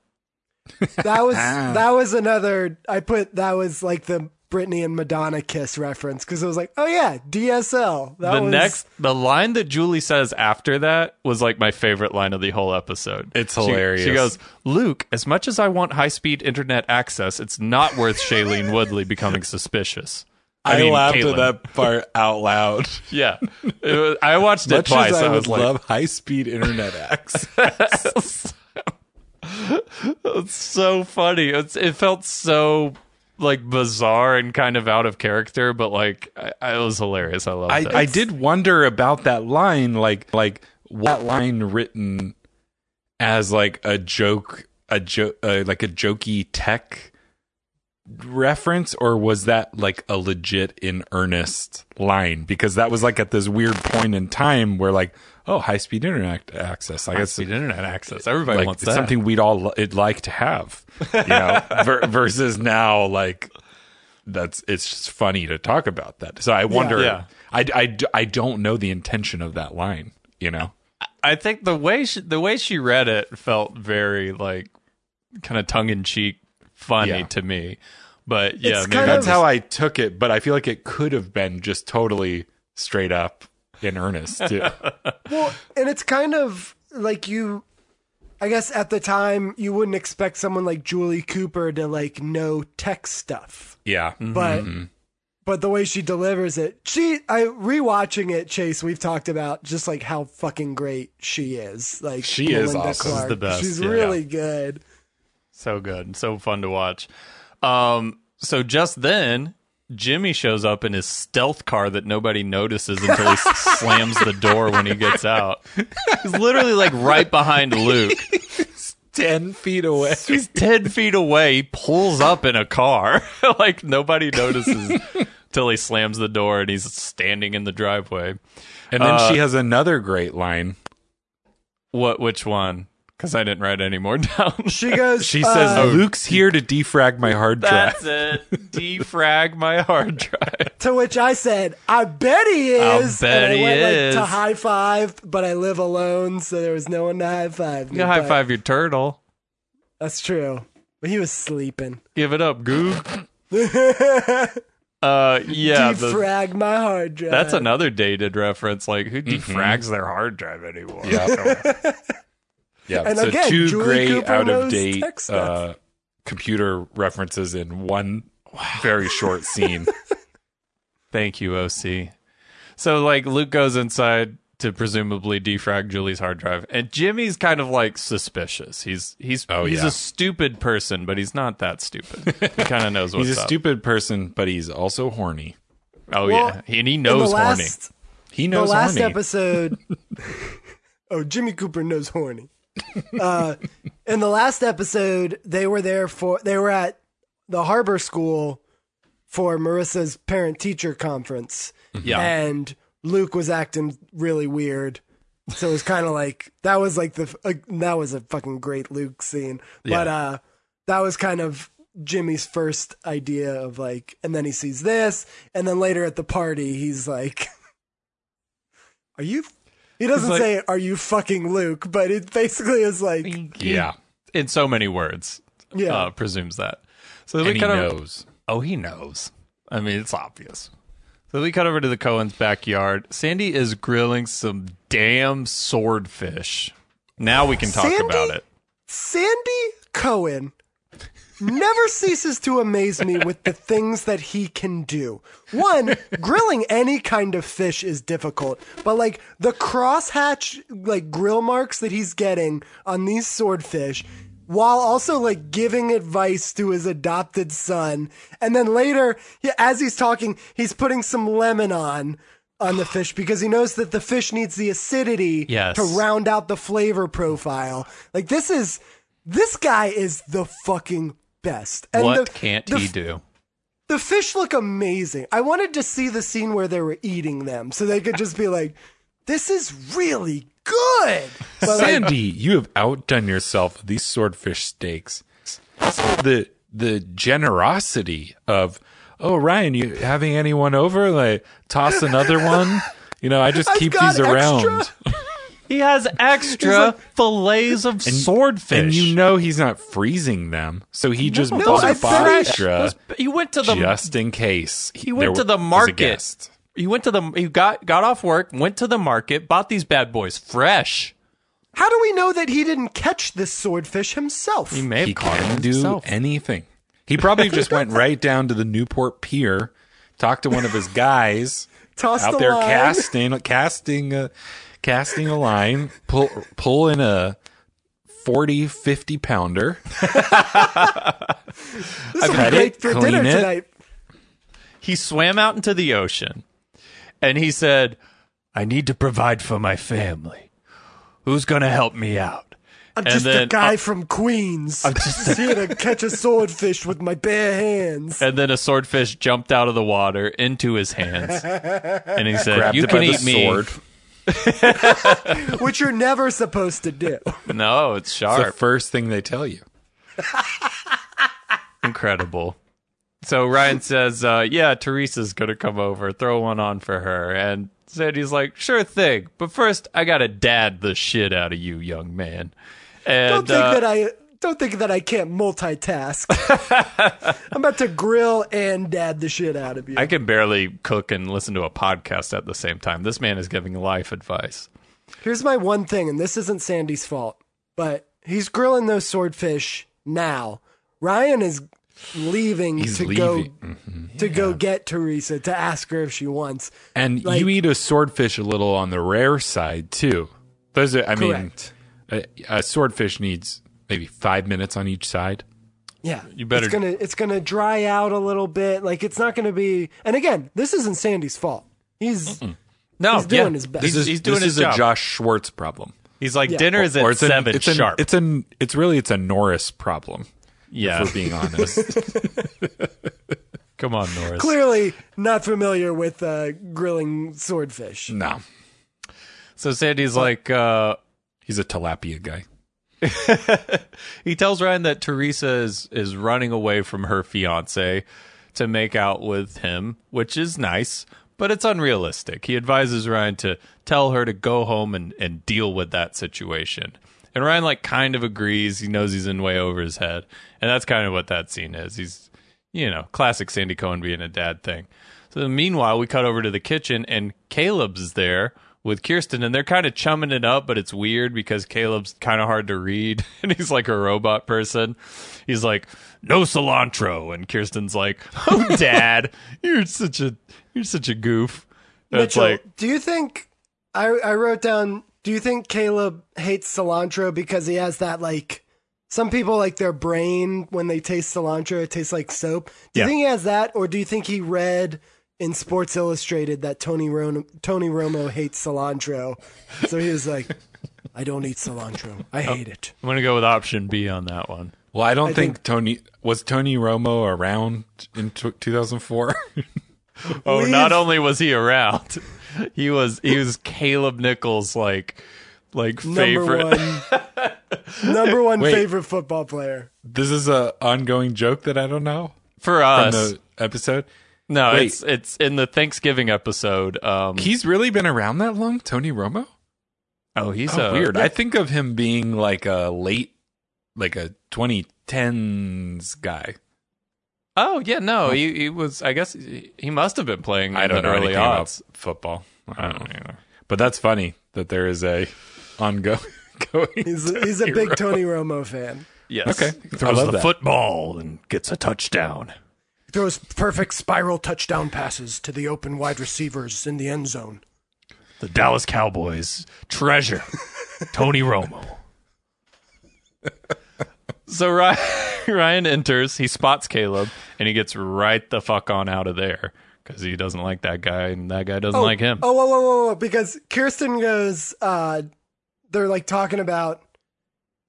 S2: that was that was another. I put that was like the Britney and Madonna kiss reference because it was like, oh yeah, DSL. That
S3: the
S2: was,
S3: next, the line that Julie says after that was like my favorite line of the whole episode.
S1: It's
S3: She- She,
S1: hilarious.
S3: goes, Luke, as much as I want high speed internet access, it's not worth Shailene Woodley becoming suspicious.
S1: I,
S3: mean,
S1: laughed
S3: Caitlin.
S1: at that part out loud.
S3: Yeah. It was- I watched it
S1: Much
S3: twice.
S1: as I, would
S3: was like,
S1: love high speed internet access.
S3: it's so funny. It's, it felt so like bizarre and kind of out of character, but like, I, I it was hilarious. I loved
S1: I,
S3: it.
S1: I did wonder about that line, like like what line written as like a joke, a joke, uh, like a jokey tech reference, or was that like a legit in earnest line? Because that was like at this weird point in time where like oh, high speed internet access, like it's
S3: High-speed internet access. Everybody
S1: like
S3: wants
S1: it's
S3: that.
S1: something we'd all li- it'd like to have, you know, ver- versus now like that's it's just funny to talk about that. So I wonder.
S3: Yeah.
S1: I, I, d- I don't know the intention of that line. You know,
S3: I think the way she, the way she read it felt very like kind of tongue in cheek, funny
S1: Yeah.
S3: to me. But yeah,
S2: It's
S3: maybe
S2: kind
S3: I'm
S2: of-
S1: that's how I took it, but I feel like it could have been just totally straight up in earnest. Too.
S2: Well, and it's kind of like you. I guess at the time you wouldn't expect someone like Julie Cooper to like know tech stuff,
S1: yeah,
S2: but
S1: Mm-hmm.
S2: but the way she delivers it, she I rewatching it. Chase, we've talked about just like how fucking great she is. Like
S1: She is
S2: Melinda
S1: awesome.
S2: Clark.
S3: She's the best,
S2: She's
S3: yeah.
S2: really good.
S3: so good, so fun to watch. Um, so just then, Jimmy shows up in his stealth car that nobody notices until he slams the door when he gets out. He's literally like right behind Luke.
S1: 10 feet away.
S3: He's 10 feet away. He pulls up in a car. like nobody notices till he slams the door and he's standing in the driveway.
S1: And then
S3: Uh,
S1: she has another great line.
S3: What, which one? Because I didn't write any more down.
S2: She goes.
S1: She says,
S2: uh,
S1: Luke's here to defrag my hard drive.
S3: That's it. Defrag my hard drive.
S2: To which I said, I bet he
S3: I'll
S2: is.
S3: bet
S2: and I
S3: he
S2: went, like,
S3: is.
S2: to high five, but I live alone, so there was no one to high five. me,
S3: You high
S2: but
S3: five your turtle.
S2: That's true. But he was sleeping.
S3: Give it up, Goog. Uh, yeah. the-
S2: Defrag my hard drive.
S3: that's another dated reference. Like, who defrags their hard drive anymore?
S1: Yeah. yeah.
S2: And
S1: so
S2: again,
S1: two
S2: Julie
S1: great
S2: Cooper
S1: out of
S2: knows
S1: date
S2: tech stuff.
S1: uh, computer references in one very short scene.
S3: Thank you, OC. So, like, Luke goes inside to presumably defrag Julie's hard drive, and Jimmy's kind of like suspicious. He's he's
S1: Oh,
S3: he's
S1: yeah.
S3: a stupid person, but he's not that stupid. he kind of knows what's
S1: he's a
S3: up.
S1: stupid person, but he's also horny.
S3: oh
S2: Well,
S3: yeah, and he
S2: In the
S3: knows horny.
S2: last,
S1: He
S2: The
S1: knows
S2: last
S1: horny.
S2: episode. oh, Jimmy Cooper knows horny. Uh, in the last episode, they were there for they were at the harbor school for Marissa's parent teacher conference.
S3: Yeah.
S2: and Luke was acting really weird. So it was kind of like that was like the uh, that was a fucking great Luke scene, but uh, that was kind of Jimmy's first idea of like, and then he sees this, and then later at the party he's like, "Are you?" He doesn't
S3: like-
S2: say, it, "Are you fucking Luke?" But it basically is like,
S1: yeah.
S3: in so many words,
S2: yeah,
S3: uh, presumes that. So
S1: And
S3: we
S1: he
S3: cut over.
S1: knows.
S3: Oh, he knows. I mean, it's obvious. So we cut over to the Cohen's backyard. Sandy is grilling some damn swordfish. Now we can talk
S2: Sandy?
S3: about it.
S2: Sandy Cohen never ceases to amaze me with the things that he can do. One, grilling any kind of fish is difficult, but like the crosshatch like grill marks that he's getting on these swordfish while also like giving advice to his adopted son. And then later, he- as he's talking, he's putting some lemon on on the fish because he knows that the fish needs the acidity
S3: Yes.
S2: to round out the flavor profile. Like this is this guy is the fucking best. And
S3: what
S2: the,
S3: can't
S2: the,
S3: he do?
S2: The fish look amazing. I wanted to see the scene where they were eating them so they could just be like, "This is really good." But like,
S1: Sandy, you have outdone yourself with these swordfish steaks. The the generosity of oh Ryan, you having anyone over? Like toss another one. You know, I just
S2: I've
S1: keep
S2: got
S1: these around.
S2: extra.
S3: He has extra fillets of swordfish.
S1: And you know he's not freezing them, so he just
S2: No,
S1: bought
S2: I
S1: a box
S2: think-
S1: extra
S3: he went to the
S1: just in case.
S3: he went to
S1: there
S3: the
S1: was a
S3: market.
S1: guest.
S3: He went to the he got got off work, went to the market, bought these bad boys fresh.
S2: How do we know that he didn't catch this swordfish himself?
S3: He may have
S1: He
S3: caught
S1: can
S3: it
S1: do
S3: himself.
S1: anything. He probably just went right down to the Newport Pier, talked to one of his guys
S2: Tossed
S1: out
S2: the
S1: there
S2: line.
S1: casting, casting, a, casting a line, pull, pulling a 40, 50 pounder.
S2: this will be
S1: cut
S2: great
S1: it,
S2: for
S1: clean
S2: dinner
S1: it.
S2: tonight.
S3: he swam out into the ocean and he said, I need to provide for my family. Who's going to help me out?
S2: I'm
S3: And
S2: Uh, just a
S3: then- uh,
S2: guy from Queens. I'm just here to catch a swordfish with my bare hands.
S3: And then a swordfish jumped out of the water into his hands. And he said,
S1: grabbed
S3: You
S1: it by
S3: can
S1: the
S3: eat me.
S1: sword.
S2: which you're never supposed to do.
S3: No, it's
S1: It's the
S3: sharp.
S1: first thing they tell you.
S3: Incredible. So Ryan says, uh, Yeah, Teresa's going to come over. Throw one on for her. And Sandy's like, Sure thing. But first, I got to dad the shit out of you, young man. And,
S2: Don't think
S3: uh,
S2: that I don't think that I can't multitask. I'm about to grill and dad the shit out of you.
S3: I can barely cook and listen to a podcast at the same time. This man is giving life advice.
S2: Here's my one thing, and this isn't Sandy's fault, but he's grilling those swordfish now. Ryan is leaving
S1: He's
S2: to
S1: leaving.
S2: go
S3: Mm-hmm.
S2: to go get Teresa to ask her if she wants.
S1: And
S2: Like-
S1: you eat a swordfish a little on the rare side too. Those are, I mean,
S2: Correct.
S1: a, a swordfish needs maybe five minutes on each side.
S2: Yeah.
S3: You better-
S2: It's gonna it's gonna dry out a little bit. Like it's not gonna be. And again, this isn't Sandy's fault. He's
S3: No,
S2: He's doing his best.
S3: He's,
S1: This is,
S3: he's doing
S1: this
S3: his
S1: is
S3: job.
S1: a Josh Schwartz problem.
S3: He's like dinner is at
S1: Or it's an-
S3: seven
S1: it's an-
S3: sharp.
S1: it's an it's really it's a Norris problem.
S3: yeah,
S1: If we're being honest.
S3: come on, Norris.
S2: clearly not familiar with uh, grilling swordfish.
S1: no,
S3: So Sandy's like, uh,
S1: he's a tilapia guy.
S3: he tells Ryan that Teresa is is running away from her fiance to make out with him, which is nice, but it's unrealistic. He advises Ryan to tell her to go home and and deal with that situation. And Ryan like kind of agrees. He knows he's in way over his head, and that's kind of what that scene is. He's you know classic Sandy Cohen being a dad thing. So meanwhile, we cut over to the kitchen, and Caleb's there with Kirsten, and they're kind of chumming it up, but it's weird because Caleb's kind of hard to read, and he's like a robot person. He's like, "No cilantro," and Kirsten's like, "Oh, Dad, you're such a you're such a goof." And it's
S2: Mitchell,
S3: like,
S2: do you think I, I wrote down? Do you think Caleb hates cilantro because he has that like? Some people like their brain when they taste cilantro, it tastes like soap. Do
S3: Yeah.
S2: you think he has that, or do you think he read in Sports Illustrated that Tony Ron- Tony Romo hates cilantro? So he was like, "I don't eat cilantro. I hate it."
S3: I'm gonna go with option B on that one.
S1: Well, I don't
S2: I
S1: think,
S2: think-
S1: Tony was Tony Romo around in t- 2004.
S3: Oh,
S2: Leave.
S3: not only was he around, he was he was Caleb Nichols like like favorite.
S2: Number one, number one
S1: Wait.
S2: favorite football player.
S1: this is a ongoing joke that I don't know
S3: for
S1: from
S3: us.
S1: the episode.
S3: no,
S1: Wait.
S3: it's it's in the Thanksgiving episode. Um,
S1: Mm. He's really been around that long, Tony Romo.
S3: oh, he's
S1: So
S3: a,
S1: weird. I think of him being like a late, like a 2010s guy.
S3: Oh yeah, no, he, he was. I guess he he must have been playing.
S1: I
S3: in
S1: don't
S3: the
S1: know
S3: early
S1: anything
S3: odds.
S1: about football. I don't know either. But that's funny that there is a ongoing.
S2: He's a, he's a big Tony Romo fan.
S3: Yes.
S1: Okay. I love that.
S3: football and gets a touchdown.
S2: throws perfect spiral touchdown passes to the open wide receivers in the end zone.
S3: The Dallas Cowboys treasure, Tony Romo. so Ryan, Ryan enters. He spots Caleb, and he gets right the fuck on out of there because he doesn't like that guy, and that guy doesn't like him.
S2: Oh, whoa, whoa, whoa, whoa! Because Kirsten goes, uh, they're like talking about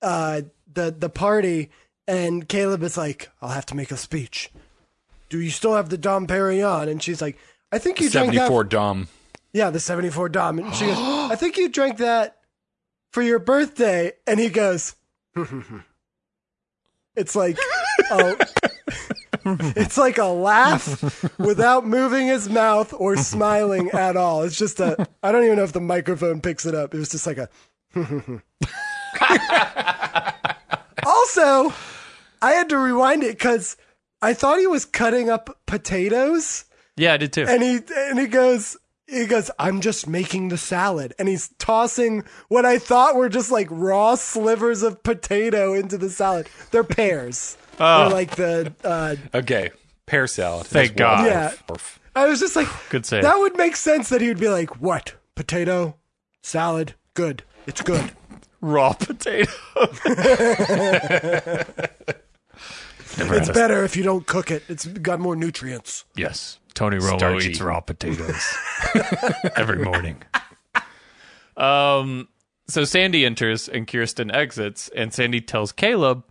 S2: uh, the the party, and Caleb is like, "I'll have to make a speech." Do you still have the Dom Perignon? And she's like, "I think you drank that."
S1: 74 Dom.
S2: Yeah, the seventy four Dom. And she goes, "I think you drank that for your birthday." And he goes, "It's like." a- It's like a laugh without moving his mouth or smiling at all. It's just a, I don't even know if the microphone picks it up. It was just like a. also, I had to rewind it because I thought he was cutting up potatoes
S3: Yeah, I did too.
S2: and he and he goes he goes i'm just making the salad and he's tossing what i thought were just like raw slivers of potato into the salad they're pears
S3: Oh.
S2: They're like the uh
S1: Okay. Pear salad.
S3: Thank
S1: That's wild.
S3: God.
S2: Yeah.
S1: Orf.
S2: i was just like
S3: Good save.
S2: that would make sense that he would be like what potato salad good it's good
S3: raw potato.
S2: it's better if you don't cook it it's got more nutrients
S3: Yes, Tony Romo
S1: Starchy.
S3: eats raw potatoes every morning. Um, so Sandy enters and Kirsten exits, and Sandy tells Caleb,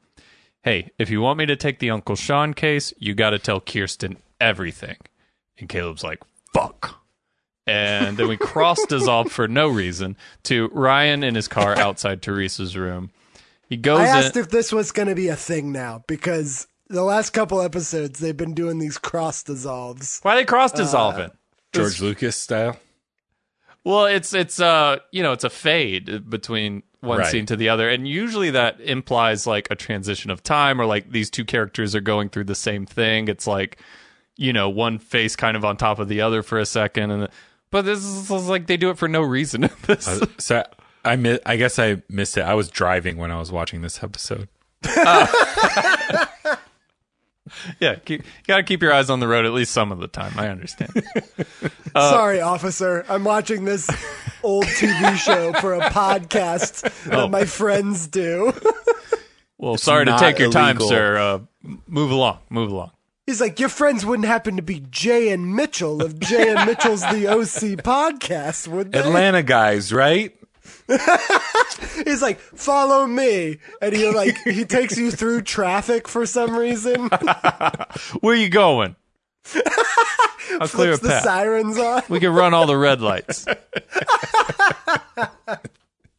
S3: "Hey, if you want me to take the Uncle Sean case, you got to tell Kirsten everything." And Caleb's like, "Fuck." And then we cross dissolve for no reason to Ryan in his car outside Teresa's room. He goes
S2: i
S3: in.
S2: asked if this was going to be a thing now because the last couple episodes they've been doing these cross dissolves
S3: Why are they
S2: uh,
S3: cross dissolving?
S1: George Lucas style.
S3: Well, it's it's uh you know it's a fade between one
S1: Right.
S3: scene to the other, and usually that implies like a transition of time or like these two characters are going through the same thing. It's like you know one face kind of on top of the other for a second, and but this is, this is like they do it for no reason. this
S1: So I mi- I guess I missed it. I was driving when I was watching this episode.
S3: yeah, keep, you got to keep your eyes on the road at least some of the time. I understand.
S2: Sorry, officer. I'm watching this old TV show for a podcast that my friends do.
S3: Well, sorry to
S1: not
S3: take your time,
S1: illegal.
S3: sir. Uh, m- move along. Move along.
S2: He's like, your friends wouldn't happen to be Jay and Mitchell if Jay and Mitchell's the OC podcast, would they?
S1: Atlanta guys, right?
S2: He's like, follow me, and he like he takes you through traffic for some reason.
S3: Where you going? I'll clear a
S2: Flips the
S3: path.
S2: sirens on.
S3: We can run all the red lights.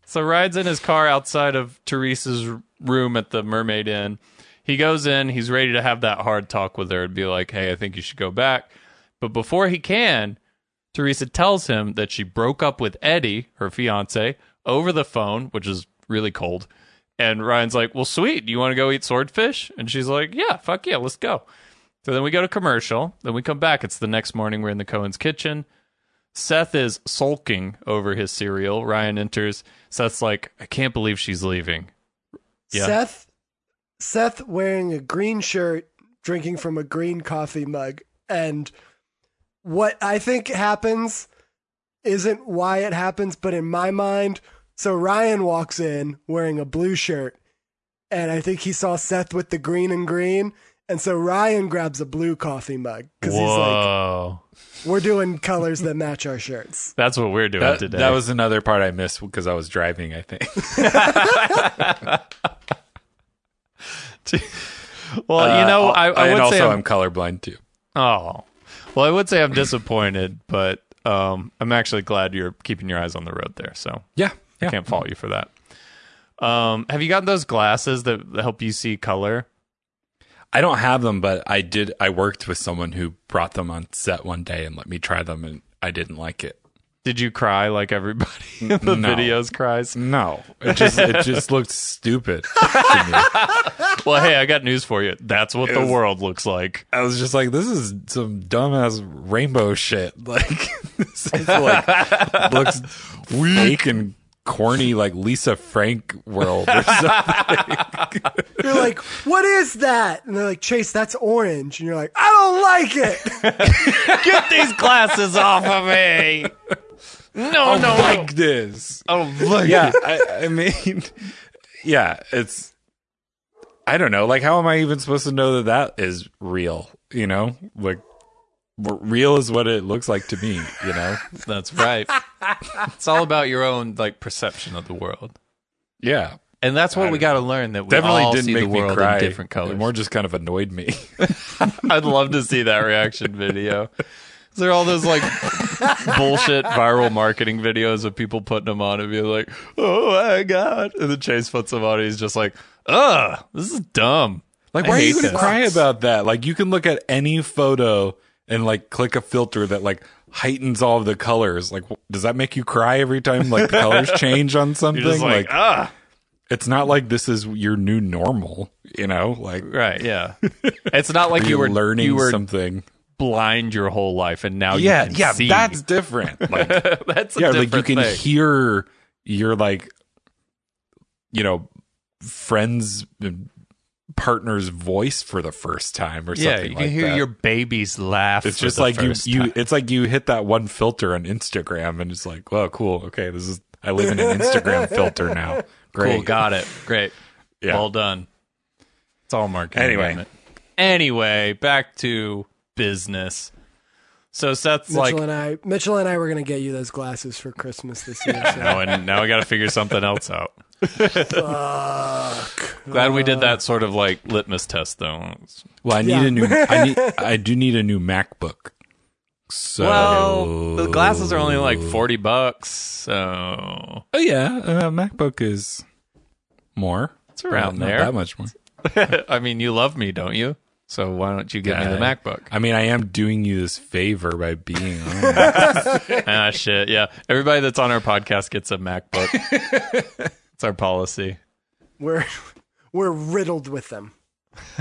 S3: so rides in his car outside of Teresa's room at the Mermaid Inn. He goes in, he's ready to have that hard talk with her and be like, "Hey, I think you should go back." But before he can, Teresa tells him that she broke up with Eddie, her fiance, over the phone, which is really cold. And Ryan's like, "Well, sweet, do you want to go eat swordfish?" And she's like, "Yeah, fuck yeah, let's go." So then we go to commercial. Then we come back. It's the next morning. We're in the Cohen's kitchen. Seth is sulking over his cereal. Ryan enters. Seth's like, I can't believe she's leaving. Yeah.
S2: Seth, Seth wearing a green shirt, drinking from a green coffee mug, and what I think happens isn't why it happens, but in my mind, so Ryan walks in wearing a blue shirt, and I think he saw Seth with the green and green, and so Ryan grabs a blue coffee mug because he's like,
S3: Whoa.
S2: "We're doing colors that match our shirts."
S3: That's what we're doing
S1: That,
S3: today.
S1: that was another part I missed because I was driving, I think.
S3: well, you know,
S1: Uh,
S3: I, I
S1: and
S3: would
S1: also
S3: say
S1: I'm
S3: I'm,
S1: colorblind too.
S3: oh, well, I would say I'm disappointed, but um, I'm actually glad you're keeping your eyes on the road there. So
S1: Yeah.
S3: I can't fault you for that. Um, have you gotten those glasses that help you see color?
S1: I don't have them, but I did. I worked with someone who brought them on set one day and let me try them, and I didn't like it.
S3: Did you cry like everybody in the
S1: No.
S3: videos cries?
S1: No, it just it just looked stupid. to me.
S3: Well, hey, I got news for you. That's what the
S1: was-
S3: world looks like.
S1: I was just like, this is some dumbass rainbow shit. Like, this is like looks fake and corny, like Lisa Frank world or something.
S2: You're like, "What is that?" And they're like, "Chase, that's orange," and you're like, "I don't like it."
S3: Get these glasses off of me. No, no,
S1: like this.
S3: Oh, look.
S1: yeah, I, I mean, yeah, it's. I don't know. Like, how am I even supposed to know that that is real? You know, like, w- real is what it looks like to me. You know,
S3: That's right. it's all about your own like perception of the world.
S1: yeah.
S3: And that's what we got to learn that we
S1: Definitely
S3: all
S1: didn't
S3: see the
S1: make me
S3: world
S1: cry.
S3: in different colors.
S1: It more just kind of annoyed me.
S3: I'd love to see that reaction video. Is there all those like bullshit viral marketing videos of people putting them on and being like, "Oh my god!" And then Chase puts them on, and he's just like, "Ugh, this is dumb."
S1: Like,
S3: I
S1: why are you
S3: hate
S1: going to
S3: this.
S1: cry about that? Like, you can look at any photo and like click a filter that like heightens all of the colors. Like, w- does that make you cry every time like the colors change on something?
S3: You're just like, "Ah,
S1: it's not like this is your new normal, you know? Like
S3: Right. Yeah. It's not like you
S1: you're
S3: were
S1: learning
S3: You were
S1: something.
S3: blind your whole life, and now you can see.
S1: that's different. Like
S3: that's a
S1: yeah, like
S3: different
S1: you can
S3: thing.
S1: hear your like you know friends and partner's voice for the first time or
S3: yeah,
S1: something
S3: you can
S1: like
S3: hear
S1: that.
S3: your babies laugh.
S1: it's
S3: for
S1: just
S3: the
S1: like you,
S3: first
S1: you
S3: time.
S1: it's like you hit that one filter on Instagram and it's like, well, cool, okay, this is I live in an Instagram filter now. Great.
S3: Cool. Got it. Great.
S1: Yeah.
S3: Well done. It's all marketing.
S1: Anyway.
S3: isn't it? Anyway, back to business. So Seth's
S2: Mitchell
S3: like,
S2: and I, Mitchell and I were gonna get you those glasses for Christmas this year. So.
S3: oh, and now I got to figure something else out. Glad we did that sort of like litmus test though.
S1: Well, I need
S2: Yeah.
S1: a new. I need. I do need a new MacBook. So.
S3: Well, the glasses are only like forty bucks, so
S1: oh yeah, uh, MacBook is more. It's
S3: around there.
S1: That much more.
S3: I mean, you love me, don't you? So why don't you get me the
S1: Yeah.
S3: MacBook?
S1: I mean, I am doing you this favor by being on.
S3: ah, shit. Yeah. Everybody that's on our podcast gets a MacBook. it's our policy.
S2: We're we're riddled with them.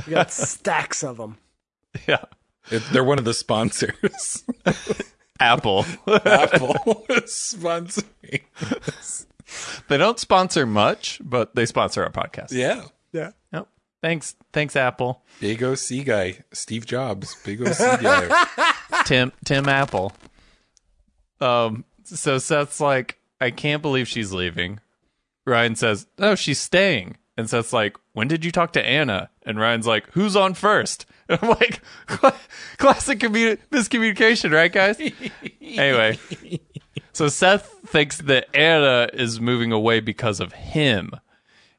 S2: We got stacks of them.
S3: Yeah.
S1: It- they're one of the sponsors.
S3: Apple.
S1: Apple is sponsoring.
S3: they don't sponsor much, but they sponsor our podcast.
S1: Yeah.
S2: Yeah.
S3: Yep. Thanks. Thanks, Apple.
S1: Big OC guy, Steve Jobs. Big OC guy.
S3: Tim Tim Apple. Um so Seth's like, I can't believe she's leaving. Ryan says, No, she's staying. And Seth's like, when did you talk to Anna? And Ryan's like, who's on first? And I'm like, "Cla- classic commu- miscommunication, right, guys? anyway, so Seth thinks that Anna is moving away because of him,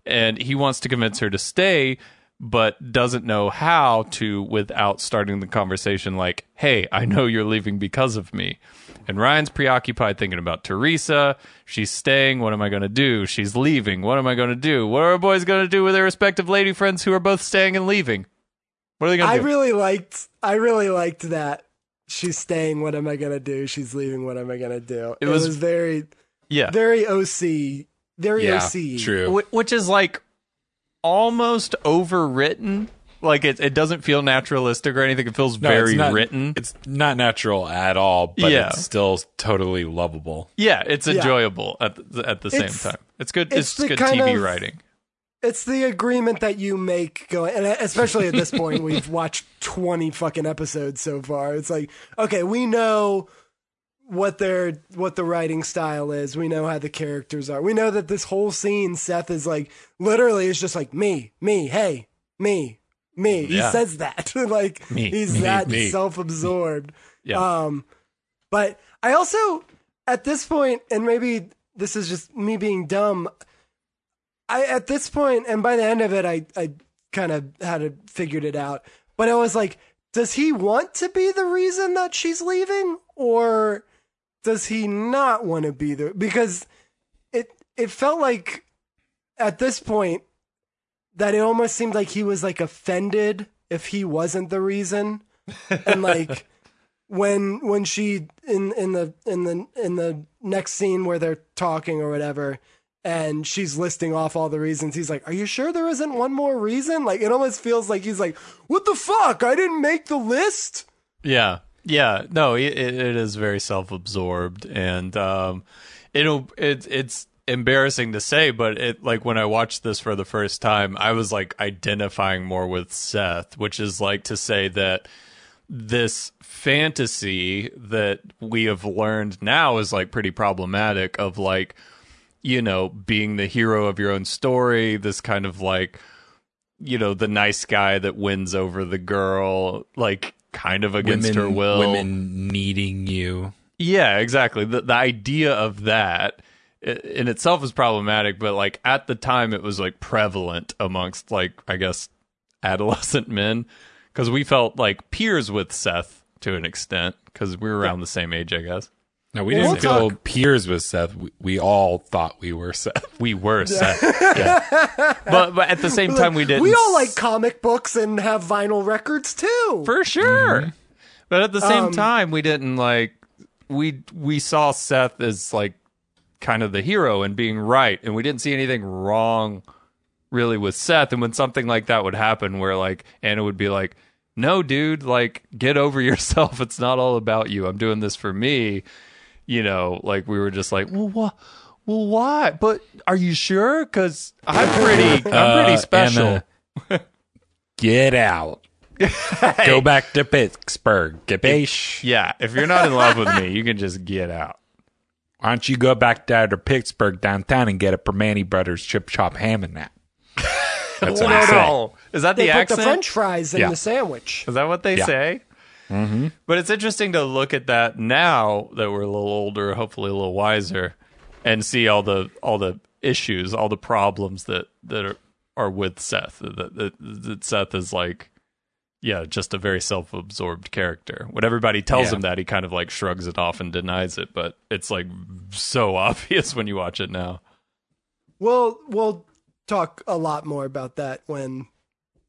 S3: and he wants to convince her to stay, but doesn't know how to without starting the conversation like, "Hey, I know you're leaving because of me." And Ryan's preoccupied thinking about Teresa. She's staying. What am I going to do? She's leaving. What am I going to do? What are our boys going to do with their respective lady friends who are both staying and leaving? What are they going to
S2: I
S3: do?
S2: really liked. I really liked that. She's staying. What am I gonna do? She's leaving. What am I gonna do? It,
S3: was-
S2: was, very,
S3: yeah.
S2: very OC. Very
S1: Yeah,
S2: OC.
S1: true.
S3: Wh- which is like almost overwritten. Like it, it doesn't feel naturalistic or anything. It feels
S1: No,
S3: very
S1: it's not-
S3: written.
S1: It's not natural at all, but
S3: Yeah.
S1: it's still totally lovable.
S3: yeah, it's
S2: Yeah.
S3: enjoyable at the, at the same
S2: It's-
S3: time. It's good.
S2: it's
S3: It's,
S2: the
S3: good
S2: kind
S3: TV
S2: of-
S3: writing.
S2: It's the agreement that you make going, and especially at this point, we've watched twenty fucking episodes so far. It's like, okay, we know what their what the writing style is. We know how the characters are. We know that this whole scene, Seth is like, literally, it's just like me, me, hey, me, me.
S3: Yeah.
S2: He says that like
S3: Me,
S2: he's
S3: me,
S2: that
S1: me.
S2: self-absorbed.
S3: Yeah.
S2: Um, but I also, at this point, and maybe this is just me being dumb. I at this point, and by the end of it, I I kind of had it figured it out. But I was like, does he want to be the reason that she's leaving, or does he not want to be there? Because it it felt like at this point that it almost seemed like he was like offended if he wasn't the reason, and like when when she in in the in the in the next scene where they're talking or whatever and she's listing off all the reasons he's like are you sure there isn't one more reason like it almost feels like he's like what the fuck i didn't make the list
S3: Yeah. Yeah. No, it, it it is very self-absorbed and um it'll it, it's embarrassing to say, but it like when I watched this for the first time, I was like identifying more with Seth, which is like to say that this fantasy that we have learned now is like pretty problematic of like you know, being the hero of your own story, this kind of like you know, the nice guy that wins over the girl, like kind of against her will.
S1: women needing you.
S3: Yeah, exactly. The the idea of that i- in itself is problematic, but like at the time it was like prevalent amongst like I guess adolescent men because we felt like peers with Seth to an extent because we were around the same age, I guess.
S1: No, we
S2: Well,
S1: didn't
S2: we'll
S1: go peers with Seth. We, we all thought we were Seth.
S3: We were Seth, Yeah. but but at the same time we didn't.
S2: Uh, we all
S3: s-
S2: like comic books and have vinyl records too
S3: for sure. Mm-hmm. But at the same
S2: Um,
S3: time, we didn't like we we saw Seth as like kind of the hero and being right, and we didn't see anything wrong really with Seth. And when something like that would happen, where like Anna would be like, "No, dude, like get over yourself. It's not all about you. I'm doing this for me." You know, like we were just like, "Well, what?" Well, why? But are you sure? Because I'm pretty, I'm pretty
S1: Uh,
S3: special.
S1: Anna, get out. Go back to Pittsburgh. Gabish.
S3: Yeah, if you're not in love with me, you can just get out.
S1: Why don't you go back down to Pittsburgh downtown and get a Permani Brothers chip chop ham and that? That's what I say.
S3: Wow. Is that
S2: they
S3: the
S2: put
S3: accent?
S2: the french fries in
S1: Yeah.
S2: the sandwich
S3: Is that what they
S1: Yeah.
S3: say?
S2: Mm-hmm.
S3: But it's interesting to look at that now that we're a little older, hopefully a little wiser, and see all the all the issues, all the problems that that are, are with Seth. That, that, that Seth is like, yeah, just a very self-absorbed character. When everybody tells
S1: Yeah.
S3: him that, he kind of like shrugs it off and denies it. But it's like so obvious when you watch it now.
S2: we'll we'll talk a lot more about that when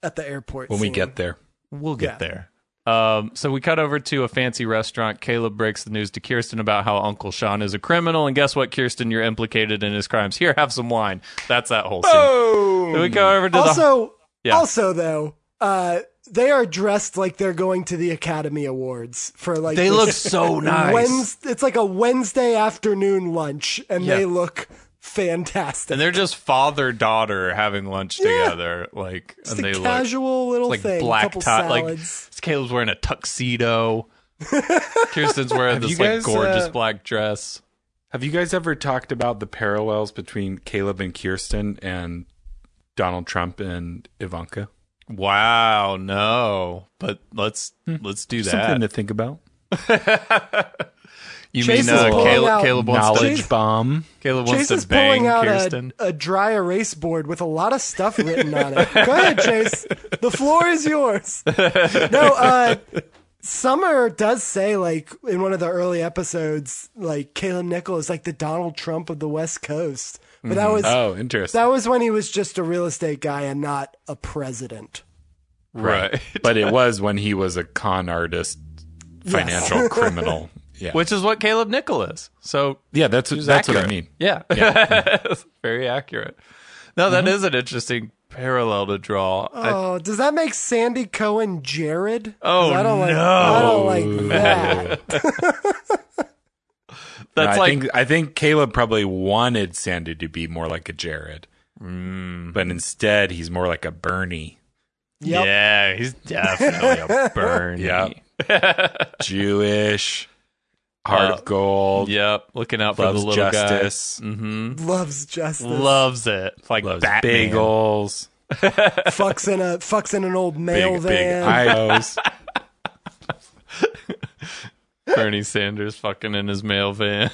S2: at the airport
S1: When we
S2: scene.
S1: get there.
S3: We'll get
S2: Yeah.
S3: there. Um, so we cut over to a fancy restaurant. Caleb breaks the news to Kirsten about how Uncle Sean is a criminal, and guess what, Kirsten, you're implicated in his crimes. Here, have some wine. That's that whole scene. So we go over to the
S2: also
S3: Yeah.
S2: also though uh they are dressed like they're going to the academy awards for like
S3: They
S2: this
S3: look so nice.
S2: Wednes- it's like a wednesday afternoon lunch and
S3: Yeah.
S2: they look fantastic
S3: and they're just father daughter having lunch together, like
S2: just
S3: and
S2: a
S3: they look
S2: casual little
S3: like
S2: thing
S3: black
S2: couple
S3: tie. Like
S2: salads
S3: Caleb's wearing a tuxedo. Kirsten's wearing this
S1: you
S3: like
S1: guys,
S3: gorgeous
S1: uh,
S3: black dress.
S1: Have you guys ever talked about the parallels between Caleb and Kirsten and Donald Trump and Ivanka.
S3: Wow, no. But let's
S2: Hmm.
S3: let's do
S1: Something
S3: that.
S1: to think about.
S3: you
S2: Chase
S3: mean
S2: is
S3: uh,
S2: pulling
S3: Caleb,
S2: out
S3: Caleb wants
S1: Knowledge
S3: to
S1: bomb.
S3: Caleb wants
S2: Chase
S3: to
S2: is
S3: bang
S2: pulling out
S3: Kirsten?
S2: a, a dry erase board with a lot of stuff written on it. Go ahead, Chase. The floor is yours. No, uh, Summer does say, like, in one of the early episodes, like, Caleb Nickel is like the Donald Trump of the West Coast. But
S3: Mm-hmm.
S2: that was
S1: Oh, interesting.
S2: that was when he was just a real estate guy and not a president.
S3: right.
S1: but it was when he was a con artist, financial criminal. Yeah.
S3: Which is what Caleb Nickel is. So
S1: yeah, that's that's what I
S3: accurate.
S1: mean.
S3: Yeah. Very accurate. No, that is an interesting parallel to draw. I-
S2: Oh, does that make Sandy Cohen Jared? 'Cause
S3: Oh,
S2: I don't like,
S3: no.
S2: I don't like that.
S1: No,
S3: that's
S1: I
S3: like
S1: think I think Caleb probably wanted Sandy to be more like a Jared,
S3: Mm.
S1: but instead he's more like a Bernie,
S2: Yep.
S3: Yeah, he's definitely a Bernie.
S1: Yeah. Jewish, heart
S3: Uh,
S1: of gold,
S3: Yep. Looking out for
S1: loves
S3: the little
S1: justice,
S3: guy. Mm-hmm.
S2: Loves justice.
S3: Loves it. Like
S1: loves
S3: Batman.
S1: bagels,
S2: fucks in a fucks in an old mail
S1: big big
S2: van.
S1: IOs.
S3: Bernie Sanders fucking in his mail van.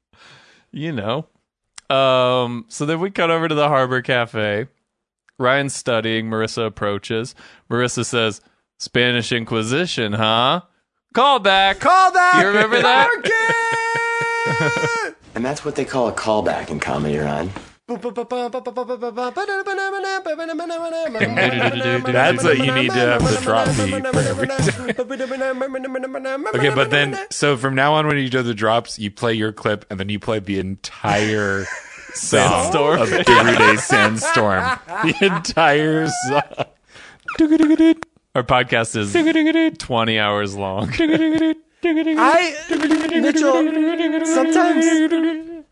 S3: you know. Um, so then we cut over to the Harbor Cafe. Ryan's studying. Marissa approaches. Marissa says, Spanish Inquisition, huh? Call back.
S2: Call that.
S3: You remember that?
S5: And that's what they call a callback in comedy, Ron.
S2: That's
S1: what you need to have the drop beat for Okay, but then so from now on, when you do the drops, you play your clip and then you play the entire song
S2: Oh.
S3: Sandstorm.
S1: of Everyday Sandstorm, the entire song.
S3: Our podcast is 20 hours long.
S2: I Mitchell sometimes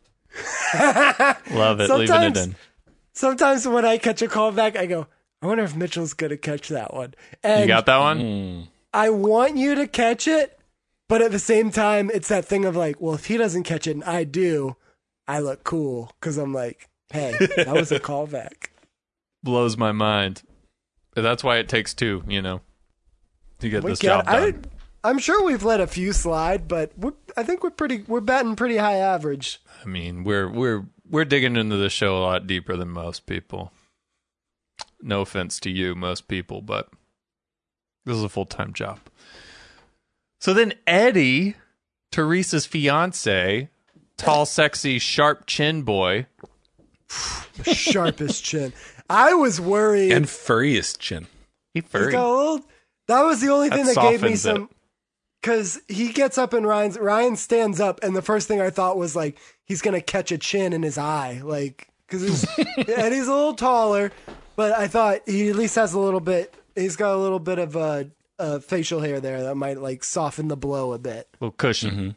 S3: Love it. Leaving it
S2: Sometimes-
S3: in.
S2: sometimes when I catch a callback, I go, I wonder if Mitchell's gonna catch that one. And
S3: You got that one?
S2: Mm. I want you to catch it, but at the same time, it's that thing of like, well, if he doesn't catch it and I do, I look cool because I'm like, hey, that was a callback.
S3: Blows my mind. That's why it takes two, you know, to get
S2: We
S3: this
S2: get-
S3: job done.
S2: I, I'm sure we've let a few slide, but we're, I think we're pretty we're batting pretty high average.
S3: I mean, we're we're we're digging into the show a lot deeper than most people. No offense to you, most people, but this is a full time job. So then Eddie, Teresa's fiance, tall, sexy, sharp chin boy.
S2: Sharpest chin. I was worried.
S1: and furriest chin.
S3: He
S2: He's
S3: furry.
S2: got a little- that was the only thing
S3: That
S2: that gave me
S3: softens
S2: some. Because he gets up and Ryan's Ryan stands up, and the first thing I thought was like he's gonna catch a chin in his eye, like because and he's a little taller, but I thought he at least has a little bit. He's got a little bit of uh, uh, facial hair there that might like soften the blow a bit.
S3: little cushion.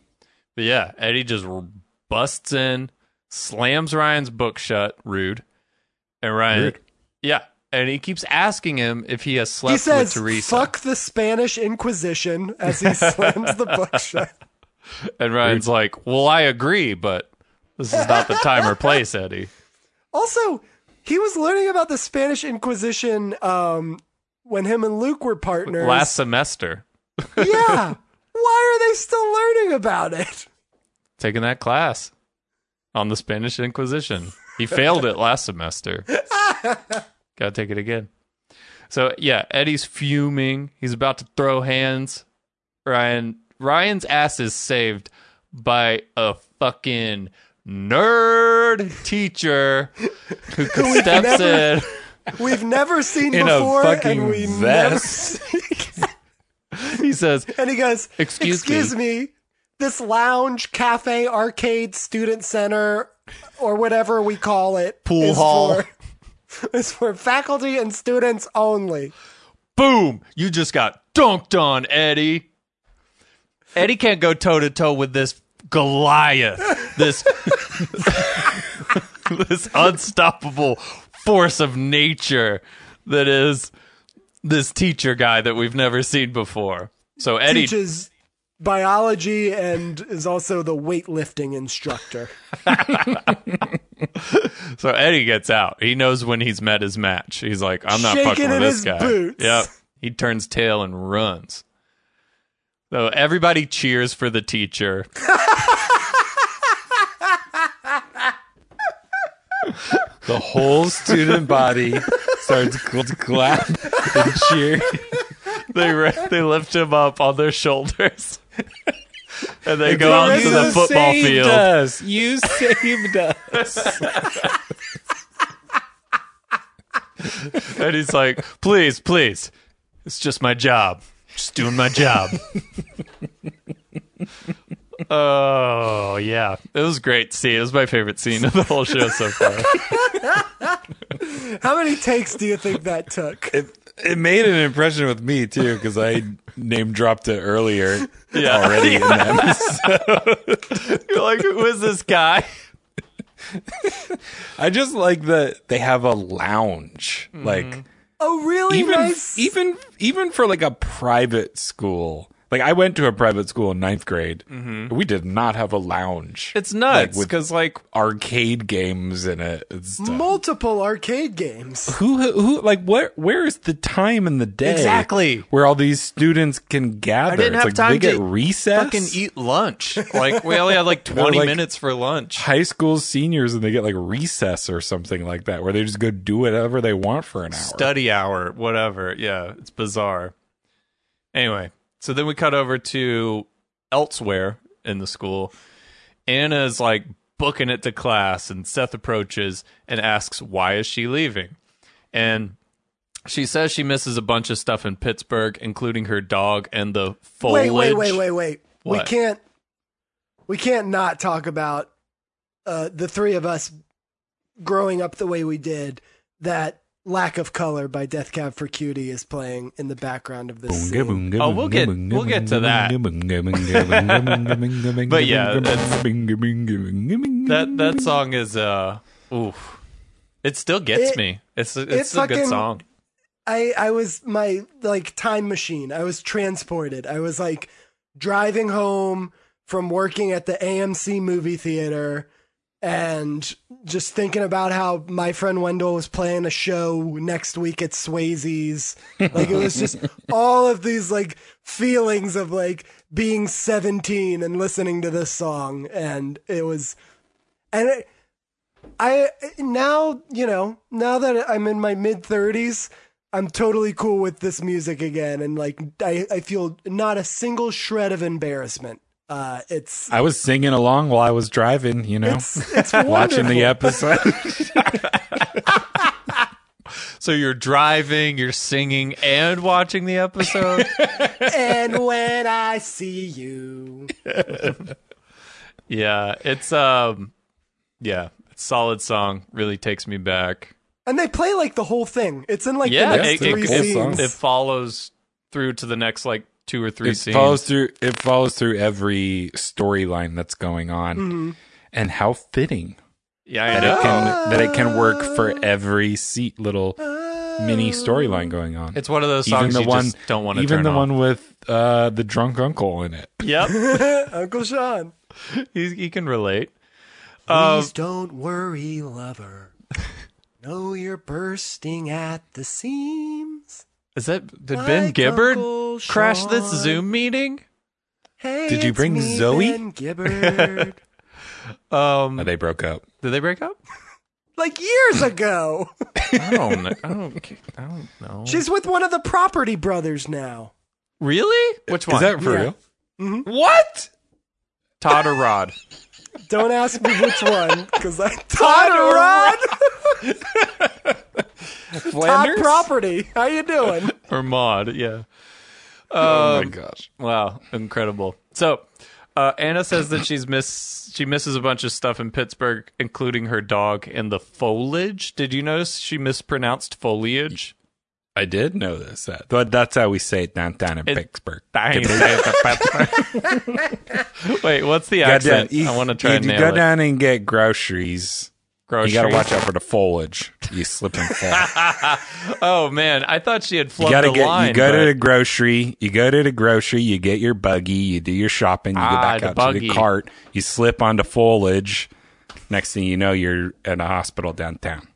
S3: But yeah, Eddie just r- busts in, slams Ryan's book shut, rude. And Ryan,
S1: Rude.
S3: yeah, and he keeps asking him if he has slept
S2: he says,
S3: with Teresa.
S2: "Fuck the Spanish Inquisition" as he slams the book shut.
S3: And Ryan's like, "Well, I agree, but this is not the time or place, Eddie."
S2: Also, he was learning about the Spanish Inquisition um, when him and Luke were partners.
S3: Last semester,
S2: yeah. Why are they still learning about it?
S3: taking that class on the Spanish Inquisition, he failed it last semester. Got to take it again. So yeah, Eddie's fuming. He's about to throw hands. Ryan Ryan's ass is saved by a fucking nerd teacher who steps
S2: never-
S3: in.
S2: We've never seen
S1: In a
S2: before,
S1: fucking
S2: and we
S1: vest.
S2: never.
S3: He says,
S2: and he goes,
S3: Excuse
S2: me. This lounge, cafe, arcade, student center, or whatever we call it,
S3: Pool
S2: is
S3: hall.
S2: for- is for faculty and students only."
S3: boom, you just got dunked on, Eddie. Eddie can't go toe to toe with this Goliath, this this unstoppable force of nature that is this teacher guy that we've never seen before. So Eddie
S2: teaches biology and is also the weightlifting instructor.
S3: so Eddie gets out. He knows when he's met his match. He's like, I'm not
S2: Shaking
S3: fucking with
S2: in
S3: this
S2: his
S3: guy.
S2: boots.
S3: Yep. He turns tail and runs. So everybody cheers for the teacher.
S1: The whole student body starts to clap and cheer.
S3: They ra- they lift him up on their shoulders. and they go
S1: Go
S3: out to the football field.
S1: Us. You saved us.
S3: And he's like, please, please. It's just my job. Just doing my job. oh, yeah. It was a great scene. It was my favorite scene of the whole show so far.
S2: How many takes do you think that took?
S1: It made an impression with me too because I name dropped it earlier
S3: Yeah.
S1: already in that episode.
S3: You're like, who is this guy?
S1: I just like that they have a lounge. Like
S2: Oh, really
S1: even
S2: nice.
S1: even even for like a private school. Like I went to a private school in ninth grade. We did not have a lounge.
S3: Mm-hmm. It's nuts
S1: Like, with
S3: because, like, Mm.
S1: arcade games in it. and stuff.
S2: Multiple arcade games.
S1: who who like where where is the time in the day
S3: Exactly.
S1: where all these students can gather?
S3: I didn't
S1: it's
S3: have
S1: like
S3: time
S1: they
S3: to
S1: get recess.
S3: fucking eat lunch. Like, we only had like 20
S1: like-
S3: minutes for lunch.
S1: High school seniors and they get like recess or something like that, where they just go do whatever they want for an hour.
S3: Study hour, whatever. Yeah, it's bizarre. Anyway, so then we cut over to elsewhere in the school. Anna's like booking it to class, and Seth approaches and asks, Why is she leaving? And she says she misses a bunch of stuff in Pittsburgh, including her dog and the foliage.
S2: Wait, wait, wait, wait, wait. We
S3: What?
S2: can't. We can't not talk about uh, the three of us growing up the way we did. That lack of color by Death Cab for Cutie is playing in the background of this. scene.
S3: Oh, we'll get- we'll get to that.
S1: but
S3: yeah, that's- That
S1: that
S3: that song is uh oof. It still gets
S2: It-
S3: me. It's it's,
S2: it
S3: still a
S2: fucking-
S3: good song.
S2: I I was my like time machine. I was transported. I was like driving home from working at the AMC movie theater and just thinking about how my friend Wendell was playing a show next week at Swayze's. Like it was just all of these like feelings of like being 17 and listening to this song and it was and it, I now, you know, now that I'm in my mid 30s, I'm totally cool with this music again, and like I, I feel not a single shred of embarrassment. Uh, it's
S1: I was singing along while I was driving, you know,
S2: it's it's
S1: watching the
S2: wonderful.
S1: episode.
S3: So you're driving, you're singing and watching the episode.
S2: and when I see you,
S3: yeah, it's um yeah, it's a solid song. Really takes me back.
S2: and they play like the whole thing. It's in like
S3: Yeah,
S2: the next
S3: it, it,
S2: three
S1: the whole
S2: scenes.
S1: song.
S3: it follows through to the next like two or three
S1: it
S3: scenes.
S1: follows through it follows through every storyline that's going on
S3: Mm-hmm.
S1: and how fitting
S3: yeah, I
S1: that
S3: know.
S1: it can that it can work for every seat little mini storyline going on
S3: It's one of those songs you just don't want to
S1: even
S3: turn
S1: the
S3: off.
S1: one with uh the drunk uncle in it
S3: Yep,
S2: Uncle Sean.
S3: he, he can relate. Um,
S2: Please don't worry, lover. No, you're bursting at the seams.
S3: Is that did
S2: Like
S3: Ben Gibbard
S2: Uncle
S3: crash this
S2: Sean.
S3: Zoom meeting?
S2: Hey,
S1: Did you
S2: it's
S1: bring
S2: me,
S1: Zoe?
S2: Ben Gibbard.
S3: Um,
S1: Uh, they broke up
S3: did they break up?
S2: like years ago.
S3: I don't. kn- I don't. ca- I don't
S1: Oh.
S3: know.
S2: She's with one of the property brothers now.
S3: really? Which one?
S1: is that for
S2: Yeah.
S1: real
S3: what? Todd or Rod?
S2: Don't ask me which one, because I Todd Rod, Todd Property. How you doing?
S3: or Mod? Yeah. Um,
S1: oh my gosh
S3: Wow, incredible. So, uh, Anna says that she's miss she misses a bunch of stuff in Pittsburgh, including her dog and the foliage. Did you notice she mispronounced foliage?
S1: i did know this that but that's how we say it down, down in
S3: It-
S1: pittsburgh
S3: Wait, what's the
S1: Goddamn,
S3: accent?
S1: if-
S3: I want to try
S1: if
S3: and
S1: you
S3: nail
S1: go
S3: it.
S1: down and get groceries
S3: Grocery.
S1: you gotta watch out for the foliage you slip and fall
S3: Oh man, I thought she had flubbed
S1: you gotta
S3: the
S1: get
S3: line.
S1: you go
S3: but-
S1: to the grocery you go to the grocery you get your buggy you do your shopping you
S3: Ah,
S1: go back
S3: the
S1: out to
S3: buggy.
S1: the cart you slip onto foliage Next thing you know, you're in a hospital downtown.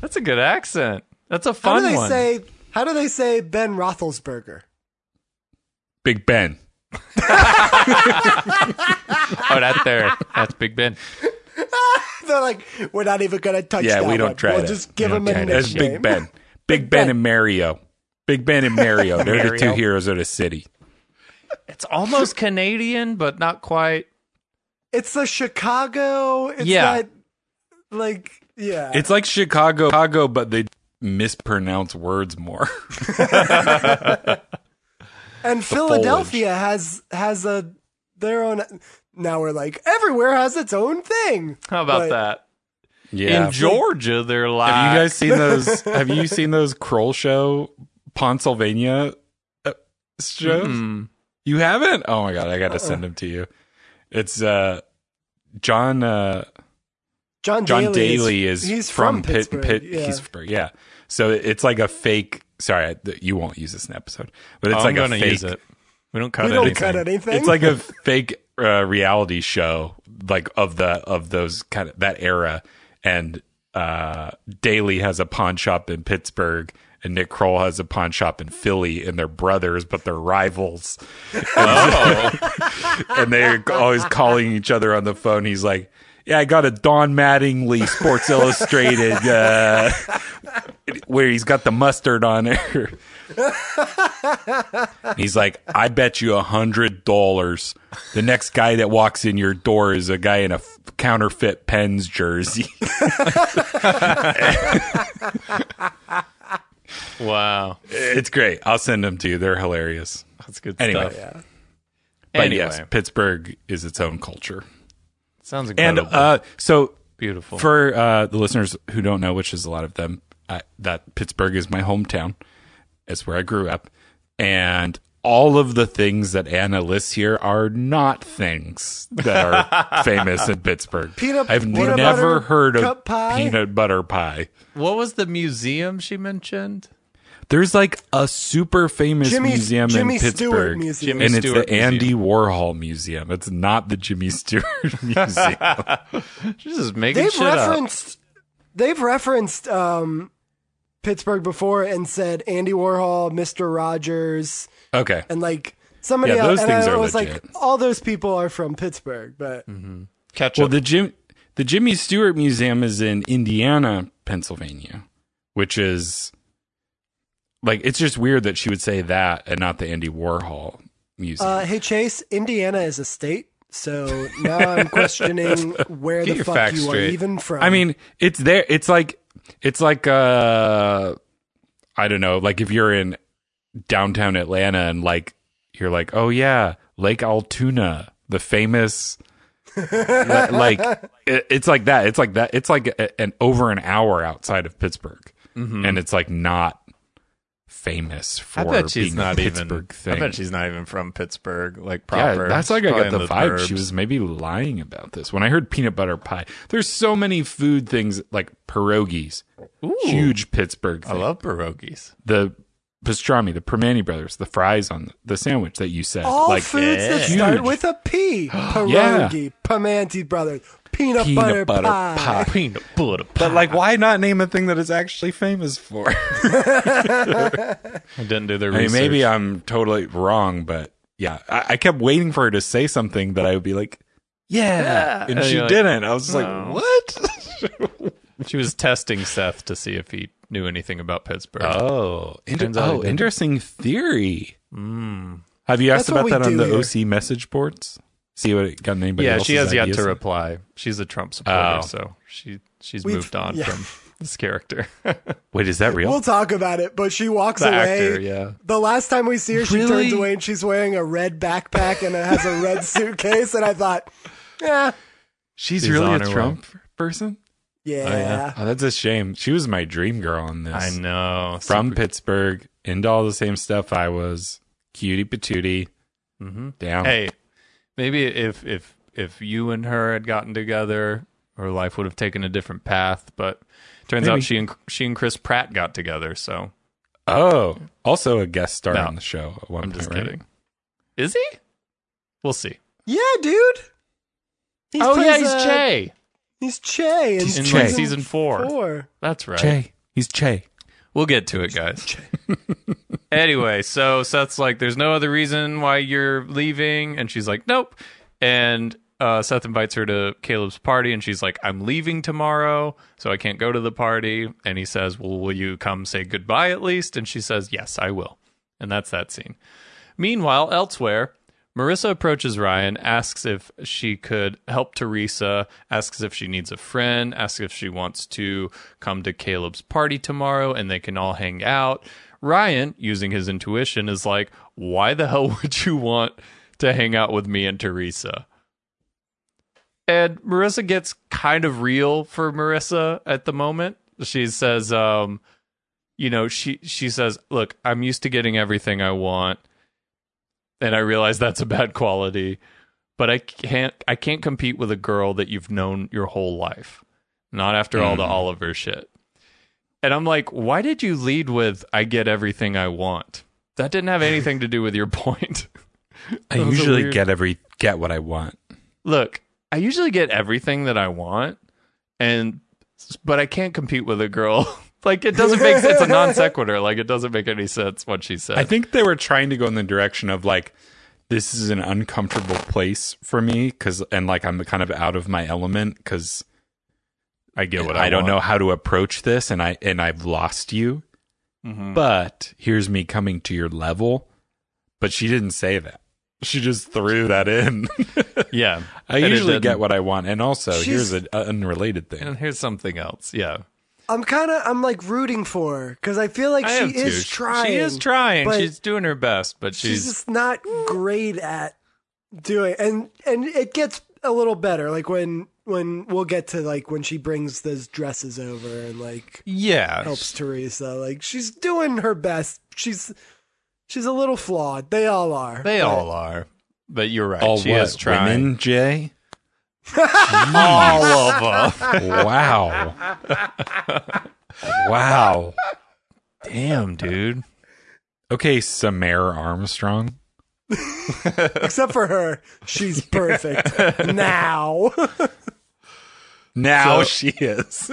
S3: That's a good accent. That's a
S2: How
S3: fun
S2: do they
S3: one.
S2: say? How do they say Ben Roethlisberger?
S1: Big Ben.
S3: oh, that there. That's Big Ben.
S2: They're like, we're not even gonna touch.
S1: Yeah,
S2: that
S1: we
S2: one.
S1: don't try
S2: We'll
S1: that.
S2: just give
S1: We
S2: him a
S1: don't try
S2: nickname.
S1: that. That's Big Ben. Big Ben
S2: Ben.
S1: and Mario. Big Ben and Mario. They're the two
S3: Mario.
S1: heroes of the city.
S3: It's almost Canadian, but not quite.
S2: It's the Chicago. It's
S3: Yeah.
S2: that, like, yeah.
S1: It's like Chicago, Chicago, but they mispronounce words more.
S2: and Philadelphia has has a their own. Now we're like everywhere has its own thing.
S3: How about
S2: But-
S3: that?
S1: yeah.
S3: In Georgia, they're like.
S1: have you guys seen those? Have you seen those Kroll show, Pennsylvania uh, shows?
S3: Mm.
S1: You haven't? Oh my god, I gotta send them to you. It's uh, John. Uh,
S2: John
S1: John
S2: Daly,
S1: Daly is
S2: he's
S1: from, Pitt,
S2: Pittsburgh.
S1: Pitt
S2: yeah.
S1: He's from, yeah. So it's like a fake. Sorry, I- th- you won't use this in the episode, but it's
S3: Oh, I'm
S1: like a
S3: gonna
S1: fake.
S3: use it. We don't cut
S2: we don't
S3: anything.
S2: cut anything.
S1: It's like a fake uh, reality show, like of the of those kind of that era. And uh, Daly has a pawn shop in Pittsburgh, and Nick Kroll has a pawn shop in Philly, and they're brothers, but they're rivals. and they're always calling each other on the phone. He's like, "Yeah, I got a Don Mattingly Sports Illustrated uh, where he's got the mustard on her." he's like, "I bet you a hundred dollars the next guy that walks in your door is a guy in a f- counterfeit Pens jersey."
S3: Wow.
S1: it's great. I'll send them to you. They're hilarious.
S3: That's good
S1: Anyway.
S3: stuff.
S2: Yeah.
S1: But
S3: Anyway,
S1: yes, Pittsburgh is its own culture.
S3: sounds
S1: And
S3: incredible.
S1: uh, so
S3: Beautiful.
S1: For uh, the listeners who don't know, which is a lot of them, I, that Pittsburgh is my hometown. It's where I grew up, and all of the things that Anna lists here are not things that are famous in Pittsburgh.
S2: Peanut-
S1: I've
S2: peanut butter
S1: never heard of
S2: cup pie?
S1: peanut butter pie.
S3: what was the museum she mentioned?
S1: There's like a super famous
S2: Jimmy-
S1: museum
S2: Jimmy
S1: in
S2: Stewart
S1: Pittsburgh,
S2: Museum.
S1: and
S3: Jimmy
S1: it's
S3: Stewart
S1: the Andy Warhol Museum. It's not the Jimmy Stewart Museum.
S3: She's just making
S2: they've
S3: shit up.
S2: referenced they've referenced um, Pittsburgh before and said Andy Warhol, Mister Rogers,
S1: okay,
S2: and like somebody
S1: Yeah,
S2: else.
S1: those
S2: and
S1: things
S2: I
S1: are
S2: was
S1: legit.
S2: like, all those people are from Pittsburgh, but
S3: Catch
S1: Well,
S3: up.
S1: the Jim, the Jimmy Stewart Museum is in Indiana, Pennsylvania, which is like it's just weird that she would say that and not the Andy Warhol Museum.
S2: Uh, hey Chase, Indiana is a state, so now I'm questioning where
S3: Get
S2: the
S3: your
S2: fuck
S3: facts
S2: you are
S3: straight.
S2: even from.
S1: I mean, it's there. It's like it's like uh, I don't know. Like if you're in downtown Atlanta and like you're like, oh yeah, Lake Altoona, the famous. li- like it- it's like that. It's like that. It's like a- an over an hour outside of Pittsburgh, and it's like not famous for
S4: Mm-hmm. I bet she's
S1: being
S4: not
S1: a
S4: even.
S1: Pittsburgh thing.
S4: I bet she's not even from Pittsburgh, like
S1: Yeah,
S4: proper.
S1: that's like
S4: She's
S1: I got
S4: probably
S1: the,
S4: in
S1: vibe.
S4: burbs.
S1: She was maybe lying about this. When I heard peanut butter pie, there's so many food things like pierogies, huge Pittsburgh.
S4: I
S1: thing.
S4: love pierogies.
S1: the pastrami, the Permani brothers, the fries on the sandwich that you said.
S2: all
S1: like
S2: foods that
S1: huge
S2: start with a P. Pierogi, Pamanti brothers, peanut,
S1: peanut
S2: butter, pie.
S3: peanut butter.
S1: But like, why not name a thing that it's actually famous for?
S3: I didn't do the
S1: I
S3: research.
S1: mean, maybe I'm totally wrong, but yeah, I, I kept waiting for her to say something that I would be like, yeah, and
S3: And
S1: she
S3: you're like,
S1: didn't. I was just
S3: "No."
S1: like, what?
S3: she was testing Seth to see if he knew anything about Pittsburgh.
S1: Oh, inter-
S3: Turns out it
S1: oh,
S3: didn't. Hmm.
S1: interesting theory. Have you asked
S2: That's what
S1: about
S2: we
S1: that on
S2: do
S1: the
S2: here.
S1: OC message boards? See what it got anybody
S3: yeah,
S1: else's
S3: she has yet
S1: ideas?
S3: to reply. She's a Trump supporter,
S1: Oh.
S3: so she she's
S2: We've-
S3: moved on
S2: yeah.
S3: from this character.
S1: Wait, is that real?
S2: We'll talk about it, but she walks
S3: The
S2: away.
S3: actor, yeah.
S2: The last time we see her, she
S3: Really?
S2: turns away and she's wearing a red backpack and it has a red suitcase. And I thought,
S3: Oh,
S2: yeah,
S1: she's,
S3: she's
S1: really a
S3: on her way.
S1: Trump person?
S2: yeah.
S1: Oh, that's a shame. She was my dream girl on this.
S3: I know.
S1: From Pittsburgh, into all the same stuff I was. Cutie patootie.
S3: hmm
S1: Down.
S3: Hey, maybe if if if you and her had gotten together, her life would have taken a different path. But turns
S1: Maybe.
S3: out she and she and Chris Pratt got together. So
S1: Oh, also a guest star
S3: No.
S1: on the show at one
S3: I'm
S1: point,
S3: just
S1: right?
S3: kidding. Is he? We'll see.
S2: Yeah, dude. He
S3: oh yeah,
S2: plays,
S3: he's
S2: uh,
S3: Che
S2: He's Che in,
S1: He's
S3: in
S1: Che.
S3: like season four.
S2: four.
S3: That's right.
S1: Che. He's Che.
S3: We'll get to it, guys. anyway, so Seth's like, "There's no other reason why you're leaving," and she's like, "Nope." And uh, Seth invites her to Caleb's party, and she's like, "I'm leaving tomorrow, so I can't go to the party." And he says, "Well, will you come say goodbye at least?" And she says, "Yes, I will." And that's that scene. Meanwhile, elsewhere, Marissa approaches Ryan, asks if she could help Teresa, asks if she needs a friend, asks if she wants to come to Caleb's party tomorrow and they can all hang out. Ryan, using his intuition, is like, Why the hell would you want to hang out with me and Teresa? And Marissa gets kind of real for Marissa at the moment. She says, um, you know, she she says, "Look, I'm used to getting everything I want and I realize that's a bad quality, but I can't I can't compete with a girl that you've known your whole life. Not after all
S1: Mm-hmm.
S3: the Oliver shit. And I'm like, why did you lead with I get everything I want? That didn't have anything to do with your point.
S1: I
S3: That was a
S1: usually
S3: weird-
S1: get every get what I want.
S3: Look, I usually get everything that I want and but I can't compete with a girl. like it doesn't make it's a non sequitur. Like it doesn't make any sense what she said.
S1: I think they were trying to go in the direction of like this is an uncomfortable place for me cuz and like I'm kind of out of my element cuz
S3: I get
S1: I, don't know how to approach this and I and I've lost you. Mm-hmm. But here's me coming to your level. But she didn't say that. She just threw that in.
S3: Yeah.
S1: I
S3: And it
S1: usually
S3: didn't.
S1: get what I want and also
S2: She's-
S1: here's an unrelated thing.
S3: and here's something else. Yeah.
S2: I'm kind of I'm like rooting for her because I feel like
S3: I
S2: she
S3: am too.
S2: is trying.
S3: She is trying.
S2: but
S3: She's doing her best, but she's,
S2: she's just not great at doing and and it gets a little better like when when we'll get to like when she brings those dresses over and like
S3: yeah.
S2: helps Teresa like she's doing her best she's she's a little flawed they all are
S3: They all are. But you're right.
S1: All
S3: she
S1: what?
S3: is trying.
S1: Women, Jay?
S3: All of them.
S1: Wow. wow.
S3: Damn, dude.
S1: Okay, Samara Armstrong.
S2: except for her she's perfect now
S1: Now
S3: So-
S1: she is.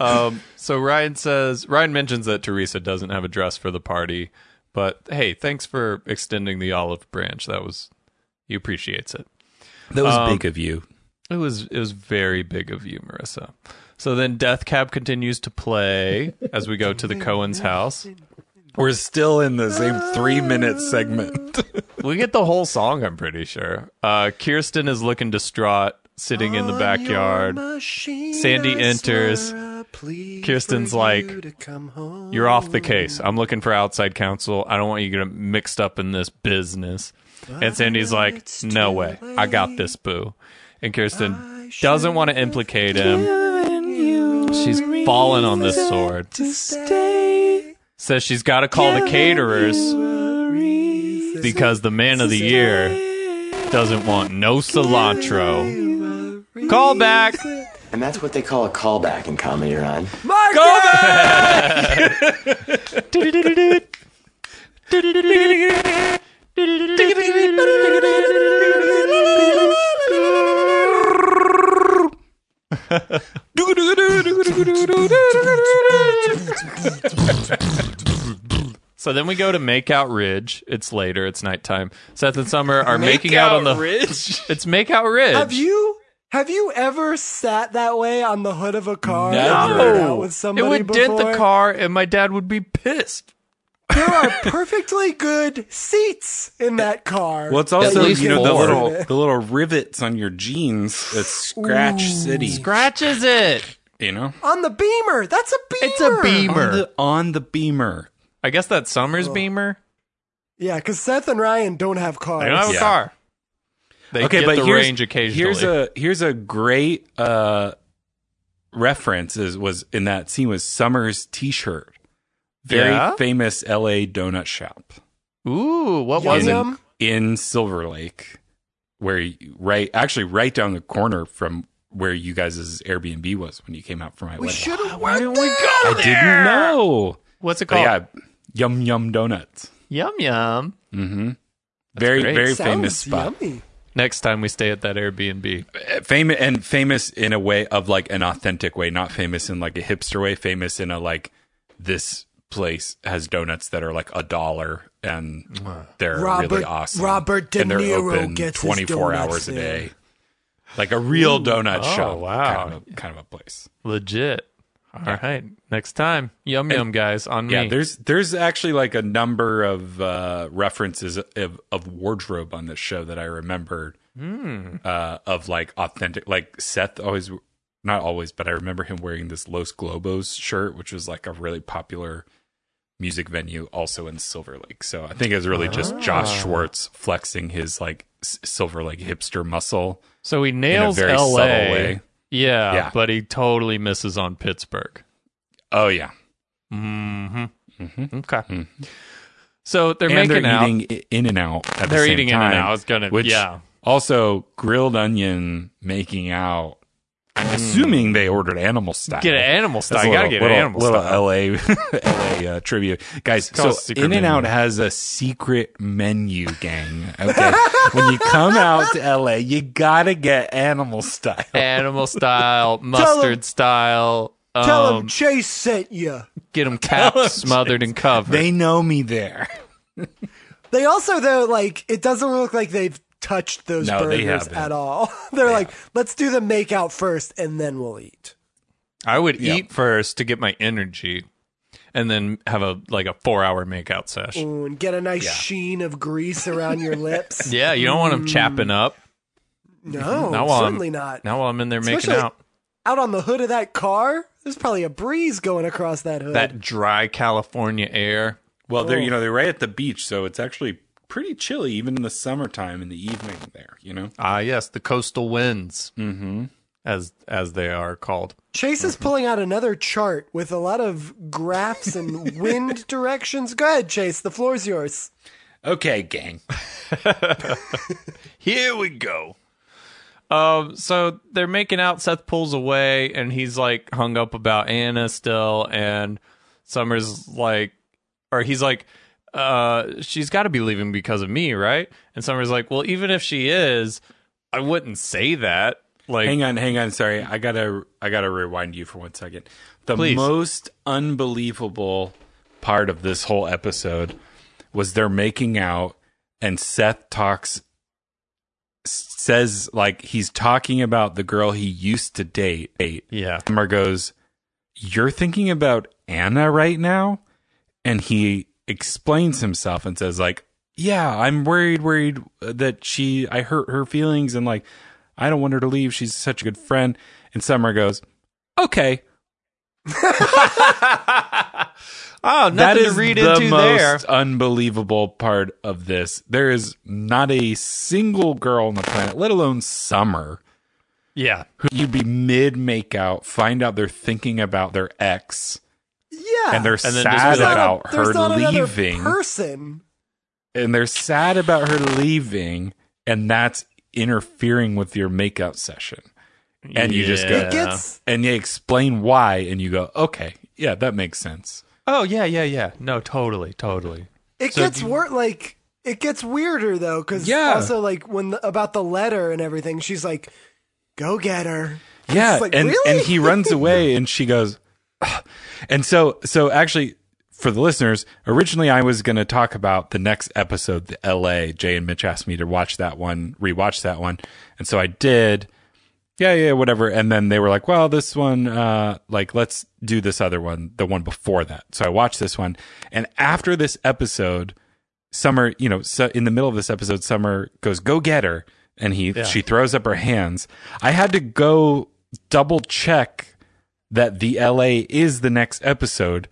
S3: Um, so Ryan says Ryan mentions that Teresa doesn't have a dress for the party, but hey, thanks for extending the olive branch. That was he appreciates it.
S1: That was
S3: Um,
S1: big of you.
S3: It was it was very big of you, Marissa. So then Death Cab continues to play as we go to the Cohen's house.
S1: We're still in the same three minute segment.
S3: We get the whole song, I'm pretty sure. Uh, Kirsten is looking distraught, sitting in the backyard. Sandy enters. Kirsten's like, You're off the case. I'm looking for outside counsel. I don't want you to get mixed up in this business. And Sandy's like, No way. I got this, boo. And Kirsten doesn't want to implicate him. She's fallen on this sword. Says she's got to call the caterers because the man of the year doesn't want no cilantro. Call back.
S5: And that's what they call a callback in comedy, Ron.
S3: So then we go to Make Out Ridge. It's later. It's nighttime. Seth and Summer are making out, on the
S1: ridge.
S3: It's Make Out Ridge.
S2: Have you have you ever sat that way on the hood of a car?
S1: Never.
S2: and hung out
S3: No,
S2: with
S3: it
S2: somebody
S3: would
S2: before?
S3: dent the car, and my dad would be pissed.
S2: There are perfectly good seats in that car.
S1: Well, it's also
S3: least
S1: you know the
S3: four.
S1: little the little rivets on your jeans. It's scratch city.
S3: Scratches it.
S1: You know,
S2: on the Beamer? That's a Beamer.
S3: It's a Beamer.
S1: on the, on the beamer.
S3: I guess that's Summer's Beamer.
S2: Yeah, because Seth and Ryan don't have cars.
S3: They don't have a
S1: Yeah.
S3: car. They get the
S1: here's-
S3: range occasionally.
S1: Here's a here's a great uh, reference is was in that scene was Summer's T-shirt, very
S3: Yeah?
S1: famous L.A. donut shop
S3: Ooh, what
S2: Yum
S3: was it?
S2: yum.
S1: in Silver Lake, where you, right actually right down the corner from where you guys' Airbnb was when you came out for my
S2: We
S1: wedding.
S2: should have
S3: Why
S2: went
S3: didn't
S2: there.
S3: we go
S1: I didn't know.
S3: What's it
S1: But
S3: called?
S1: yeah, yum yum donuts.
S3: Yum yum.
S1: Mm-hmm. very
S3: great.
S1: very
S2: Sounds
S1: famous spot.
S2: Yummy.
S3: Next time we stay at that Airbnb.
S1: famous and famous in a way of like an authentic way, not famous in like a hipster way, famous in a like this place has donuts that are like a dollar and they're really
S2: Robert-
S1: awesome.
S2: Robert De
S1: and they're
S2: Niro
S1: open
S2: gets his
S1: 24
S2: donuts
S1: hours a
S2: there.
S1: day. Like a real donut
S3: oh,
S1: shop.
S3: wow.
S1: Kind of a, kind of a place.
S3: Legit. All right. Next time. Yum yum guys on
S1: Yeah,
S3: me.
S1: there's there's actually like a number of uh, references of, of wardrobe on this show that I remembered
S3: Hmm.
S1: uh, of like authentic. Like Seth always, not always, but I remember him wearing this Los Globos shirt, which was like a really popular music venue also in Silver Lake. So I think it was really just Josh
S3: Ah.
S1: Schwartz flexing his like S- Silver Lake hipster muscle.
S3: so he nails
S1: very
S3: LA.
S1: subtle way.
S3: Yeah,
S1: Yeah.
S3: but he totally misses on Pittsburgh.
S1: Oh yeah,
S3: Mhm. Okay. So they're
S1: Mm-hmm. and
S3: making
S1: they're
S3: out.
S1: eating I- in and out. At the
S3: They're
S1: same
S3: eating In-N-Out.
S1: time,
S3: I was gonna-
S1: which
S3: yeah.
S1: Also, grilled onion making out. I'm assuming they ordered animal style.
S3: Get an animal style.
S1: That's a
S3: You gotta
S1: little-
S3: get
S1: little,
S3: animal
S1: little
S3: style.
S1: LA, LA uh, trivia, guys.
S3: called a
S1: So
S3: secret
S1: In and Out has a secret menu, gang. Okay, when you come out to LA, you gotta get animal style.
S3: Animal style, mustard style. Um,
S2: Tell him Chase sent you.
S3: get them capped, smothered, and covered.
S1: They know me there.
S2: They also though like it doesn't look like they've touched those
S1: No, they
S2: burgers
S1: haven't.
S2: at all. They're like, let's do the make out first and then we'll eat.
S3: I would
S1: Yeah.
S3: eat first to get my energy, and then have a like a four hour makeout sesh.
S2: Ooh, and get a nice sheen of grease around your lips.
S3: Yeah, you don't want them chapping up.
S2: No,
S3: Now I'm-
S2: certainly not.
S3: Now while I'm in there making
S2: Especially-
S3: out,
S2: Out on the hood of that car, there's probably a breeze going across that hood.
S3: that dry California air.
S1: Well, they're you know they're right at the beach, so it's actually pretty chilly even in the summertime in the evening there. You know.
S3: Ah, yes, the coastal winds, mm-hmm. as as they are called.
S2: Chase is pulling out another chart with a lot of graphs and wind directions. Go ahead, Chase. The floor's yours.
S1: Okay, gang.
S3: Here we go. Um, so they're making out. Seth pulls away, and he's like hung up about Anna still. And Summer's like, or he's like, uh, she's got to be leaving because of me, right? And Summer's like, well, even if she is, I wouldn't say that. Like,
S1: Hang on, hang on. Sorry, I gotta, I gotta rewind you for one second. The
S3: Please.
S1: most unbelievable part of this whole episode was they're making out, and Seth talks, says like he's talking about the girl he used to date. Date.
S3: yeah,
S1: Summer goes, "You're thinking about Anna right now," and he explains himself and says, "Like, yeah, I'm worried, worried uh, that she, I hurt her feelings, and like, I don't want her to leave. She's such a good friend." And Summer goes, "Okay,
S3: Oh, nothing
S1: that is
S3: to read
S1: the
S3: into there.
S1: most unbelievable part of this. There is not a single girl on the planet, let alone Summer."
S3: Yeah,
S1: who You'd be mid makeout, find out they're thinking about their ex,
S2: Yeah.
S1: and they're
S3: then just
S1: sad
S2: There's not a-
S1: about her
S2: there's not another
S1: leaving
S2: person.
S1: and they're sad about her leaving and that's interfering with your makeout session and you just
S3: Yeah.
S1: go
S2: It gets
S1: and you explain why and you go okay yeah that makes sense
S3: Oh yeah, yeah, yeah. No, totally, totally.
S2: It
S3: So
S2: gets
S3: do
S2: wor- like it gets weirder though, because
S1: Yeah.
S2: also like when the, about the letter and everything, she's like, "Go get her." It's
S1: yeah
S2: like,
S1: and
S2: really?
S1: and he runs away and she goes "Ugh." and so so actually for the listeners originally i was going to talk about the next episode the la jay and mitch asked me to watch that one rewatch that one and so i did yeah, yeah, whatever. And then they were like, well, this one, uh, like, let's do this other one, the one before that. So I watched this one. And after this episode, Summer, you know, so in the middle of this episode, Summer goes, go get her. And he, she throws up her hands. I had to go double check that the LA is the next episode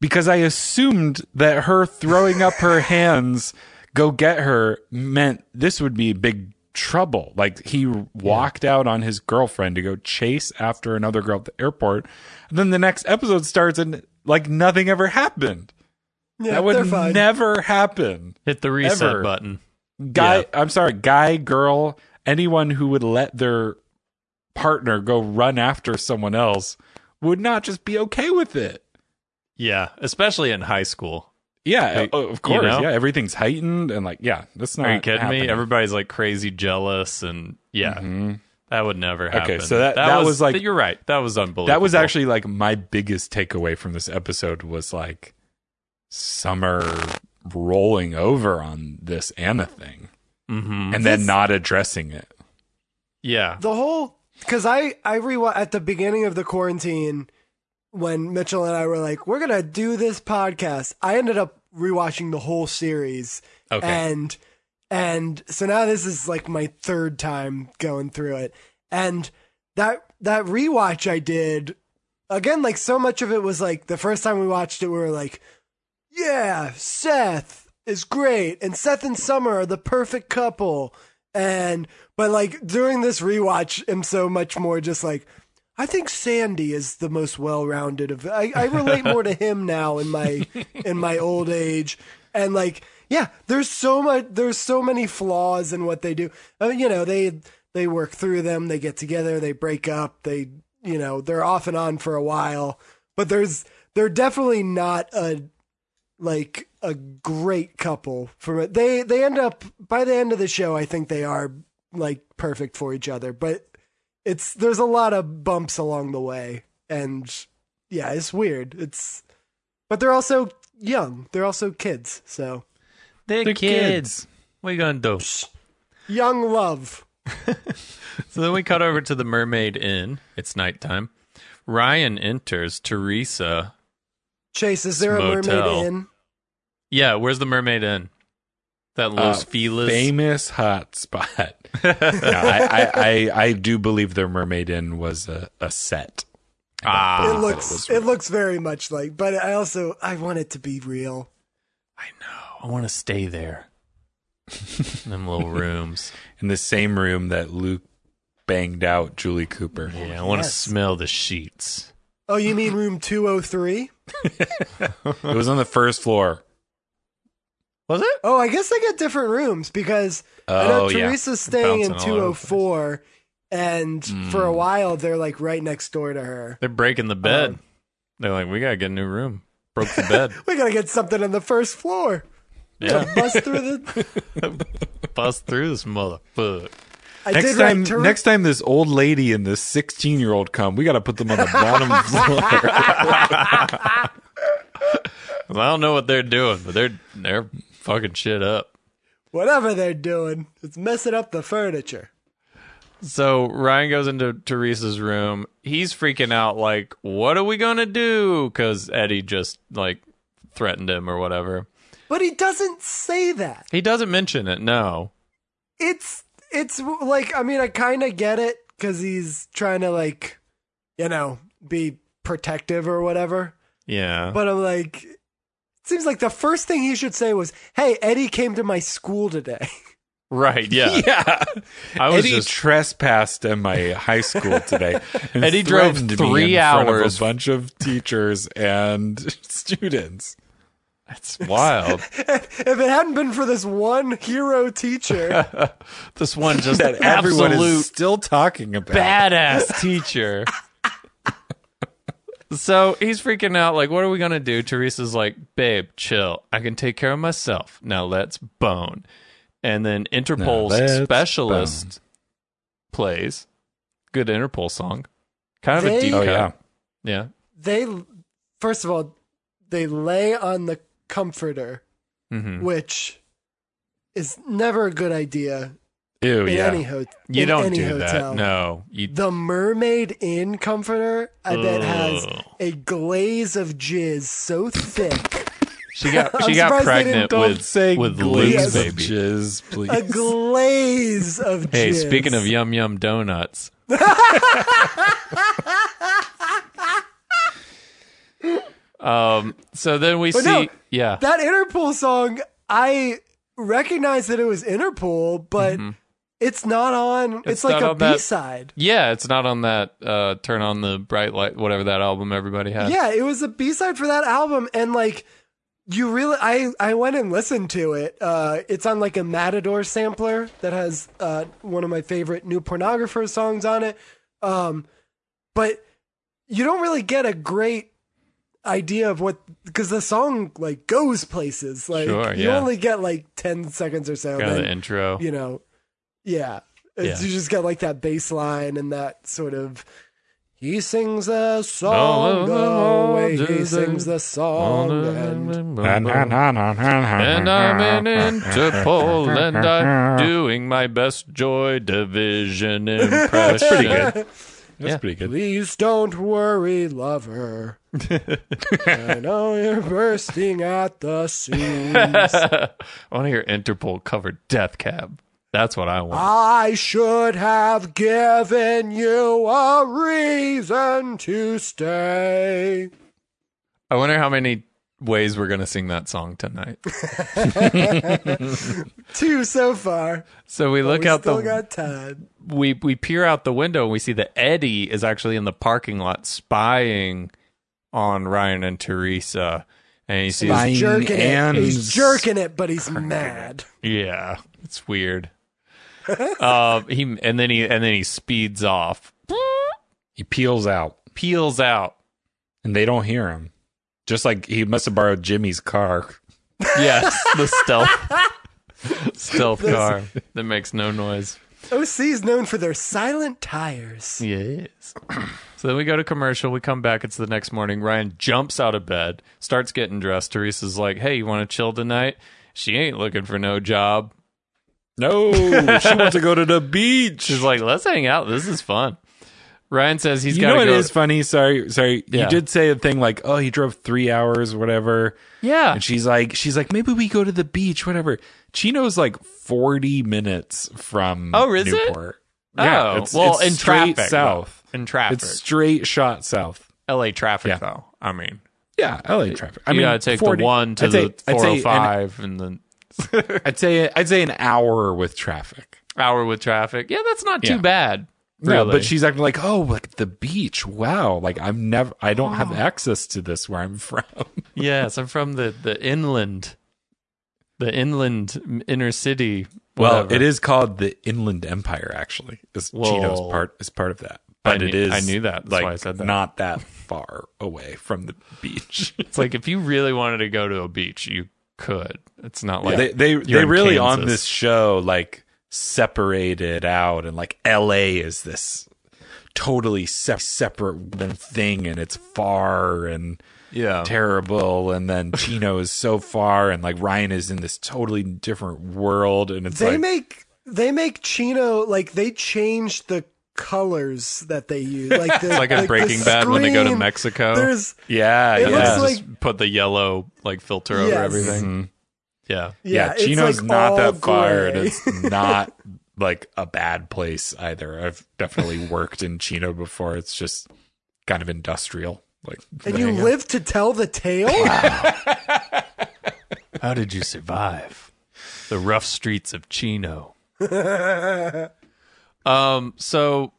S1: because I assumed that her throwing up her hands, go get her, meant this would be big trouble. Like he walked out on his girlfriend to go chase after another girl at the airport. And then the next episode starts and like nothing ever happened.
S2: yeah,
S1: that
S2: they're
S1: would
S2: fine.
S1: never happen.
S3: Hit the reset
S1: Ever.
S3: button.
S1: Guy,
S3: Yeah.
S1: I'm sorry, guy, girl, anyone who would let their partner go run after someone else would not just be okay with it.
S3: Yeah, especially in high school.
S1: Yeah, o- of course.
S3: know?
S1: Yeah, everything's heightened and like, yeah, that's not.
S3: Are you kidding
S1: happening. Mm-hmm.
S3: me? Everybody's like crazy jealous, and yeah, that would never happen.
S1: so that- that was, like-
S3: you're right. That was unbelievable.
S1: that was actually like my biggest takeaway from this episode was like summer rolling over on this Anna thing
S3: hmm
S1: and then
S2: This-
S1: not addressing it.
S3: yeah,
S2: the whole because I I rewa at the beginning of the quarantine when Mitchell and I were like we're gonna do this podcast. I ended up rewatching the whole series.
S1: Okay.
S2: And and so now this is like my third time going through it, and that that rewatch I did again like so much of it was like the first time we watched it we were like yeah, Seth is great, and Seth and Summer are the perfect couple. And but like during this rewatch, I'm so much more just like I think Sandy is the most well-rounded of. I, I relate more to him now in my in my old age, and like yeah, there's so much. There's so many flaws in what they do. I mean, you know, they they work through them. They get together. They break up. They you know they're off and on for a while. But there's they're definitely not a like a great couple from it. They they end up by the end of the show. I think they are like perfect for each other, but it's there's a lot of bumps along the way, and yeah, it's weird. It's but they're also young. They're also kids, so
S3: they're,
S1: They're
S3: kids.
S1: kids.
S3: What you gonna do?
S2: young love.
S3: So then we cut over to the Mermaid Inn. It's nighttime. Ryan enters. Teresa.
S2: Chase, is there a
S3: Motel.
S2: mermaid in?
S3: Yeah, where's the Mermaid Inn? That Los
S1: Uh,
S3: Feliz.
S1: Famous hot spot. no, I, I, I, I do believe the Mermaid Inn was a, a set.
S3: Ah,
S2: it looks it, looks very much like, but I also I want it to be real.
S3: I know. I want to stay there. In them little rooms.
S1: In the same room that Luke banged out Julie Cooper.
S3: Yeah, I want to
S2: Yes.
S3: smell the sheets.
S2: Oh, you mean room two oh three?
S1: It was on the first floor.
S3: Was it?
S2: Oh, I guess they get different rooms because I
S1: Oh,
S2: know
S1: yeah.
S2: Teresa's staying in
S3: Bouncing all over the
S2: 204, and for a while they're like right next door to her.
S3: They're breaking the bed.
S2: Um,
S3: They're like, we gotta get a new room. Broke the bed.
S2: We gotta get something on the first floor.
S3: yeah,
S2: Bust through the.
S3: bust through this motherfucker.
S2: I
S1: Next
S2: did write
S1: time,
S2: Ter-
S1: next time this old lady and this 16 year old come, we got to put them on the bottom floor.
S3: Well, I don't know what they're doing, but they're they're fucking shit up.
S2: whatever they're doing, it's messing up the furniture.
S3: So Ryan goes into Teresa's room. He's freaking out, like, what are we gonna do? Because Eddie just like threatened him or whatever.
S2: But he doesn't say that.
S3: He doesn't mention it. No,
S2: It's it's like I mean I kind of get it because he's trying to like, you know, be protective or whatever.
S3: yeah,
S2: But I'm like, it seems like the first thing he should say was, "Hey, Eddie came to my school today."
S3: right, yeah.
S1: yeah.
S3: I was
S1: Eddie
S3: just-
S1: trespassed at my high school today. and
S3: Eddie drove
S1: threatened me
S3: three
S1: in front of
S3: hours.
S1: a bunch of teachers and students.
S3: It's wild.
S2: if it hadn't been for this one hero teacher,
S3: this one just
S1: That everyone is
S3: absolute
S1: still talking about.
S3: badass teacher. so he's freaking out. Like, what are we gonna do? Teresa's like, babe, chill. I can take care of myself. Now let's bone. And then
S1: Now
S3: Interpol's
S1: let's
S3: specialist
S1: bone.
S3: plays good Interpol song. Kind of a
S2: They-
S3: deep
S1: Oh,
S3: cut.
S1: yeah.
S3: yeah.
S2: they first of all they lay on the comforter,
S3: Mhm.
S2: which is never a good idea
S1: Ew,
S2: in
S1: yeah.
S2: any, ho-
S3: You
S2: in
S3: don't
S2: any
S3: do
S2: hotel.
S3: that. No, you
S2: The Mermaid Inn comforter uh, that has
S3: Ugh.
S2: a glaze of jizz so thick,
S3: she got
S2: I'm
S3: she got
S2: surprised they didn't-
S3: pregnant
S1: Don't
S3: with
S1: say
S3: with Luke's
S1: glaze
S2: Yes.
S1: of
S3: baby.
S1: jizz, please.
S2: a glaze of
S3: Hey,
S2: jizz.
S3: speaking of yum yum donuts, um, so then we
S2: But
S3: see,
S2: Oh, no,
S3: yeah,
S2: that Interpol song, I recognized that it was Interpol, but it's not on. It's,
S3: Mm-hmm. It's
S2: like
S3: not
S2: a
S3: on that-
S2: B side.
S3: yeah, it's not on that. Uh, Turn on the bright light, whatever that album everybody had.
S2: Yeah, it was a B side for that album, and like you really, I I went and listened to it. Uh, it's on like a Matador sampler that has uh, one of my favorite new pornographer songs on it. Um, but you don't really get a great idea of what because the song like goes places. Like
S3: Sure,
S2: you
S3: yeah.
S2: only get like ten seconds or so.
S3: Kind of
S2: then,
S3: the intro.
S2: you know, yeah.
S3: Oh. Yeah.
S2: It's, You just got like that bass line and that sort of. He sings the
S3: Oh, oh,
S2: song the way
S3: oh,
S2: he
S3: oh,
S2: sings the song. And
S3: And
S1: And
S3: I'm in Interpol and I'm doing my best Joy Division impression. That's
S1: pretty good. That's
S3: Yeah.
S1: pretty good.
S2: please don't worry, lover. I know you're bursting at the seams.
S3: I want to hear Interpol cover Death Cab. That's what I want.
S2: I should have given you a reason to stay.
S3: I wonder how many ways we're going to sing that song tonight.
S2: Two so far.
S3: So we look
S2: we
S3: out
S2: still
S3: the
S2: got time.
S3: we we peer out the window and we see that Eddie is actually in the parking lot spying on Ryan and Teresa, and he sees
S1: Spying.
S2: He's jerking it. He's
S1: and-
S2: jerking it, but he's mad.
S3: Yeah, it's weird. uh, he and then he and then he speeds off,
S1: He peels out,
S3: peels out.
S1: and they don't hear him. Just like he must have borrowed Jimmy's car.
S3: Yes, the stealth stealth car that makes no noise.
S2: OC is known for their silent tires.
S3: Yes. so then we go to commercial. We come back. It's the next morning. Ryan jumps out of bed, starts getting dressed. Teresa's like, "Hey, you want to chill tonight?" She ain't looking for no job.
S1: No, she wants to go to the beach.
S3: She's like, "Let's hang out. This is fun." Ryan says he's
S1: you
S3: got
S1: know
S3: to
S1: what
S3: go.
S1: is funny? Sorry, sorry.
S3: Yeah.
S1: You did say a thing like, "Oh, he drove three hours, or whatever."
S3: yeah,
S1: And she's like, she's like, maybe we go to the beach, whatever. Chino's like forty minutes from
S3: Oh, is it?
S1: Newport.
S3: Oh, well, in
S1: straight
S3: traffic, though.
S1: south.
S3: in traffic,
S1: It's straight shot south.
S3: L.A. traffic
S1: Yeah.
S3: though. I mean,
S1: Yeah, LA traffic. I
S3: I mean, you
S1: mean,
S3: gotta take
S1: 40
S3: the one to
S1: I'd say-
S3: the
S1: I'd
S3: four
S1: say
S3: hundred
S1: an-
S3: five, and then
S1: I'd say I'd say an hour with traffic.
S3: hour with traffic. Yeah, that's not
S1: Yeah.
S3: too bad.
S1: No,
S3: Really.
S1: but she's acting like, oh, like the beach. Wow, like I'm never, I don't have access to this where I'm from.
S3: yes, I'm from the the inland, the inland inner city.
S1: Well,
S3: whatever.
S1: it is called the Inland Empire. Actually, is
S3: Well,
S1: Chino's part is part of that, but
S3: knew-
S1: it is.
S3: I knew that. That's
S1: like
S3: why I said that.
S1: not that far away from the beach.
S3: It's like if you really wanted to go to a beach, you could. It's not like
S1: they they,
S3: you're
S1: they
S3: in
S1: really on
S3: Kansas.
S1: this show like separated out, and like L.A. is this totally se- separate thing, and it's far and
S3: yeah.
S1: terrible and then chino is so far and like ryan is in this totally different world and it's
S2: They
S1: like
S2: make they make Chino like they change the colors that they use. Like the,
S3: like in
S2: the- the
S3: Breaking Bad when they go to
S2: screen,
S3: Mexico.
S2: There's
S1: yeah
S2: It
S1: yeah
S3: yeah,
S2: looks
S3: just put the yellow like filter over
S2: Yes.
S3: everything.
S1: Mm-hmm.
S3: Yeah,
S1: yeah,
S2: it's,
S1: chino's
S2: like,
S1: not
S2: all
S1: that far and
S2: gray.
S1: it's not like a bad place either i've definitely worked in chino before it's just kind of industrial like
S2: And you live to tell the tale?
S3: How did you survive the rough streets of Chino? um, so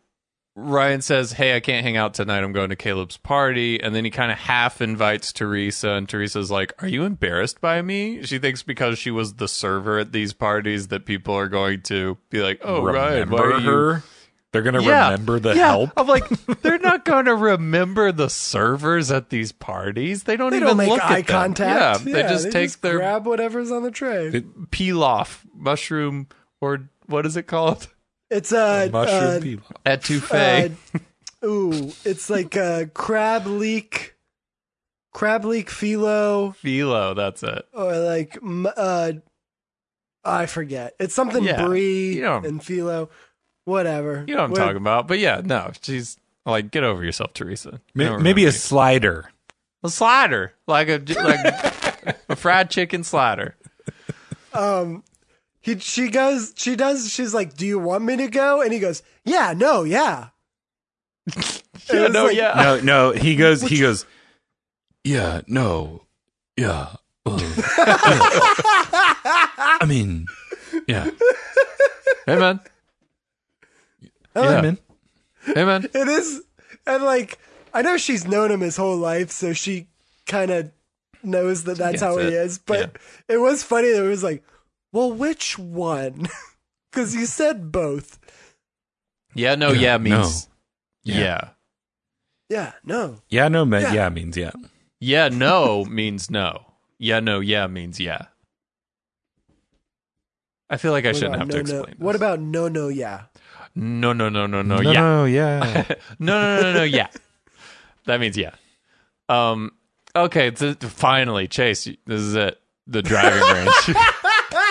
S3: Ryan says, "Hey, I can't hang out tonight. I'm going to Caleb's party." And then he kind of half invites Teresa, and Teresa's like, "Are you embarrassed by me?" She thinks because she was the server at these parties that people are going to be like, "Oh, Ryan, why
S1: remember
S3: are you
S1: her they're gonna
S3: Yeah.
S1: remember the
S3: yeah.
S1: help
S3: I'm like, they're not going to remember the servers at these parties. They don't
S2: they
S3: even
S2: don't make
S3: look
S2: eye
S3: at them.
S2: contact.
S3: Yeah, they just take their
S2: grab whatever's on the tray.
S3: peel off mushroom or what is it called?
S2: it's a
S1: mushroom
S2: uh,
S1: people
S3: Etouffee.
S2: uh, ooh, it's like a crab leek, crab leek phyllo,
S3: Philo, that's it.
S2: or like m- uh, I forget. It's something
S3: Yeah,
S2: brie
S3: you don't-
S2: and phyllo, whatever.
S3: You know what I'm
S2: What-
S3: talking about. But yeah, no, she's like, get over yourself, Teresa. You
S1: May-
S3: don't
S1: maybe a
S3: remember
S1: slider
S3: me. a slider, like a like a fried chicken slider.
S2: um he she goes she does she's like do you want me to go and he goes yeah no yeah
S3: Yeah,
S2: it's
S3: no,
S2: like-
S3: yeah.
S1: no no he goes he goes yeah no yeah uh, yeah. i mean yeah
S3: Hey man,
S1: yeah man
S3: hey man.
S2: it is and like i know she's known him his whole life so she kind of knows that that's
S3: gets
S2: how he
S3: it.
S2: is but it was funny that it was like well which one because you said both
S3: Yeah, no, yeah,
S1: Yeah, no.
S3: means yeah.
S2: yeah no
S1: Yeah, no, man.
S2: Yeah.
S1: Yeah. means yeah.
S3: Yeah, no means no. Yeah, no, yeah means yeah. I feel like I
S2: What
S3: shouldn't
S2: about
S3: have to
S2: no, no-
S3: explain.
S2: What
S3: this.
S2: about no, no, yeah?
S3: no, no, no, no,
S1: Oh,
S3: no,
S6: no,
S3: yeah,
S6: no, yeah.
S3: no, no, no, no, no, yeah. That means yeah. Um. Okay. Th- finally, Chase. This is it. The driving range.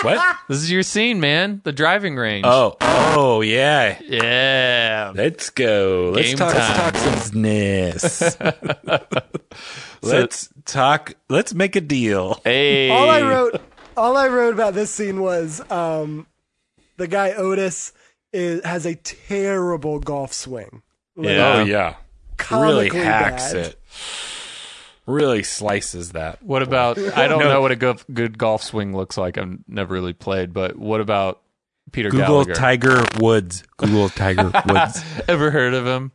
S1: What?
S3: this is your scene, man. The driving range.
S1: Oh, oh yeah.
S3: yeah.
S1: Let's go. Let's
S3: Game
S1: talk, let's
S3: time.
S1: talk some snus. let's talk. Let's make a deal.
S3: Hey.
S2: All I wrote, all I wrote about this scene was um, the guy Otis is, has a terrible golf swing.
S3: Yeah.
S1: Oh yeah.
S2: Comically
S1: Really hacks
S2: bad.
S1: it. Really slices that.
S3: What about? I don't
S1: No.
S3: know what a go- good golf swing looks like. I've never really played, but what about Peter
S1: Google
S3: Gallagher?
S1: Tiger Woods. Google Tiger Woods.
S3: Ever heard of him?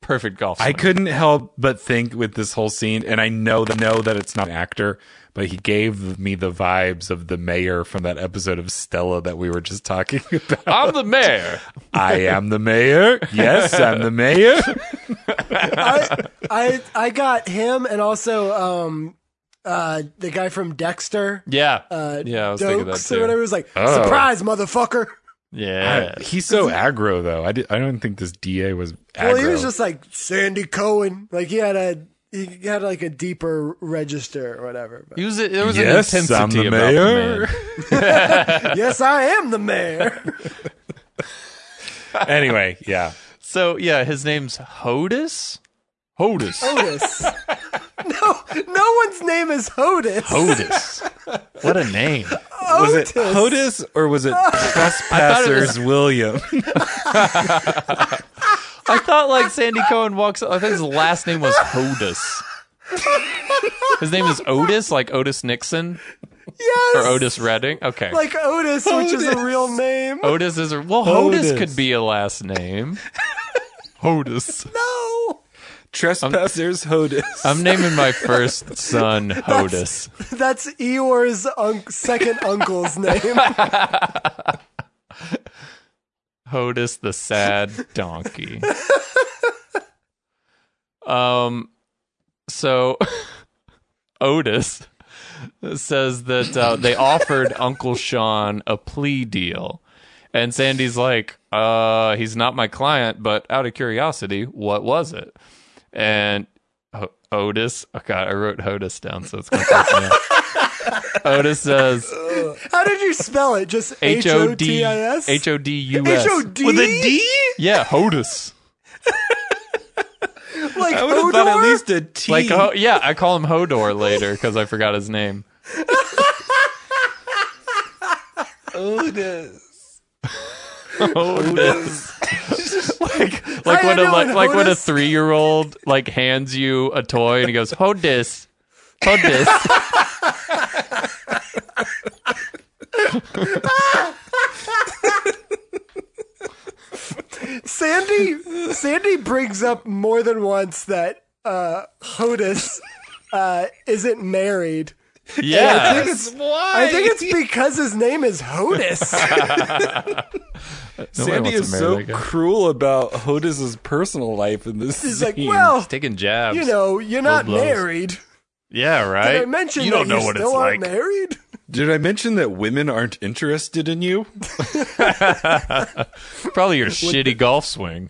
S3: Perfect golf.
S1: I
S3: swing.
S1: couldn't help but think with this whole scene, and I know that know that it's not an actor, but he gave me the vibes of the mayor from that episode of Stella that we were just talking about.
S3: I'm the mayor.
S1: I am the mayor. Yes, I'm the mayor.
S2: I, I, I got him and also um, uh, the guy from Dexter.
S3: Yeah.
S2: Uh,
S3: yeah. I was thinking that
S2: Dokes or
S3: too.
S2: whatever. It was like,
S1: Oh.
S2: surprise, motherfucker.
S3: Yeah.
S1: He's so aggro though. I, did, I don't think this DA was aggro.
S2: Well, he was just like Sandy Cohen. Like he had a he had like a deeper register or whatever. But,
S3: He was. There was
S1: Yes,
S3: an
S1: I'm
S3: intensity
S1: the
S3: about
S1: mayor.
S3: the man.
S2: yes, I am the mayor.
S1: anyway, yeah.
S3: So yeah, his name's Hodis. Hodis.
S2: Otis. No, no one's name is Otis.
S3: Hodis. what a name.
S1: Was it Hodis or was it Trespassers William?
S3: I thought like Sandy Cohen walks. I think his last name was Hodis. His name is Otis, like Otis Nixon
S2: Yes.
S3: or Otis Redding. Okay.
S2: Like Otis, which is a real name.
S3: Otis is a well. Hodis
S1: Otis.
S3: could be a last name. Hodis.
S2: No,
S1: Trespassers Hodis.
S3: I'm naming my first son Hodis.
S2: that's Eeyore's un- second uncle's name.
S3: Hodis the sad donkey. um, so Otis says that uh, they offered Uncle Sean a plea deal, and Sandy's like, "Uh, he's not my client, but out of curiosity, what was it?" And Ho- Otis, oh god, I wrote Hodis down, so it's gonna take me out. Otis says
S2: How did you spell it? Just
S3: H O D
S2: H-O-T-I-S?
S3: H O D U S
S2: H O D
S1: with a D?
S3: Yeah, Hodis.
S2: Like
S1: I would have thought at
S2: Hodor?
S1: least a T.
S3: Like, oh, yeah, I call him Hodor later because I forgot his name. Hodis. like, like
S2: I
S3: when
S2: know
S3: a
S2: what
S3: like, like when a
S2: Hodis-
S3: three year old like hands you a toy and he goes Hodis, Hodis.
S2: Sandy Sandy brings up more than once that uh Hodis uh isn't married. I
S3: Yeah,
S2: think it's why. I think it's because his name is Hodis.
S3: wants
S1: Sandy
S3: to
S1: is
S3: marry
S1: so
S3: that guy.
S1: cruel about Hodis's personal life in this
S2: He's
S1: scene.
S2: like, well,
S3: taking jabs.
S2: you know, you're not
S3: blows.
S2: married.
S3: yeah, right.
S2: Did I mention
S3: you
S2: that
S3: don't know
S2: you
S3: what
S2: still
S3: it's
S2: aren't
S3: like.
S2: married?
S1: did I mention that women aren't interested in you
S3: Probably your shitty golf swing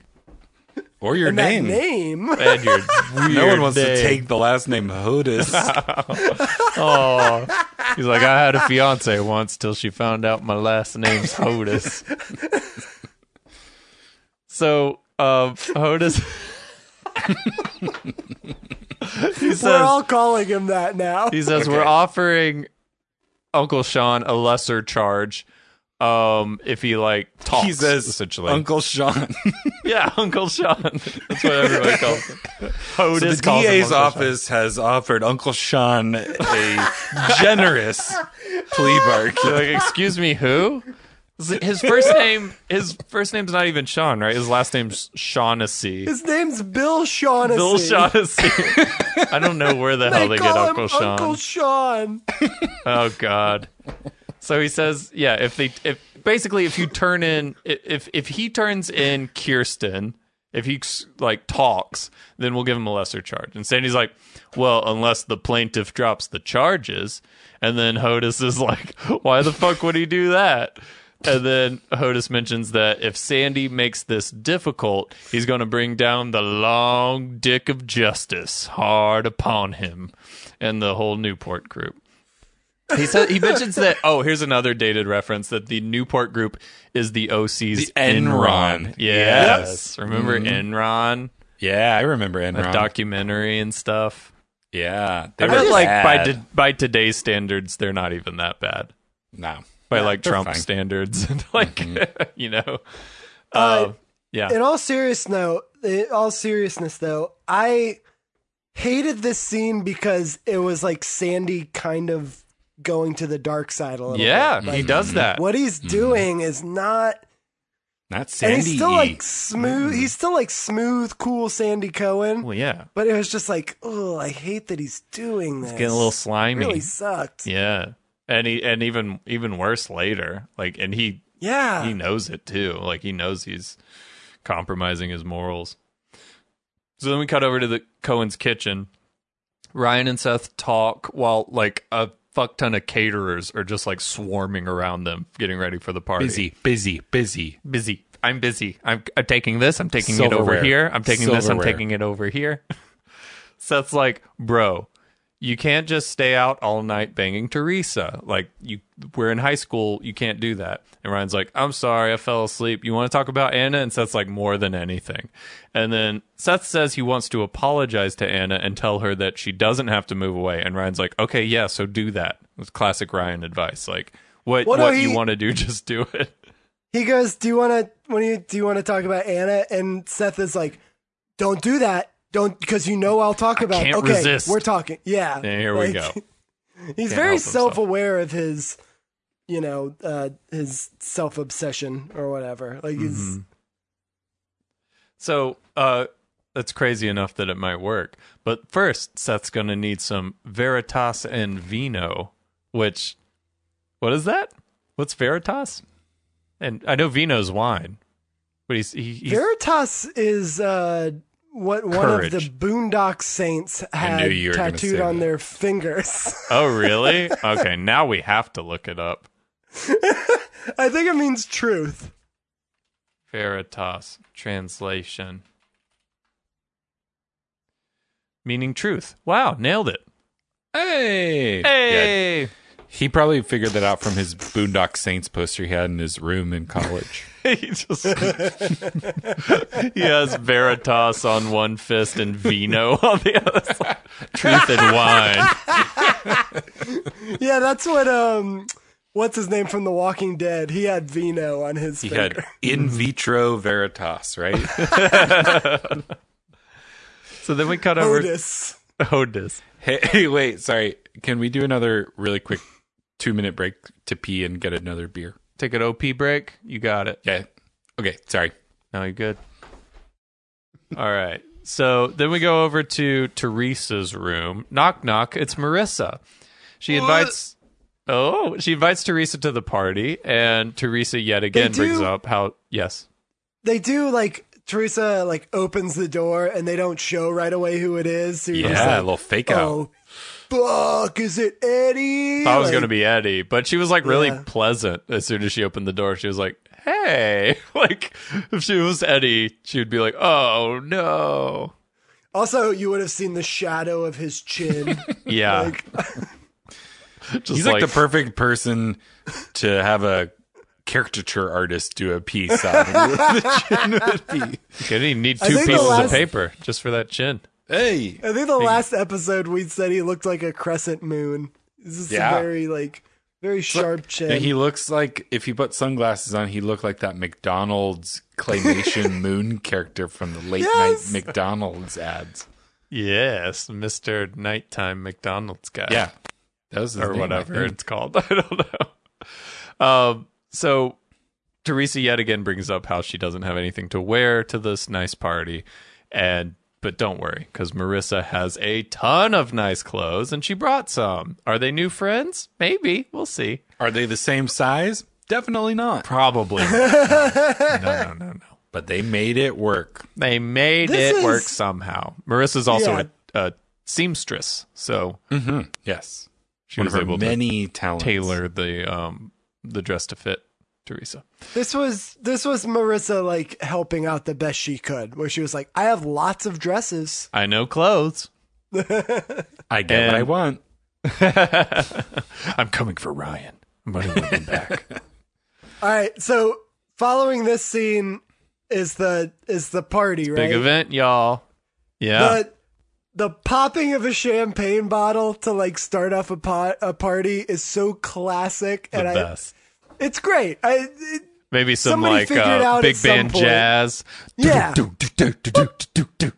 S1: or your
S2: That
S1: name?
S2: name.
S3: and your weird
S1: No one wants to
S3: day.
S1: take the last name Hodis.
S3: Oh, he's like, I had a fiance once till she found out my last name's Hodis. so, um, Hodis. he says,
S2: We're all calling him that now.
S3: he says we're offering Uncle Sean a lesser charge um, if he like talks.
S1: he says,
S3: essentially,
S1: Uncle Sean.
S3: yeah, Uncle Sean. That's what everybody calls him.
S1: So
S3: Hodis
S1: the
S3: calls him
S1: DA's
S3: Uncle Sean.
S1: office has offered Uncle Sean a generous plea
S3: They're
S1: bargain.
S3: like, excuse me, who? His first name, his first name's not even Sean, right? His last name's Shaughnessy.
S2: his name's Bill Shaughnessy.
S3: Bill Shaughnessy. I don't know where the
S2: They,
S3: hell they
S2: call
S3: get
S2: him
S3: Uncle Sean.
S2: Uncle Sean.
S3: oh God. So he says, yeah, if they, if basically, if you turn in, if if he turns in Kirsten, If he like talks, then we'll give him a lesser charge. And Sandy's like, well, unless the plaintiff drops the charges. And then Hodis is like, why the fuck would he do that? And then Hodis mentions that if Sandy makes this difficult, he's going to bring down the long dick of justice hard upon him and the whole Newport group. He said he mentions that. Oh, here's another dated reference that the Newport Group is the OC's
S1: The Enron.
S3: Yes, remember Enron,
S1: Yeah, I remember
S3: a
S1: Enron.
S3: documentary and stuff.
S1: yeah,
S3: I
S1: they
S3: bet
S1: were
S3: like by
S1: bad.
S3: to- by today's standards, they're not even that bad.
S1: no
S3: By
S1: Yeah,
S3: like
S1: they're
S3: Trump
S1: fine. Mm-hmm.
S3: standards, and like you know, uh, yeah,
S2: In all serious no, in all seriousness though, I hated this scene because it was like Sandy kind of going to the dark side a little
S3: yeah,
S2: bit.
S3: he
S2: Like,
S3: does that.
S2: What he's doing is not
S1: not Sandy.
S2: and he's still like smooth he's still like smooth, cool Sandy Cohen.
S3: Well, yeah,
S2: But it was just like, oh, I hate that he's doing this.
S3: it's getting a little
S2: It
S3: slimy.
S2: really sucked. Yeah.
S3: yeah, and he and even even worse later. Like, and he he knows it too. Like he knows he's compromising his morals. So then we cut over to the Cohen's kitchen. Ryan and Seth talk while like a fuck ton of caterers are just like swarming around them, getting ready for the party.
S1: busy, busy, busy.
S3: busy. I'm busy. I'm, I'm taking this. I'm taking it over
S1: Silverware.
S3: here. I'm taking this. I'm
S1: Silverware.
S3: taking it over here. Seth's like, bro, you can't just stay out all night banging Teresa. Like you, we're in high school. You can't do that. And Ryan's like, I'm sorry, I fell asleep. You want to talk about Anna? And Seth's like, more than anything. And then Seth says he wants to apologize to Anna and tell her that she doesn't have to move away. And Ryan's like, okay, yeah, so do that. It's classic Ryan advice. Like, what
S2: Well, no,
S3: what you
S2: he-
S3: want to do, just do it.
S2: He goes, Do you wanna when you do you wanna talk about Anna? And Seth is like, Don't do that. Don't because you know I'll talk about
S3: can't
S2: okay,
S3: resist.
S2: we're talking. Yeah.
S3: And here we go.
S2: Like, He's
S3: Can't help
S2: very
S3: himself.
S2: self aware of his you know, uh his self obsession or whatever. Like he's
S3: Mm-hmm. So uh, that's crazy enough that it might work. But first, Seth's going to need some Veritas and Vino, which, what is that? What's Veritas? And I know Vino's wine, but he's, he, he's
S2: Veritas is uh what one of the
S1: Courage.
S2: boondock saints
S1: I
S2: had
S1: knew you were gonna
S2: tattooed
S1: say
S2: on
S1: that.
S2: their fingers.
S3: oh, really? okay, now we have to look it up.
S2: I think it means truth.
S3: Veritas translation. Meaning truth. Wow, nailed it.
S1: Hey, Yeah,
S3: Hey!
S1: he probably figured that out from his Boondock Saints poster he had in his room in college.
S3: he just he has veritas on one fist and vino on the other side. Truth and wine.
S2: Yeah, that's what um what's his name from The Walking Dead? He had Vino on his
S1: He
S2: finger.
S1: had in vitro veritas, right?
S3: So then we cut over.
S2: Otis.
S3: Hodis.
S1: Hey, hey, wait, sorry. Can we do another really quick two minute break to pee and get another beer?
S3: Take an OP break. You got it.
S1: Yeah. Okay, sorry.
S3: No, you're good. All right. So then we go over to Teresa's room. Knock knock. It's Marissa. She invites. Oh, she invites Teresa to the party, and Teresa yet again brings
S2: do-
S3: up how yes.
S2: They do like Teresa like opens the door and they don't show right away who it is. So you're just
S1: Yeah, a
S2: like,
S1: little fake out.
S2: oh fuck, is it Eddie?
S3: thought it was
S2: Like,
S3: going to be Eddie, but she was like really
S2: Yeah.
S3: pleasant as soon as she opened the door. She was like, "Hey!" Like if she was Eddie, she would be like, "Oh no."
S2: Also, you would have seen the shadow of his chin.
S1: Ah,
S3: Yeah.
S2: Like-
S3: Just
S1: He's like, the perfect person to have a caricature artist do a piece on.
S3: you didn't need
S2: I
S3: two
S2: think the
S3: pieces of
S2: last-
S3: paper just for that chin.
S1: hey.
S2: I think the last episode we said he looked like a crescent moon. This is
S1: Yeah.
S2: a very like very sharp chin.
S1: he looks like if you put sunglasses on, he looked like that McDonald's claymation moon character from the late
S2: Yes.
S1: night McDonald's ads.
S3: Yes, Mr. Nighttime McDonald's guy.
S1: Yeah. That was his
S3: or
S1: name, I
S3: whatever
S1: think.
S3: it's called. I don't know. Um, so Teresa yet again brings up how she doesn't have anything to wear to this nice party, and but don't worry because Marissa has a ton of nice clothes and she brought some. Are they new friends? Maybe we'll see.
S1: Are they the same size? Definitely not.
S3: Probably. no, no, no, no.
S1: but they made it work.
S3: They made
S2: This
S3: it work
S2: is-
S3: somehow. Marissa's also
S2: Yeah.
S3: a, a seamstress, so
S1: Mm-hmm. Yes,
S3: she
S1: one
S3: was
S1: of her
S3: able
S1: many
S3: to
S1: talents.
S3: tailor the um the dress to fit Teresa.
S2: This was this was Marissa like helping out the best she could, where she was like, "I have lots of dresses."
S3: I know clothes.
S1: I get
S3: And-
S1: what I want.
S3: I'm coming for Ryan. I'm running with him back.
S2: All right, so following this scene is the is the party, right?
S3: Big event, y'all. Yeah.
S2: The the popping of a champagne bottle to like start off a pot, a party is so classic,
S3: the
S2: and I
S3: best.
S2: it's great. I it,
S3: Maybe some
S2: somebody
S3: like
S2: figured it
S3: uh,
S2: out
S3: big
S2: at some
S3: band
S2: point.
S3: jazz.
S2: yeah,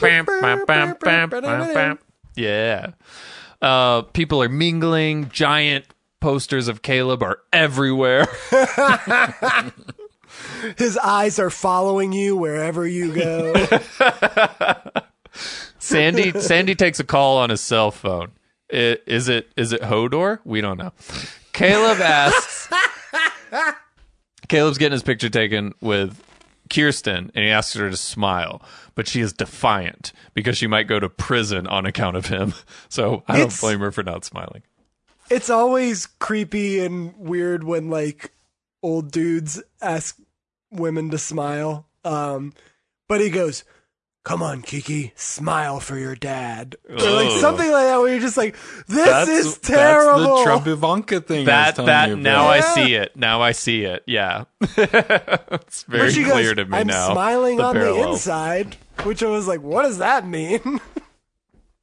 S3: Bam, bam, bam, bam, bam, bam. Yeah. Uh, people are mingling. Giant posters of Caleb are everywhere.
S2: his eyes are following you wherever you go.
S3: Sandy Sandy takes a call on his cell phone. I- Is it is it Hodor? We don't know. Caleb asks. Caleb's getting his picture taken with Kirsten, and he asks her to smile, but she is defiant because she might go to prison on account of him. So I don't
S2: It's-
S3: blame her for not smiling.
S2: it's always creepy and weird when like old dudes ask women to smile. Um, but he goes, "Come on, Kiki, smile for your dad," or like
S3: Ugh.
S2: something like that. Where you're just like, "This
S1: That's,
S2: is
S1: That's
S2: terrible."
S1: the Trump Ivanka thing. I was
S3: That
S1: telling you
S3: that
S1: about.
S3: now I
S2: Yeah.
S3: see it. Now I see it. Yeah, it's very
S2: she goes,
S3: clear to me
S2: I'm
S3: now.
S2: smiling on the
S3: parallels.
S2: inside, which I was like, "What does that mean?"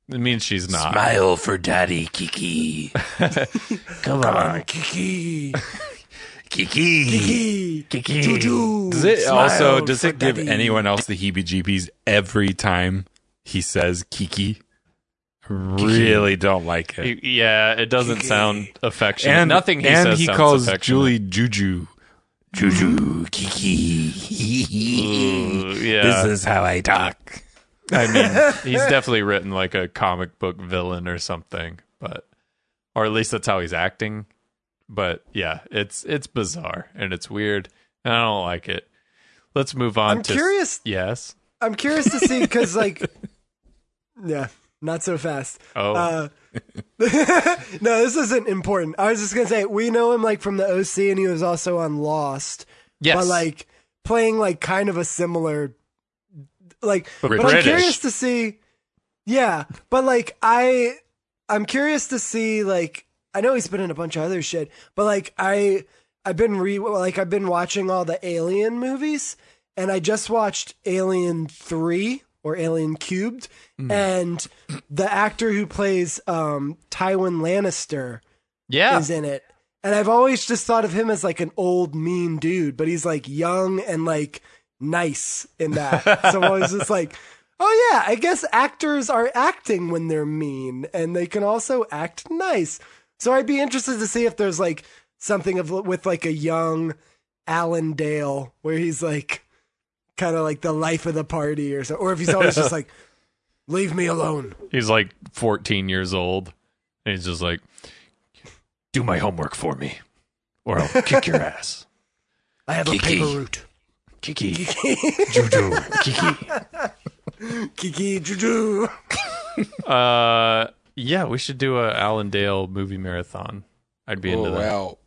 S3: It means she's not.
S4: Smile for Daddy Kiki. Come on,
S2: Kiki,
S4: Kiki.
S2: Kiki,
S4: Kiki.
S2: Juju.
S1: Does it also
S2: smile
S1: does
S2: for
S1: it give
S2: daddy."
S1: anyone else the heebie-jeebies every time he says Kiki? Really don't like it.
S3: Y- Yeah, it doesn't
S2: Kiki.
S3: sound affectionate.
S1: and
S3: Nothing he
S1: and
S3: says
S1: he
S3: sounds
S1: calls
S3: affectionate.
S1: Julie Juju.
S4: Juju. Kiki.
S3: Ooh, Mm. yeah,
S1: This is how I talk.
S3: I mean, he's definitely written like a comic book villain or something, but or at least that's how he's acting. But yeah, it's it's bizarre and it's weird, and I don't like it. Let's move on.
S2: I'm
S3: to,
S2: curious.
S3: Yes.
S2: I'm curious to see because, like, yeah, not so fast.
S3: Oh,
S2: Uh, no, this isn't important. I was just gonna say we know him like from the OC, and he was also on Lost,
S3: yes.
S2: but like playing like kind of a similar, like.
S1: But
S2: But I'm curious to see. Yeah, but like I, I'm curious to see like I know he's been in a bunch of other shit, but like I, I've been re like I've been watching all the Alien movies, and I just watched Alien Three or Alien Cubed, and the actor who plays um Tywin Lannister
S3: yeah.
S2: is in it. And I've always just thought of him as like an old mean dude, but he's like young and like nice in that. so I was just like, oh yeah, I guess actors are acting when they're mean and they can also act nice. So I'd be interested to see if there's like something of with like a young Alan Dale where he's like kind of like the life of the party or so or if he's always just like leave me alone.
S3: He's like 14 years old, and he's just like, "Do my homework for me, or I'll kick your ass."
S2: I have a paper route.
S4: Kiki.
S2: Juju. Kiki. Kiki Juju.
S3: Uh, yeah, we should do a Alan Dale movie marathon. I'd be into that.
S1: wow.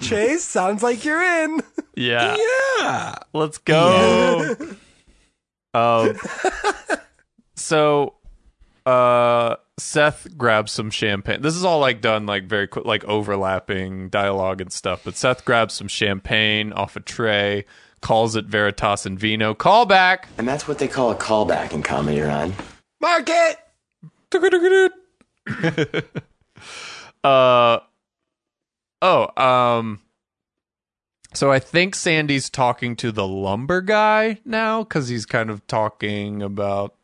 S2: Chase, sounds like you're in.
S3: Yeah,
S1: Yeah.
S3: let's go. um, so, uh, Seth grabs some champagne. This is all like done like very quick, like overlapping dialogue and stuff. But Seth grabs some champagne off a tray, calls it Veritas and Vino. Call back.
S5: And that's what they call a callback in comedy, Ron.
S2: Mark it.
S3: uh oh um so i think sandy's talking to the lumber guy now because he's kind of talking about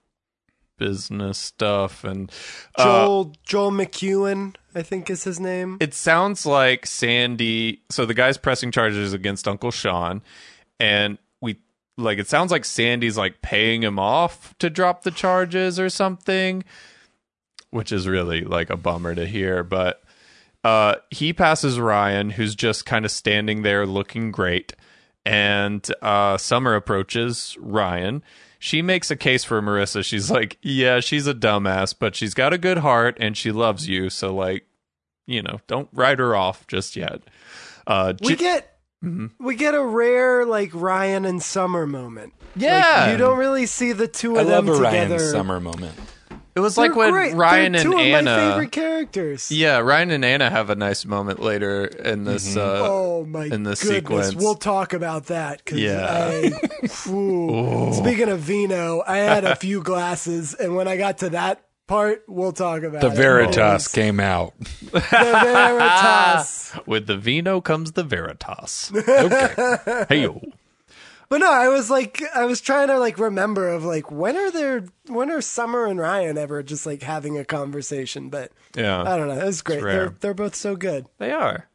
S3: business stuff and uh,
S2: Joel Joel McEwen, I think is his name.
S3: it sounds like sandy so the guy's pressing charges against uncle sean and we like it sounds like sandy's like paying him off to drop the charges or something which is really like a bummer to hear but Uh, he passes Ryan, who's just kind of standing there looking great. And uh, Summer approaches Ryan. She makes a case for Marissa. She's like, Yeah, she's a dumbass, but she's got a good heart and she loves you. So, like, you know, don't write her off just yet. Uh,
S2: We
S3: Ju-
S2: get
S3: Mm-hmm.
S2: we get a rare like Ryan and Summer moment.
S3: yeah.
S2: You don't really see the two
S1: I
S2: of them
S1: love a
S2: together.
S1: Ryan Summer moment.
S3: it was
S2: They're
S3: like when
S2: great.
S3: Ryan
S2: They're
S3: and
S2: two
S3: Anna.
S2: of my favorite characters.
S3: Yeah, Ryan and Anna have a nice moment later in this. Uh,
S2: Oh my
S3: in the
S2: goodness!
S3: sequence.
S2: We'll talk about that. 'cause
S3: Yeah. Oh.
S2: I- phew. Speaking of vino, I had a few glasses, and when I got to that part, we'll talk about
S1: The
S2: it.
S1: Veritas came out.
S2: The Veritas.
S3: With the vino comes the veritas.
S1: Okay.
S3: hey,
S2: But no, I was like, I was trying to like remember of like when are there, when are Summer and Ryan ever just like having a conversation? But
S3: yeah,
S2: I don't know. It was great.
S3: rare.
S2: They're they're both so good.
S3: they are.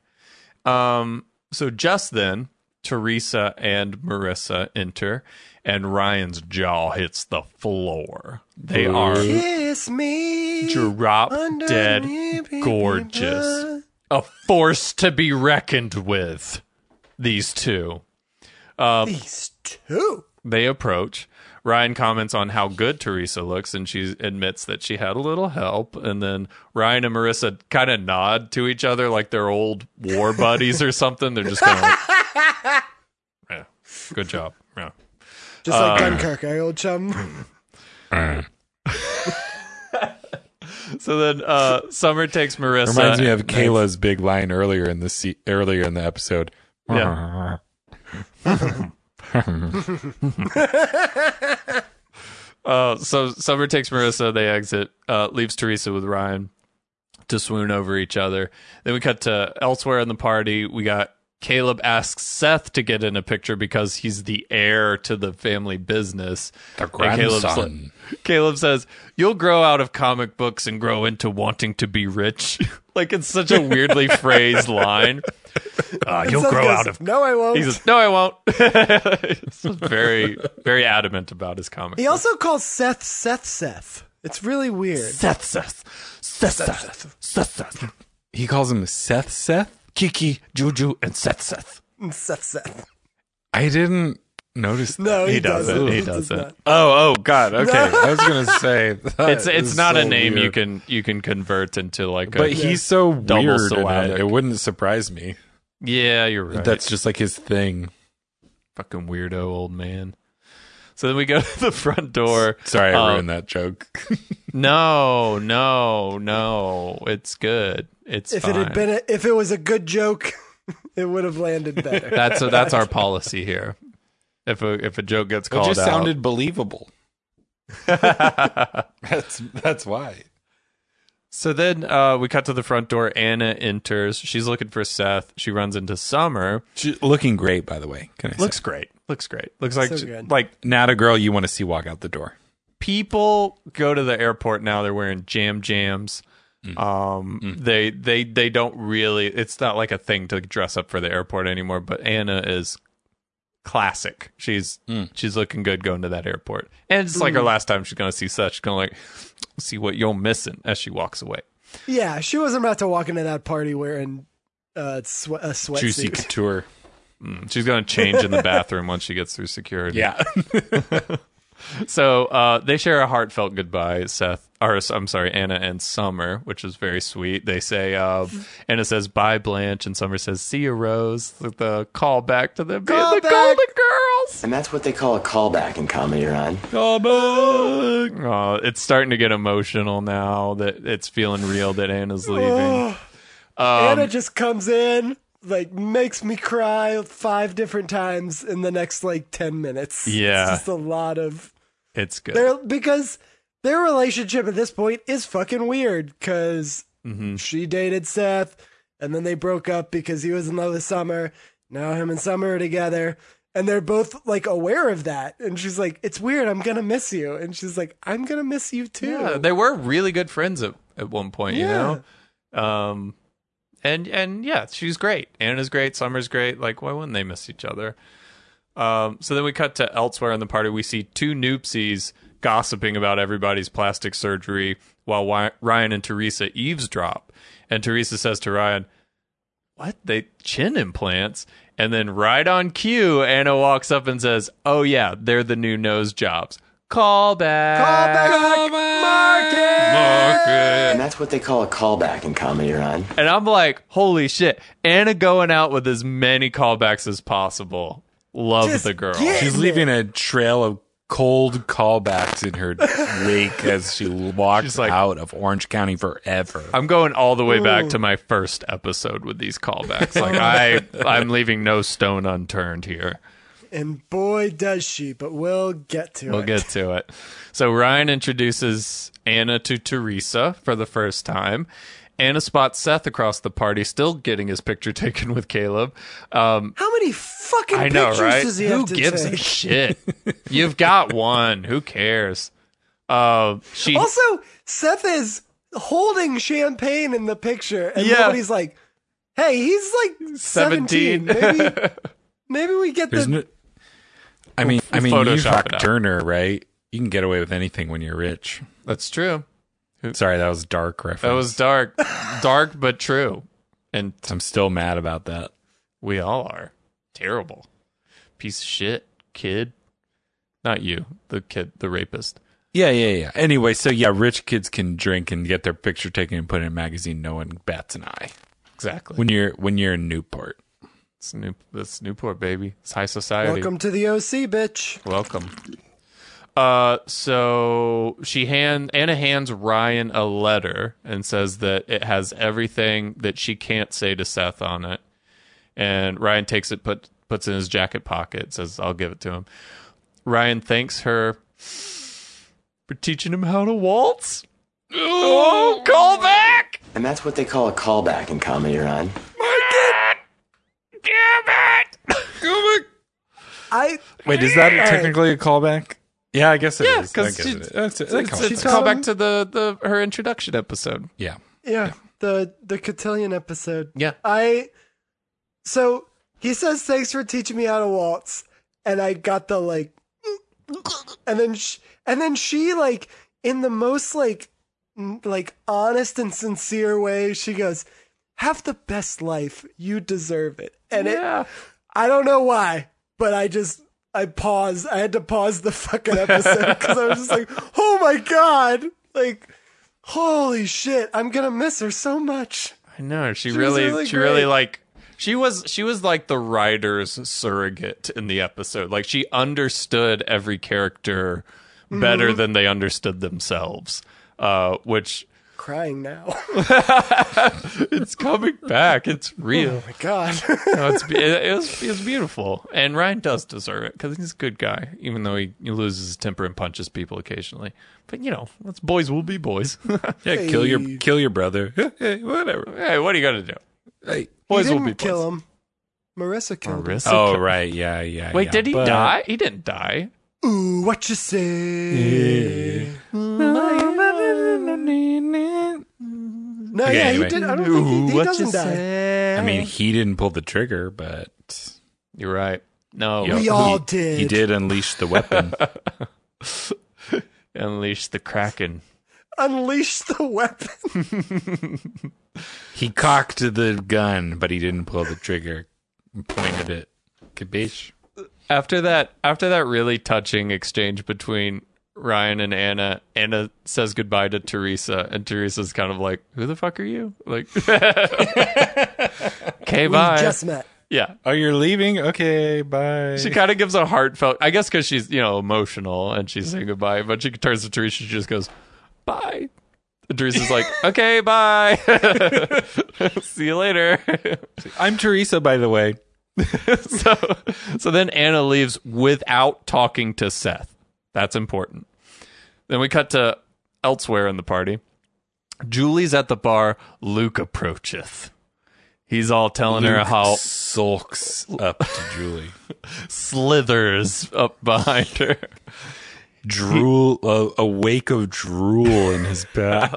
S3: Um, so just then, Teresa and Marissa enter, and Ryan's jaw hits the floor. They are
S2: Kiss me.
S3: drop dead
S2: underneath me,
S3: gorgeous,
S2: baby.
S3: a force to be reckoned with. These two.
S2: These two.
S3: They approach. Ryan comments on how good Teresa looks, and she admits that she had a little help. And then Ryan and Marissa kind of nod to each other like they're old war buddies or something. They're just kind of like, yeah, good job. Yeah.
S2: Just like
S3: Uh,
S2: Dunkirk, our old chum.
S3: So then uh, Summer takes Marissa.
S1: Reminds me of Kayla's big line earlier in the se- earlier in the episode.
S3: Yeah. Uh, so Summer takes Marissa. They exit. Uh, leaves Teresa with Ryan to swoon over each other. Then we cut to elsewhere in the party. We got Caleb asks Seth to get in a picture because he's the heir to the family business.
S1: The
S3: And Caleb's like-
S1: grandson.
S3: Caleb says, "You'll grow out of comic books and grow into wanting to be rich." like it's such a weirdly phrased line. Uh, you'll
S2: Seth
S3: grow
S2: goes,
S3: out of
S2: No, I won't.
S3: he says, "No, I won't." He's very, very adamant about his comic.
S2: he also calls Seth Seth Seth. It's really weird.
S3: Seth, Seth, Seth, Seth, Seth, Seth,
S1: He calls him Seth Seth?
S3: Kiki, Juju, and Seth, Seth.
S2: Seth Seth.
S1: I didn't notice that.
S2: No, he, doesn't.
S3: He
S2: It does
S3: doesn't.
S2: not.
S3: Oh, oh, God. Okay.
S1: I was going to say that
S3: It's it's
S1: is
S3: not a
S1: so
S3: name you
S1: weird.
S3: can you can convert into like a.
S1: But he's so
S3: Double
S1: weird. in it,
S3: syllabic.
S1: It wouldn't surprise me.
S3: yeah, you're right.
S1: That's just like his thing.
S3: fucking weirdo old man. So then we go to the front door.
S1: Sorry, I
S3: Um,
S1: ruined that joke.
S3: No, no, no. It's good. It's
S2: If
S3: fine.
S2: it had been, a, if it was a good joke, it would have landed better.
S3: that's that's our policy here. If a if a joke gets
S1: It
S3: called
S1: just
S3: out,
S1: sounded believable. that's that's why.
S3: So then uh, we cut to the front door. Anna enters. She's looking for Seth. She runs into Summer.
S1: She, looking great, by the way. Can I say?
S3: Looks great. Looks great. Looks like
S2: So good.
S3: like
S1: not a girl you want to see walk out the door.
S3: people go to the airport now. They're wearing jam jams. Um, they they they don't really. It's not like a thing to dress up for the airport anymore. But Anna is classic. She's she's looking good going to that airport. And it's like her last time she's gonna see Seth. She's gonna like see what you're missing as she walks away.
S2: yeah, she wasn't about to walk into that party wearing uh, swe- a
S1: Juicy
S2: sweatsuit.
S1: couture.
S3: She's gonna change in the bathroom once she gets through security.
S1: Yeah.
S3: So uh, they share a heartfelt goodbye, Seth. Or I'm sorry, Anna and Summer, which is very sweet. They say, uh, Anna says, "Bye, Blanche," and Summer says, "See you, Rose." The, the call back to them being the
S2: Callback!
S3: Golden Girls.
S5: And that's what they call a callback in comedy, Ron.
S3: Aw, it's starting to get emotional now that it's feeling real that Anna's leaving.
S2: Anna just comes in, like makes me cry five different times in the next like ten minutes.
S3: Yeah.
S2: it's just a lot of
S3: It's good.
S2: their because their relationship at this point is fucking weird because
S3: Mm-hmm.
S2: she dated Seth and then they broke up because he was in love with Summer. Now him and Summer are together and they're both like aware of that. And she's like, It's weird, I'm gonna miss you. And she's like, I'm gonna miss you too.
S3: Yeah, they were really good friends at, at one point, you know. Um, and and yeah, she's great. Anna's great. Summer's great. Like, why wouldn't they miss each other? Um, so then we cut to elsewhere in the party. We see two noopsies gossiping about everybody's plastic surgery while Wy- Ryan and Teresa eavesdrop. And Teresa says to Ryan, What? They chin implants? And then right on cue, Anna walks up and says, Oh, yeah, they're the new nose jobs. Call back.
S2: Callback market.
S5: And that's what they call a callback in comedy, Ron.
S3: And I'm like, holy shit. Anna going out with as many callbacks as possible. Love
S2: Just
S3: the girl.
S2: get-
S1: She's leaving a trail of cold callbacks in her wake as she walks
S3: She's like-
S1: out of Orange County forever.
S3: I'm going all the way back to my first episode with these callbacks. Like I I'm leaving no stone unturned here.
S2: And boy, does she, but we'll get to
S3: We'll
S2: it.
S3: get to it. So Ryan introduces Anna to Teresa for the first time. Anna spots Seth across the party, still getting his picture taken with Caleb. Um,
S2: How many fucking
S3: I know,
S2: pictures
S3: right?
S2: does he
S3: Who
S2: have to
S3: gives
S2: take?
S3: a shit? You've got one. Who cares? Uh, she
S2: Also, Seth is holding champagne in the picture, and
S3: Yeah.
S2: nobody's like, "Hey, he's like
S3: 17.
S2: seventeen. maybe, maybe we get
S1: There's
S2: the
S1: no, I mean, I mean,
S3: Photoshop
S1: you
S3: it
S1: Chuck
S3: up.
S1: Turner, right? You can get away with anything when you're rich.
S3: that's true.
S1: Sorry, that was a dark reference.
S3: That was dark, dark but true, and
S1: I'm still mad about that.
S3: we all are terrible. Piece of shit, kid. Not you, the kid, the rapist.
S1: Yeah, yeah, yeah. Anyway, so yeah, rich kids can drink and get their picture taken and put in a magazine. No one bats an eye
S3: Exactly.
S1: when you're when you're in Newport.
S3: It's New, that's Newport, baby. It's high society.
S2: welcome to the OC, bitch.
S3: Welcome. Uh, so she hand Anna hands Ryan a letter and says that it has everything that she can't say to Seth on it. And Ryan takes it, put puts it in his jacket pocket, says, "I'll give it to him." Ryan thanks her for teaching him how to waltz. Oh, call back!
S5: And that's what they call a callback in comedy, Ron.
S3: Damn it!
S2: I
S1: Wait, is that
S2: All right.
S1: technically a callback? Yeah, I guess it is.
S3: Yeah,
S1: I
S3: 'cause
S1: guess
S3: she-
S1: it is. That's it. That
S3: It's,
S1: counts
S3: it's
S1: as-
S3: a callback to the, the her introduction episode.
S1: yeah.
S2: yeah the the cotillion episode.
S3: Yeah.
S2: I so he says thanks for teaching me how to waltz, and I got the like, and then sh- and then she like in the most like n- like honest and sincere way she goes, have the best life, you deserve it, and it,
S3: yeah.
S2: I don't know why, but I just I paused, I had to pause the fucking episode because I was just like, oh my god, like. Holy shit! I'm gonna miss her so much.
S3: I know she,
S2: was
S3: really,
S2: really
S3: she really
S2: great.
S3: like she was she was like the writer's surrogate in the episode. Like she understood every character better
S2: Mm-hmm.
S3: than they understood themselves. Uh, which
S2: Crying now.
S3: it's coming back. It's real.
S2: my god.
S3: No, it's be- it, it was it was beautiful. And Ryan does deserve it because he's a good guy, even though he, he loses his temper and punches people occasionally. But you know, that's boys will be boys.
S1: Yeah, kill
S2: Hey.
S1: your kill your brother. Oh, hey, whatever.
S3: hey, what are you gonna do?
S1: Hey.
S3: Boys
S2: he
S3: will
S2: didn't
S3: be
S2: kill
S3: boys.
S2: him. Marissa killed
S3: Marissa
S1: Oh
S3: killed-
S1: right, yeah, yeah.
S3: Wait,
S1: yeah.
S3: did he
S1: But-
S3: die? He didn't die.
S2: him. Ooh, what you say? No,
S1: Okay,
S2: yeah,
S1: anyway.
S2: he did. I don't think he, he
S3: What
S2: doesn't
S3: you
S2: die.
S3: say?
S1: I mean, he didn't pull the trigger, but
S3: you're right. No,
S1: you know,
S2: We all
S1: he-
S2: did.
S1: He did unleash the weapon.
S3: unleash the kraken.
S2: Unleash the weapon.
S1: he cocked the gun, but he didn't pull the trigger. and Pointed it. Kabish.
S3: After that, after that really touching exchange between Ryan and Anna, Anna says goodbye to Teresa, and Teresa's kind of like, "Who the fuck are you?" Like, okay, bye.
S2: We just met.
S3: yeah,
S1: Oh, you're leaving? Okay, bye.
S3: she kind of gives a heartfelt. I guess because she's you know emotional and she's saying goodbye, but she turns to Teresa, she just goes, "Bye." And Teresa's like, "Okay, bye. See you later."
S1: I'm Teresa, by the way.
S3: so, so then Anna leaves without talking to Seth. That's important. Then we cut to elsewhere in the party. Julie's at the bar. Luke approacheth. He's all telling her
S1: Luke
S3: how
S1: sulks up to Julie.
S3: slithers up behind her.
S1: drool, a, a wake of drool in his back.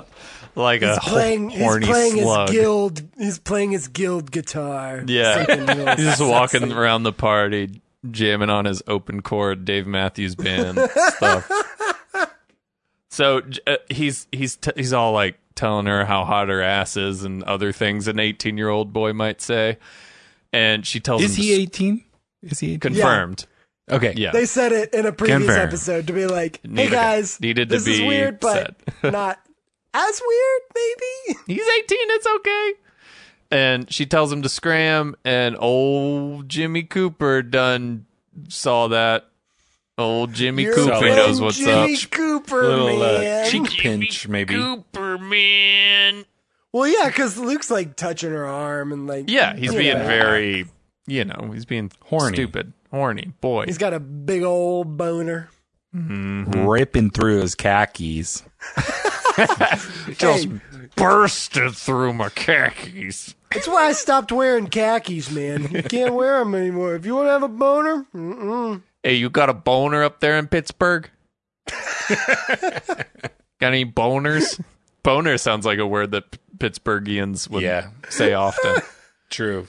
S3: Like a
S2: He's playing. He's
S3: horny
S2: playing
S3: slug.
S2: his guild. He's playing his guild guitar. Something real
S3: Yeah. He's just walking
S2: sexy.
S3: around the party, jamming on his open chord Dave Matthews band stuff. So j- uh, he's he's t- he's all like telling her how hot her ass is and other things an 18 year old boy might say, and she tells
S1: Is
S3: him
S1: he
S3: to s-
S1: 18? Is he 18?
S3: confirmed?
S1: Okay.
S3: Yeah,
S2: They said it in a previous
S1: Confirm.
S2: episode to be like, "Hey
S3: Needed it.
S2: guys,
S3: Needed to
S2: this is
S3: be
S2: weird, but not as weird, maybe."
S3: he's 18. It's okay. And she tells him to scram, and old Jimmy Cooper done saw that. Old Jimmy
S2: Your
S3: Cooper
S2: friend
S3: knows what's
S2: Jimmy
S3: up.
S2: Cooper,
S1: Little uh,
S2: man.
S1: cheek pinch, maybe.
S3: Cooper, man.
S2: well, yeah, because Luke's like touching her arm and like,
S3: Yeah, he's
S2: you
S3: being
S2: know,
S3: very, you know, he's being
S1: Horny.
S3: stupid, horny boy.
S2: He's got a big old boner.
S1: Ripping through his khakis.
S3: just
S2: Hey.
S3: bursted through my khakis.
S2: That's why I stopped wearing khakis, man. You can't wear them anymore. If you want to have a boner, mm-mm.
S3: Hey, you got a boner up there in Pittsburgh? got any boners? Boner sounds like a word that P- Pittsburghians would
S1: Yeah.
S3: say often.
S1: True.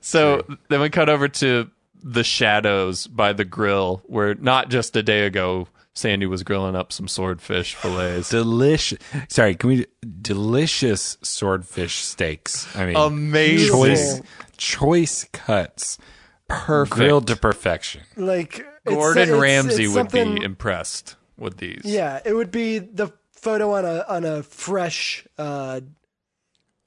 S3: So then we cut over to the shadows by the grill, where not just a day ago Sandy was grilling up some swordfish fillets.
S1: Delicious. Sorry, can we? Delicious swordfish steaks. I mean,
S3: Amazing.
S1: choice, choice cuts, perfect, grilled to perfection.
S2: like it's-
S3: Gordon
S2: it's-
S3: Ramsay
S2: it's
S3: would
S2: something-
S3: be impressed with these.
S2: Yeah, it would be the photo on a on a fresh uh,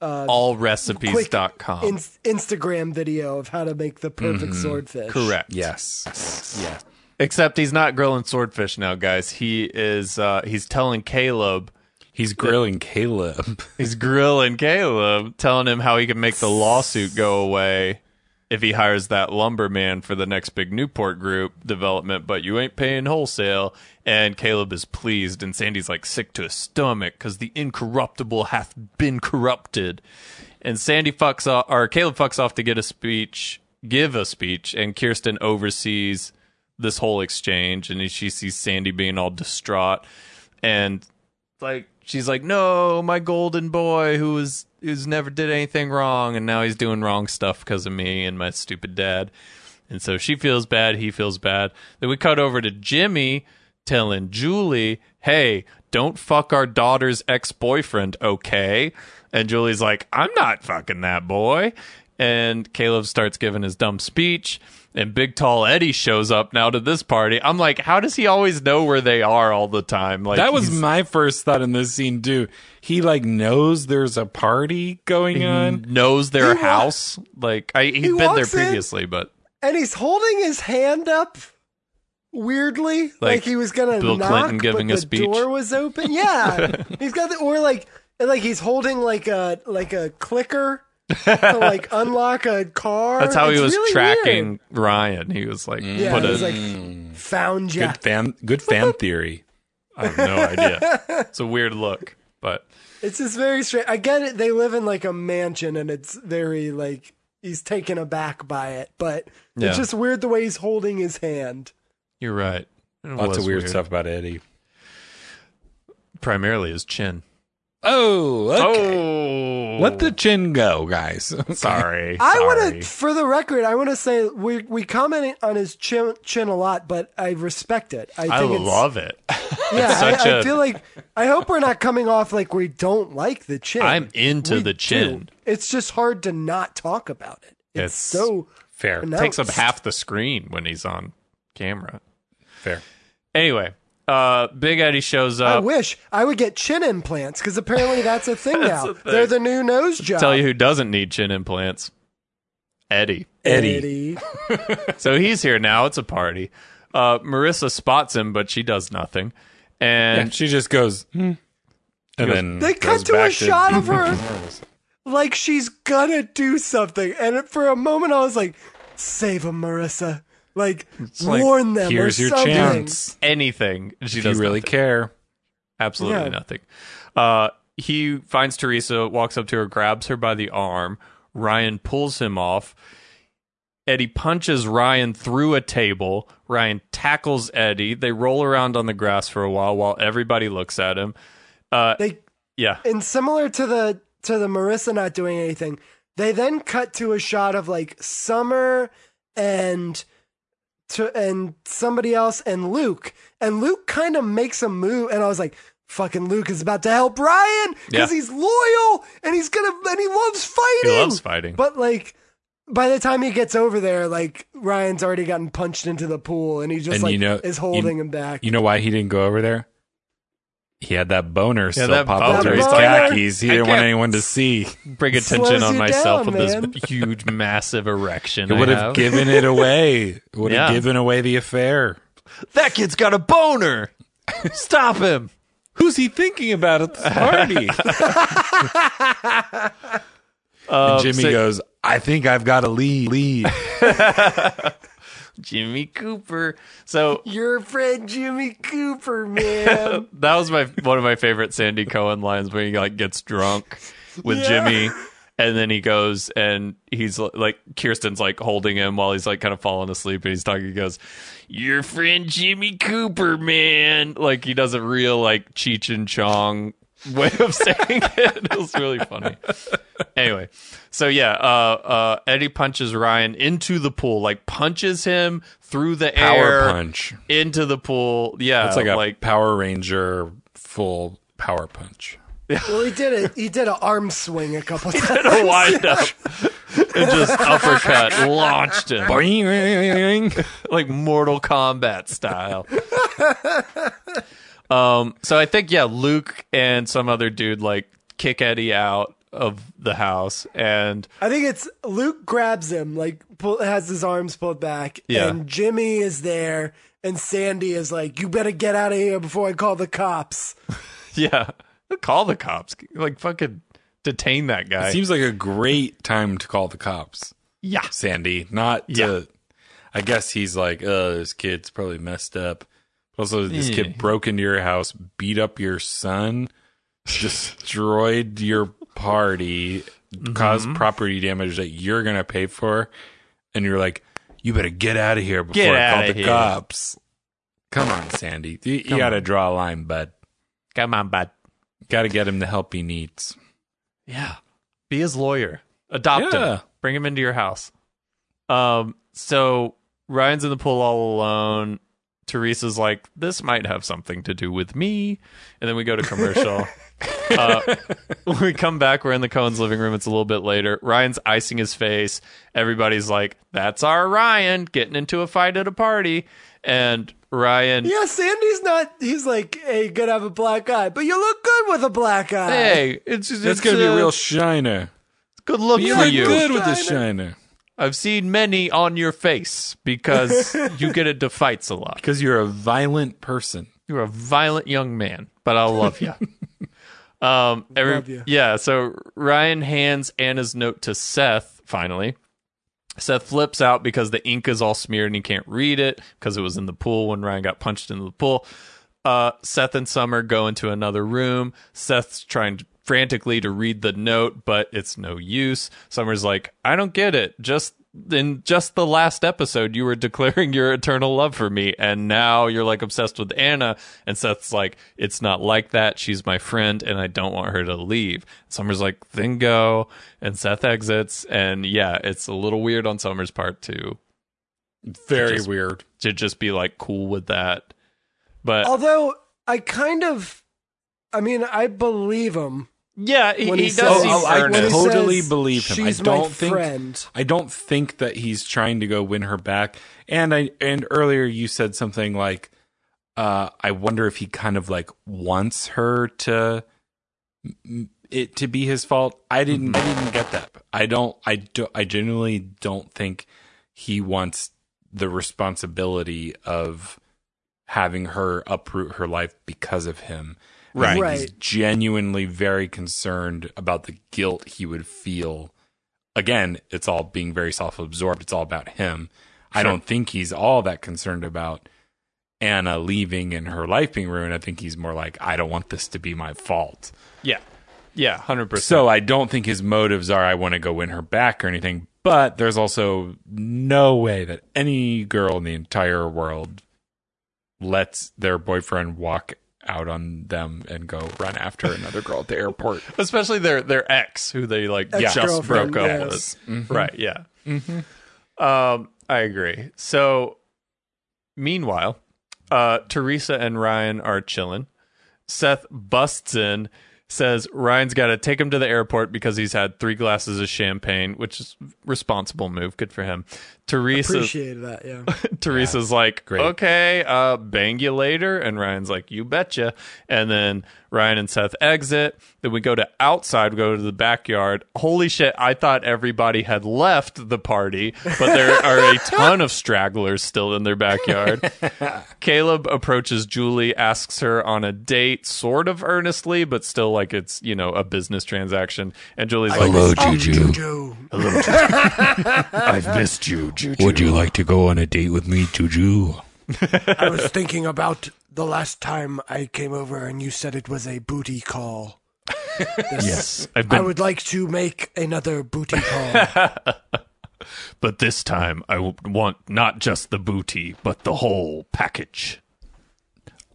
S2: quick
S3: Allrecipes.com.
S2: in- Instagram video of how to make the perfect swordfish.
S3: Mm-hmm. Correct.
S1: Yes. Yeah.
S3: Except he's not grilling swordfish now, guys. He is uh he's telling Caleb
S1: He's grilling Caleb.
S3: he's grilling Caleb, telling him how he can make the lawsuit go away if he hires that lumberman for the next big Newport group development, but you ain't paying wholesale. And Caleb is pleased, and Sandy's like sick to his stomach because the incorruptible hath been corrupted. And Sandy fucks off, or Caleb fucks off to get a speech, give a speech, and Kirsten oversees this whole exchange, and she sees Sandy being all distraught, and like she's like no my golden boy who was who's never did anything wrong and now he's doing wrong stuff because of me and my stupid dad and so she feels bad he feels bad then we cut over to jimmy telling julie hey don't fuck our daughter's ex-boyfriend okay and julie's like i'm not fucking that boy and caleb starts giving his dumb speech and big tall eddie shows up now to this party i'm like how does he always know where they are all the time like
S1: That was
S3: he's-
S1: my first thought in this scene too. He like knows there's a party going on.
S3: knows their
S2: He wa-
S3: house. like I, he'd
S2: He
S3: been there
S2: walks in-
S3: previously, but
S2: and he's holding his hand up weirdly, like,
S3: Like
S2: he was gonna
S3: Bill
S2: knock,
S3: Clinton
S2: but
S3: giving a
S2: the
S3: speech.
S2: Door was open. Yeah, he's got the or like and, like he's holding like a like a clicker to like unlock a car.
S3: that's how he
S2: It's
S3: was
S2: really
S3: tracking
S2: weird.
S3: Ryan. He was like,
S1: Mm.
S2: Yeah,
S3: put
S2: he
S3: a, Mm.
S2: was like found you.
S1: Good fan. Good fan theory.
S3: I have no idea. It's a weird look, but
S2: It's just very strange. I get it. They live in like a mansion, and it's very like he's taken aback by it, but
S3: Yeah.
S2: it's just weird the way he's holding his hand.
S3: you're right. It
S1: Lots
S3: was
S1: of weird, stuff about Eddie.
S3: Primarily his chin.
S1: Oh, okay.
S3: Oh,
S1: Let the chin go, guys.
S3: sorry.
S2: I
S3: want
S2: want to, for the record, I want to say we we comment on his chin, chin a lot, but I respect it. I think
S3: I
S2: it's,
S3: love it.
S2: Yeah,
S3: it's such
S2: I, I
S3: a-
S2: feel like I hope we're not coming off like we don't like the chin.
S3: I'm into
S2: We
S3: the chin.
S2: do. It's just hard to not talk about it. It's,
S3: It's-
S2: so
S1: fair.
S2: No.
S3: Takes up half the screen when he's on camera.
S1: Fair.
S3: Anyway, uh, Big Eddie shows
S2: I
S3: up.
S2: wish I would get chin implants because apparently that's a thing now.
S3: a thing.
S2: They're the new nose job.
S3: Tell you who doesn't need chin implants. Eddie.
S1: Eddie.
S2: Eddie.
S3: So he's here now. It's a party. Uh, Marissa spots him, but she does nothing.
S1: And
S3: And
S1: she just goes. "Hmm." And then
S2: They
S1: goes
S2: cut to a
S1: Mm-hmm. back
S2: shot of her like she's gonna do something. And it- for a moment, I was like, save him, Marissa. Like,
S1: like,
S2: warn them
S1: Here's
S2: or
S1: your
S2: something.
S1: chance.
S3: anything, she
S1: If you
S3: does
S1: really
S3: nothing.
S1: care.
S3: Absolutely
S2: Yeah.
S3: nothing. Uh, he finds Teresa, walks up to her, grabs her by the arm. Ryan pulls him off. Eddie punches Ryan through a table. Ryan tackles Eddie. They roll around on the grass for a while while everybody looks at him. Uh,
S2: They
S3: yeah.
S2: and similar to the to the Marissa not doing anything, they then cut to a shot of like Summer and to, and somebody else and Luke. And Luke kind of makes a move, and I was like, fucking Luke is about to help Ryan because
S3: Yeah.
S2: he's loyal and he's gonna and he loves
S3: He
S2: fighting.
S3: loves fighting.
S2: But like by the time he gets over there, like Ryan's already gotten punched into the pool and he just
S1: And
S2: like
S1: you know-
S2: is holding
S1: you-
S2: him back.
S1: You know why he didn't go over there? He had that boner still
S3: that
S1: popping
S2: boner.
S1: through his
S2: That boner.
S1: khakis. He
S3: I
S1: didn't want
S3: can't-
S1: anyone to see.
S3: Bring
S2: It
S3: attention
S2: slows
S3: on
S2: you
S3: myself
S2: down,
S3: with
S2: man.
S3: this huge, massive erection.
S1: It
S3: I
S1: would have
S3: have.
S1: given it away. Would have
S3: Yeah.
S1: given away the affair.
S3: that kid's got a boner. Stop him.
S1: Who's he thinking about at this party?
S3: Um,
S1: and Jimmy
S3: so-
S1: goes, I think I've got to leave. Um, Leave.
S3: Jimmy Cooper. So
S2: Your friend Jimmy Cooper, man.
S3: that was my one of my favorite Sandy Cohen lines where he like gets drunk with
S2: Yeah.
S3: Jimmy and then he goes and he's like Kirsten's like holding him while he's like kind of falling asleep and he's talking he goes your friend Jimmy Cooper man like he does a real like Cheech and Chong way of saying it it was really funny anyway so yeah uh uh Eddie punches Ryan into the pool like punches him through the
S1: Power
S3: air
S1: punch.
S3: into the pool yeah
S1: It's like a
S3: like
S1: Power Ranger full power punch.
S2: well, he did it. He did an arm swing a couple times.
S3: a wind up. It just uppercut launched him
S1: Boing.
S3: like Mortal Kombat style. um, so I think yeah, Luke and some other dude like kick Eddie out of the house, and
S2: I think it's Luke grabs him, like pull, has his arms pulled back,
S3: Yeah.
S2: and Jimmy is there, and Sandy is like, "You better get out of here before I call the cops."
S3: yeah, call the cops, like fucking detain that guy.
S1: Seems like a great time to call the cops,
S3: yeah,
S1: Sandy. Not
S3: Yeah.
S1: to. I guess he's like, oh, this kid's probably messed up. Also, this
S3: Eh.
S1: kid broke into your house, beat up your son, destroyed your party,
S3: Mm-hmm.
S1: caused property damage that you're going to pay for. And you're like, you better get out of here before
S3: Get
S1: I
S3: outta
S1: call the
S3: here.
S1: cops. Come on, Sandy. You, you got to draw a line, bud.
S3: come on, bud.
S1: Got to get him the help he needs.
S3: Yeah. Be his lawyer. Adopt
S1: Yeah.
S3: him. Bring him into your house. Um, so Ryan's in the pool all alone. Teresa's like, this might have something to do with me. And then we go to commercial. uh, when we come back, we're in the Cohen's living room. It's a little bit later. Ryan's icing his face. Everybody's like, that's our Ryan getting into a fight at a party. And Ryan,
S2: Yeah, Sandy's not. He's like, "Hey, gonna have a black eye, but you look good with a black eye."
S3: hey, it's, it's,
S1: That's going to be a
S3: uh,
S1: real shiner.
S3: good look
S1: You
S3: for
S1: look
S3: you.
S1: good with the shiner.
S3: I've seen many on your face because you get into fights a lot.
S1: Because you're a violent person.
S3: You're a violent young man, but I'll love you. Um, every,
S2: Love ya.
S3: Yeah, so Ryan hands Anna's note to Seth finally. Seth flips out because the ink is all smeared and he can't read it because it was in the pool when Ryan got punched into the pool. Uh, Seth and Summer go into another room. Seth's trying frantically to read the note, but it's no use. Summer's like, I don't get it. Just in just the last episode, you were declaring your eternal love for me, and now you're like obsessed with Anna. And Seth's like, It's not like that. She's my friend, and I don't want her to leave. Summer's like, Then go. And Seth exits. And yeah, it's a little weird on Summer's part too
S1: Very
S3: Just-
S1: weird.
S3: to just be like cool with that. But
S2: Although I kind of, I mean, I believe him.
S3: yeah, he,
S2: When
S3: he
S2: he
S3: does
S2: says-
S3: seem
S2: Oh,
S1: I
S2: when he
S3: earnest.
S1: totally
S2: says,
S1: believe him. I
S2: "She's my
S1: don't think
S2: friend."
S1: I don't think that he's trying to go win her back. And I and earlier you said something like, uh, "I wonder if he kind of like wants her to m- it to be his fault." I didn't.
S3: Mm-hmm.
S1: I didn't get that. I don't. I do. I genuinely don't think he wants the responsibility of having her uproot her life because of him. I
S3: Right.
S1: think He's
S2: Right.
S1: genuinely very concerned about the guilt he would feel. Again, it's all being very self absorbed. It's all about him. I
S3: Sure.
S1: don't think he's all that concerned about Anna leaving and her life being ruined. I think he's more like, I don't want this to be my fault.
S3: Yeah, yeah, hundred percent.
S1: So I don't think his motives are I want to go win her back or anything. But there's also no way that any girl in the entire world lets their boyfriend walk out on them and go run after another girl at the airport.
S3: especially their their ex who they like just
S2: Ex-girlfriend,
S3: broke up
S2: yes. Mm-hmm.
S3: with right yeah um i agree so Meanwhile, uh, Teresa and Ryan are chilling. Seth busts in, says Ryan's got to take him to the airport because he's had three glasses of champagne, which is responsible move. Good for him. Teresa
S2: Appreciated that. Yeah.
S3: Teresa's like,
S1: great.
S3: okay, uh, bang you later. And Ryan's like, you betcha. And then Ryan and Seth exit. Then we go to outside, we go to the backyard. Holy shit, I thought everybody had left the party, but there are a ton of stragglers still in their backyard. Caleb approaches Julie, asks her on a date, sort of earnestly, but still like it's, you know, a business transaction. And Julie's like,
S2: "Oh,
S1: Juju.
S2: Joe.
S3: I've missed you, Juju.
S1: Would you like to go on a date with me, Juju?
S2: I was thinking about the last time I came over and you said it was a booty call.
S3: Yes, I've
S2: I
S3: been
S2: would like to make another booty call.
S3: But this time, I w- want not just the booty, but the whole package.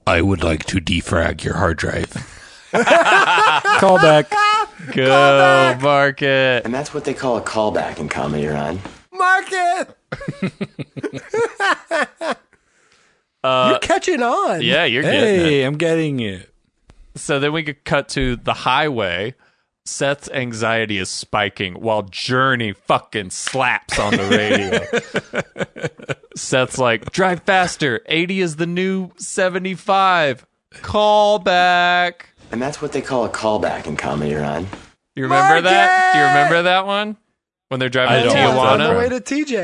S1: I would like to defrag your hard drive. Call back.
S3: Go market.
S5: And that's what they call a callback in comedy, Ron.
S2: Mark it.
S1: Uh,
S2: You're catching on.
S3: Yeah, you're getting it.
S1: Hey, I'm getting it.
S3: So then we could cut to the highway. Seth's anxiety is spiking while Journey fucking slaps on the radio. Seth's like, drive faster. 80 is the new 75. Call back.
S5: And that's what they call a callback in comedy, Ron.
S3: You remember that? Do you remember that one? When they're
S1: I
S3: driving to
S1: don't
S2: Yeah, it's on
S3: Tijuana?
S2: the way to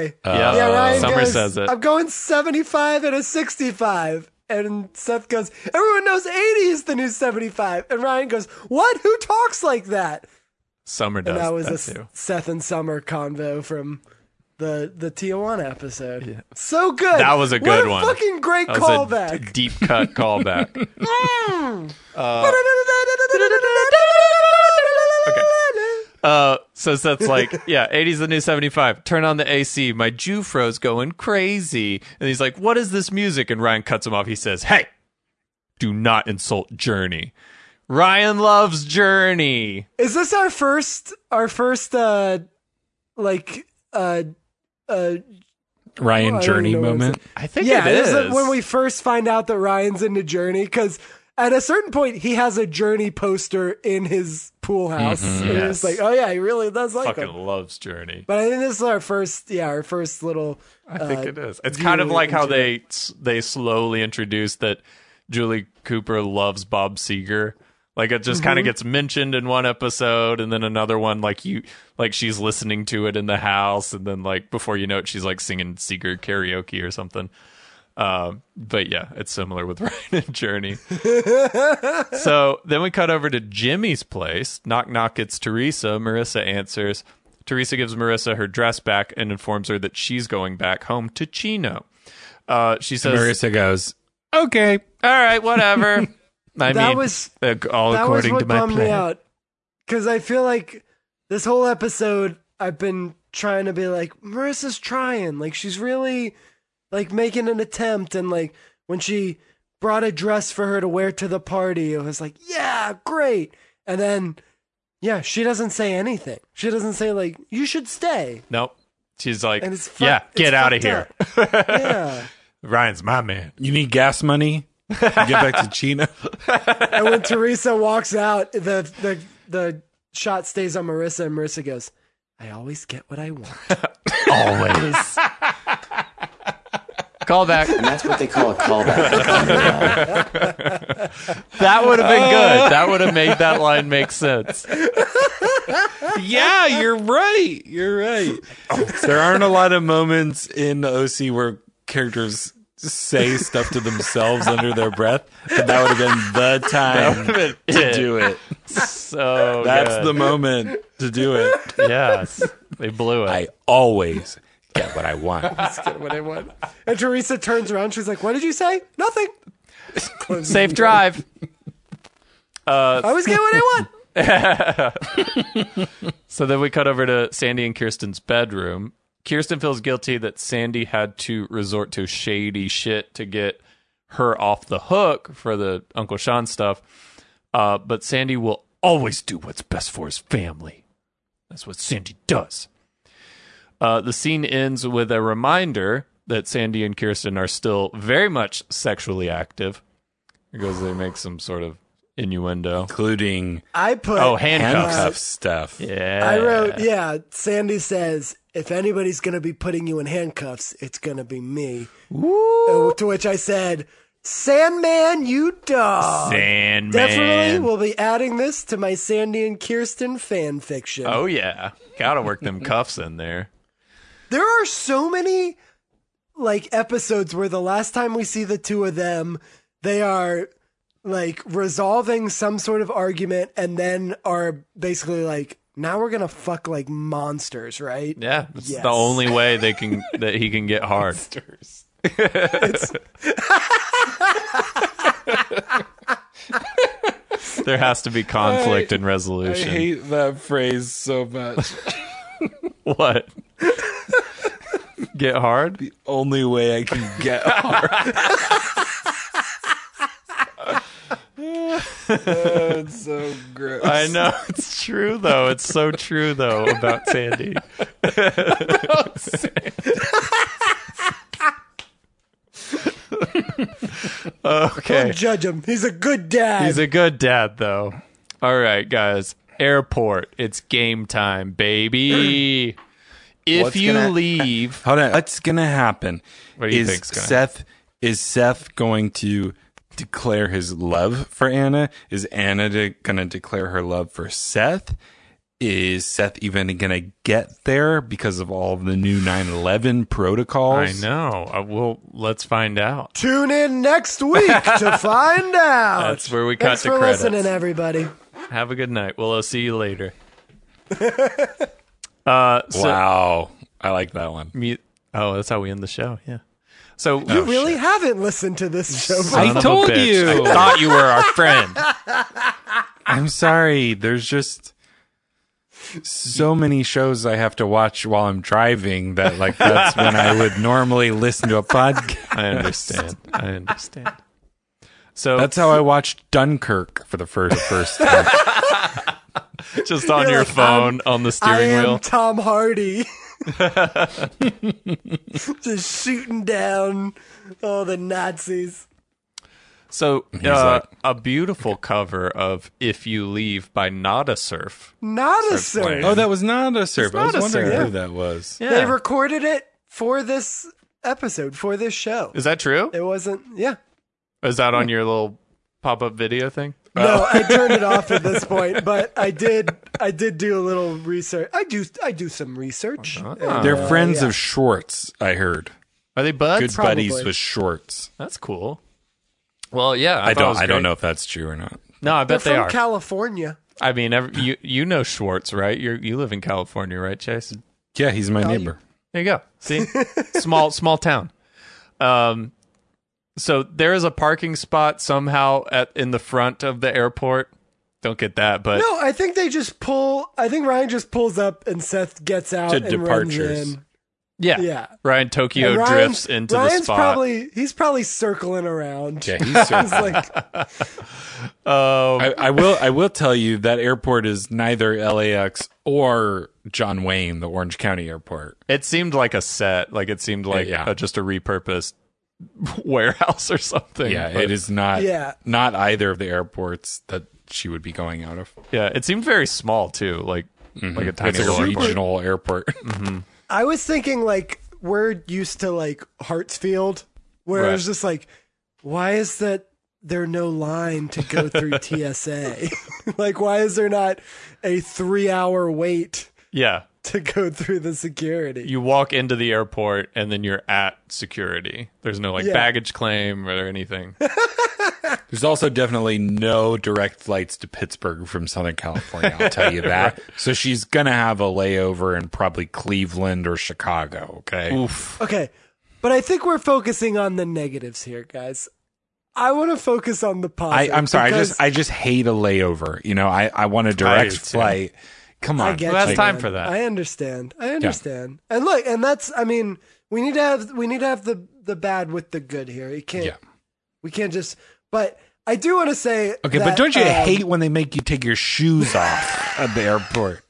S2: TJ.
S1: Uh,
S3: Yeah.
S2: yeah, Ryan
S3: Uh, Summer
S2: goes,
S3: says it.
S2: I'm going 75 and a 65. And Seth goes, everyone knows 80 is the new 75. And Ryan goes, what? Who talks like that?
S3: Summer does.
S2: And that was a
S3: too.
S2: S- Seth and Summer convo from the the Tijuana episode. So good.
S3: That was a
S2: what
S3: good
S2: a
S3: one.
S2: Fucking great
S3: That was a
S2: callback.
S3: d- deep cut callback. uh, so Seth's like, yeah, 80's the new 75. Turn on the AC. My Jufro's going crazy. And he's like, what is this music? And Ryan cuts him off. He says, hey, do not insult Journey. Ryan loves Journey.
S2: Is this our first our first uh like uh uh
S1: Ryan
S3: Oh,
S2: I don't
S1: Journey
S2: know what it's-
S1: moment.
S3: I think
S2: yeah,
S3: it
S2: this
S3: is.
S2: is when we first find out that Ryan's into Journey because at a certain point he has a Journey poster in his pool house. and
S3: Mm-hmm, Yes.
S2: it's like, oh yeah, he really does like
S3: fucking
S2: him.
S3: loves Journey.
S2: But I think this is our first, yeah, our first little.
S3: I think
S2: uh,
S3: it is. It's kind of
S2: Julie
S3: like how
S2: into-
S3: they they slowly introduce that Julie Cooper loves Bob Seger. Like it just kind of gets mentioned in one episode, and then another one. Like you, like she's listening to it in the house, and then like before you know it, she's like singing Seeger karaoke or something. Um, but yeah, it's similar with Ryan and Journey. so then we cut over to Jimmy's place. Knock, knock, it's Teresa. Marissa answers. Teresa gives Marissa her dress back and informs her that she's going back home to Chino. Uh, she says,
S1: Marissa goes,
S3: Okay, all right, whatever. I
S2: That
S3: mean,
S2: was-
S3: uh, all
S2: That was
S3: according
S2: what
S3: to my
S2: bummed me
S3: plan.
S2: out because I feel like this whole episode I've been trying to be like Marissa's trying, like she's really like making an attempt, and like when she brought a dress for her to wear to the party, it was like, yeah, great, and then. Yeah, she doesn't say anything. She doesn't say like you should stay.
S3: Nope. She's like,
S2: And it's fu-
S3: Yeah,
S2: it's
S3: get out of
S2: fucked
S3: here.
S2: Yeah.
S3: Ryan's my man.
S1: You need gas money? Get back to Chino.
S2: And when Teresa walks out, the the the shot stays on Marissa, and Marissa goes, "I always get what I want."
S3: Always. Call back.
S5: And that's what they call a callback in comedy, Ron.
S3: That would have been good. That would have made that line make sense.
S1: yeah, you're right. You're right. There aren't a lot of moments in OC where characters say stuff to themselves under their breath, but that would have been the time
S3: But
S1: to do it.
S3: So
S1: That's the
S3: good.
S1: moment to do it.
S3: yes. They blew it.
S1: I always get what I want.
S2: what I want. And Teresa turns around. She's like, "What did you say? Nothing.
S3: Safe drive.
S2: I always get what I want."
S3: So then we cut over to Sandy and Kirsten's bedroom. Kirsten feels guilty that Sandy had to resort to shady shit to get her off the hook for the Uncle Sean stuff. Uh, but Sandy will always do what's best for his family. That's what Sandy does. Uh, the scene ends with a reminder that Sandy and Kirsten are still very much sexually active because they make some sort of innuendo.
S1: including
S2: I put.
S3: Oh, handcuffs.
S1: handcuff stuff.
S3: yeah.
S2: I wrote, yeah, Sandy says, if anybody's going to be putting you in handcuffs, it's going to be me. Uh, To which I said, Sandman, you dog.
S3: Sandman.
S2: Uh, Definitely will be adding this to my Sandy and Kirsten fan fiction.
S3: Oh yeah, gotta work them cuffs in there.
S2: There are so many like episodes where the last time we see the two of them, they are like resolving some sort of argument and then are basically like, now we're gonna fuck like monsters, right?
S3: Yeah, it's
S2: Yes.
S3: the only way they can that he can get hard. there has to be conflict and resolution.
S1: that phrase so much.
S3: what? get hard?
S1: Only way I can get hard. it's so gross.
S3: I know it's true though. It's so true though about Sandy. okay.
S2: Don't judge him. He's a good dad.
S3: He's a good dad, though. All right, guys. Airport. It's game time, baby. if
S1: What's
S3: you
S1: gonna-
S3: leave,
S1: Hold on. What's gonna happen?
S3: What do you
S1: is
S3: think's gonna
S1: Seth is Seth going to declare his love for Anna? Is Anna de- gonna declare her love for Seth? Is Seth even gonna get there because of all the new 9/11
S3: I
S1: protocols?
S3: know. I will. Let's find out.
S2: Tune in next week to find out.
S3: That's where we cut
S2: Thanks
S3: to
S2: for
S3: credits.
S2: listening, everybody.
S3: Have a good night. Well, I'll see you later. uh, so,
S1: Wow, I like that one.
S3: me- oh, that's how we end the show. Yeah. So
S2: You really haven't listened to this show. before.
S1: I told you.
S3: I thought you were our friend.
S1: I'm sorry. There's just so many shows I have to watch while I'm driving that like that's when I would normally listen to a podcast.
S3: I understand. I understand. So
S1: That's how I watched Dunkirk for the first first time.
S3: just on your
S2: like,
S3: phone on the
S2: I
S3: steering
S2: am
S3: wheel.
S2: Tom Hardy. Just shooting down all the Nazis.
S3: So uh,
S1: like-
S3: a beautiful cover of "If You Leave" by Nada Surf.
S2: Not a
S3: Start playing.
S2: sir.
S1: oh, that was not a serve. I was
S3: not a
S1: wondering
S2: serve.
S1: who that was.
S2: They recorded it for this episode, for this show.
S3: is that true?
S2: It wasn't, yeah.
S3: Is that on your little pop-up video thing?
S2: No, I turned it off at this point, but I did. I did do a little research. I do. I do some research.
S3: Ah.
S2: And,
S1: They're
S2: uh,
S1: friends
S2: yeah.
S1: of Schwartz. I heard
S3: Are they buds?
S1: good
S2: probably.
S1: buddies with Schwartz.
S3: That's cool. Well, yeah.
S1: I,
S3: thought it
S1: don't.
S3: was
S1: I don't
S3: great.
S1: know if that's true or not.
S3: No, I
S2: They're
S3: bet
S2: from
S3: they are.
S2: California.
S3: I mean, every, you you know Schwartz, right? You you live in California, right, Chase?
S1: Yeah, he's my neighbor.
S3: There you go. See, small small town. Um, so there is a parking spot somehow at in the front of the airport. Don't get that, but
S2: No, I think they just pull. I think Ryan just pulls up and Seth gets out
S1: To
S2: and
S1: departures.
S2: runs in.
S3: yeah,
S2: Yeah.
S3: Ryan Tokyo
S2: And
S3: drifts into
S2: Ryan's
S3: the spot.
S2: probably he's probably circling around.
S1: Yeah, he's
S2: He's like,
S3: Oh,
S1: I, I will. I will tell you that airport is neither LAX or John Wayne, the Orange County Airport.
S3: it seemed like a set. Like it seemed like
S1: Yeah.
S3: a, just a repurposed warehouse or something.
S1: Yeah,
S3: but-
S1: it is not.
S2: Yeah.
S1: not either of the airports that she would be going out of.
S3: Yeah, it seemed very small too. Like like a tiny
S1: Mm-hmm. It's like a
S3: little airport.
S1: regional airport.
S2: I was thinking like we're used to like Hartsfield, where it was
S3: Right.
S2: just like, why is that there no line to go through TSA? like, why is there not a three-hour wait
S3: Yeah,
S2: to go through the security?
S3: you walk into the airport and then you're at security. There's no like
S2: Yeah.
S3: baggage claim or anything.
S1: There's also definitely no direct flights to Pittsburgh from Southern California. I'll tell you that. So she's gonna have a layover in probably Cleveland or Chicago. Okay.
S2: Okay, but I think we're focusing on the negatives here, guys. I want to focus on the
S1: I,
S2: positive.
S1: I'm sorry. I
S2: because-
S1: just I just hate a layover. You know, I I want a direct
S3: do, too.
S1: flight. Come on.
S2: I get
S3: Well, that's
S2: you,
S3: time
S2: man.
S3: for that.
S2: I understand. I understand. And look, and that's I mean, we need to have we need to have the the bad with the good here. You can't
S1: Yeah.
S2: we can't just but I do want to say
S1: Okay,
S2: that,
S1: but don't you
S2: um,
S1: hate when they make you take your shoes off at the airport?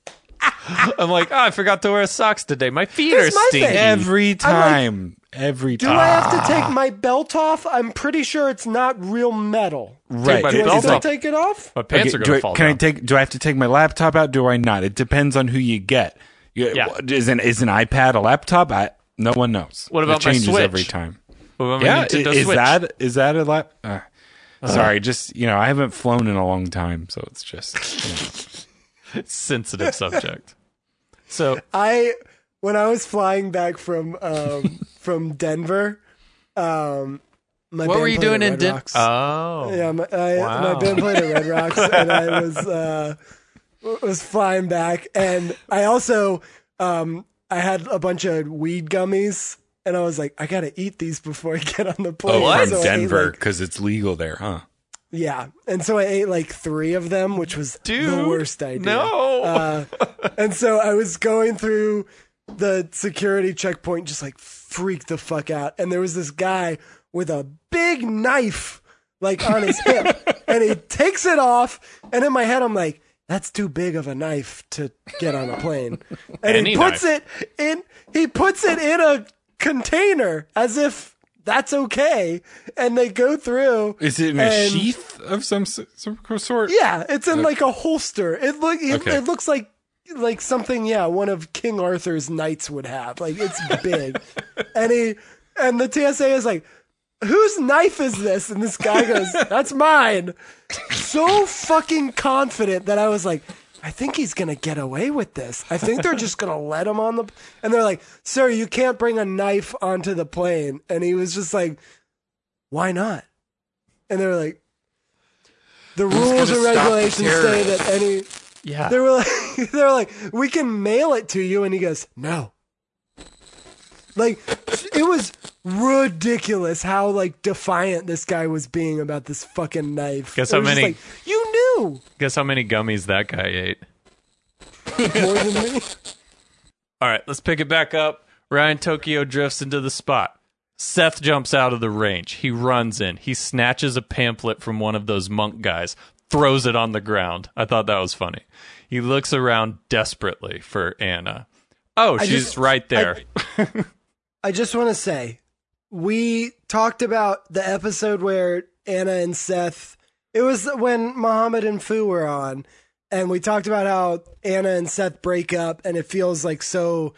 S3: I'm like, oh, I forgot to wear socks today. My feet
S2: Here's
S3: are
S2: my
S3: stinky.
S2: thing.
S1: Every time. every
S2: Do
S1: time.
S2: I have to
S3: Ah.
S2: take my belt off? I'm pretty sure it's not real metal.
S1: Right.
S3: my
S2: Do I
S3: belt
S2: still
S3: off.
S2: take it off?
S3: My pants
S1: Okay,
S3: are
S1: do
S3: gonna
S1: I-
S3: fall
S1: Can
S3: down.
S1: I take? Do I have to take my laptop out? Do I not? It depends on who you get. You-
S3: Yeah.
S1: Is an is an iPad a laptop? I no one knows.
S3: What
S1: it
S3: about my
S1: changes
S3: Switch?
S1: every time?
S3: What about my
S1: yeah, i-
S3: Nintendo
S1: is
S3: Switch?
S1: that is that a lap? Uh, sorry, just you know, I haven't flown in a long time, so it's just you know.
S3: sensitive subject? So
S2: I when I was flying back from um, from Denver, um, my
S3: What
S2: band
S3: were you
S2: played at
S3: doing in
S2: Red
S3: Den-
S2: Rocks.
S3: Oh,
S2: Yeah, my, I,
S3: Wow.
S2: my band played at Red Rocks, and I was uh, was flying back, and I also um, I had a bunch of weed gummies, and I was like, I gotta eat these before I get on the plane.
S1: oh,
S2: So I
S1: from
S2: ate,
S1: Denver
S2: like-
S1: because it's legal there, huh?
S2: yeah, and so I ate like three of them, which was
S3: dude,
S2: the worst idea.
S3: No,
S2: Uh, and so I was going through the security checkpoint, just like freaked the fuck out. And there was this guy with a big knife like on his hip, and he takes it off. And in my head, I'm like, that's too big of a knife to get on a plane. And
S3: Any
S2: he puts it in. He puts it in a container as if. That's okay, and they go through.
S1: Is it in a
S2: and-
S1: sheath of some s- some sort?
S2: yeah, it's in like a holster. It look it,
S1: Okay.
S2: it looks like like something yeah, one of King Arthur's knights would have. Like it's big. and he and the TSA is like, "Whose knife is this?" And this guy goes, "That's mine." So fucking confident that I was like, I think he's gonna get away with this. I think they're just gonna let him on the. And they're like, "Sir, you can't bring a knife onto the plane." And he was just like, "Why not?" And they were like, "The rules and regulations say that any."
S3: yeah.
S2: They were like, they were like, "We can mail it to you," and he goes, "No." Like, it was ridiculous how like defiant this guy was being about this fucking knife.
S3: Guess
S2: It
S3: how
S2: was just
S3: many-
S2: like, you knew
S3: Guess how many gummies that guy ate?
S2: more than me.
S3: All right, let's pick it back up. Ryan Tokyo drifts into the spot. Seth jumps out of the range. He runs in. He snatches a pamphlet from one of those monk guys, throws it on the ground. I thought that was funny. He looks around desperately for Anna. Oh, she's
S2: just-
S3: right there.
S2: I just want to say, we talked about the episode where Anna and Seth. It was when Muhammad and Fu were on, and we talked about how Anna and Seth break up, and it feels like so,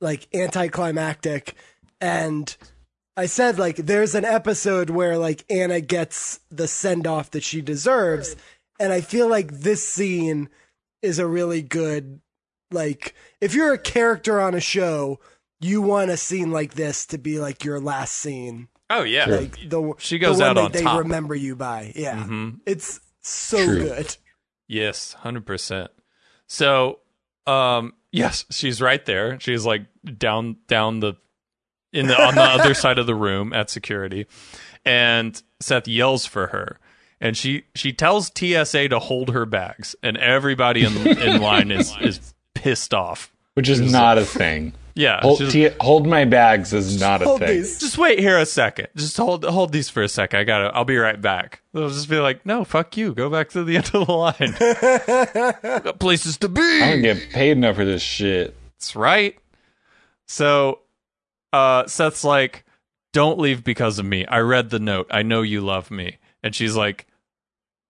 S2: like anticlimactic. And I said like, there's an episode where like Anna gets the send off that she deserves, and I feel like this scene is a really good like if you're a character on a show you want a scene like this to be like your last scene
S3: oh, yeah.
S2: like the
S3: She goes
S2: the one
S3: out
S2: that
S3: on
S2: they
S3: top.
S2: remember you by yeah
S3: Mhm.
S2: it's so
S1: True.
S2: good
S3: Yes, 100%. So, um, yes, she's right there. She's like down, down the, in the, on the other side of the room at security. And Seth yells for her. And she, she tells TSA to hold her bags. And everybody in, in line is, is pissed off.
S1: Which is not a thing.
S3: Yeah. she's-
S1: hold my bags is not
S2: Hold these.
S3: just wait here a second. Just hold hold these for a second. I gotta. I'll be right back. They'll just be like, no, fuck you. Go back to the end of the line. Got places to be.
S1: get paid enough for this shit.
S3: That's right. So uh Seth's like, Don't leave because of me. I read the note. I know you love me. And she's like,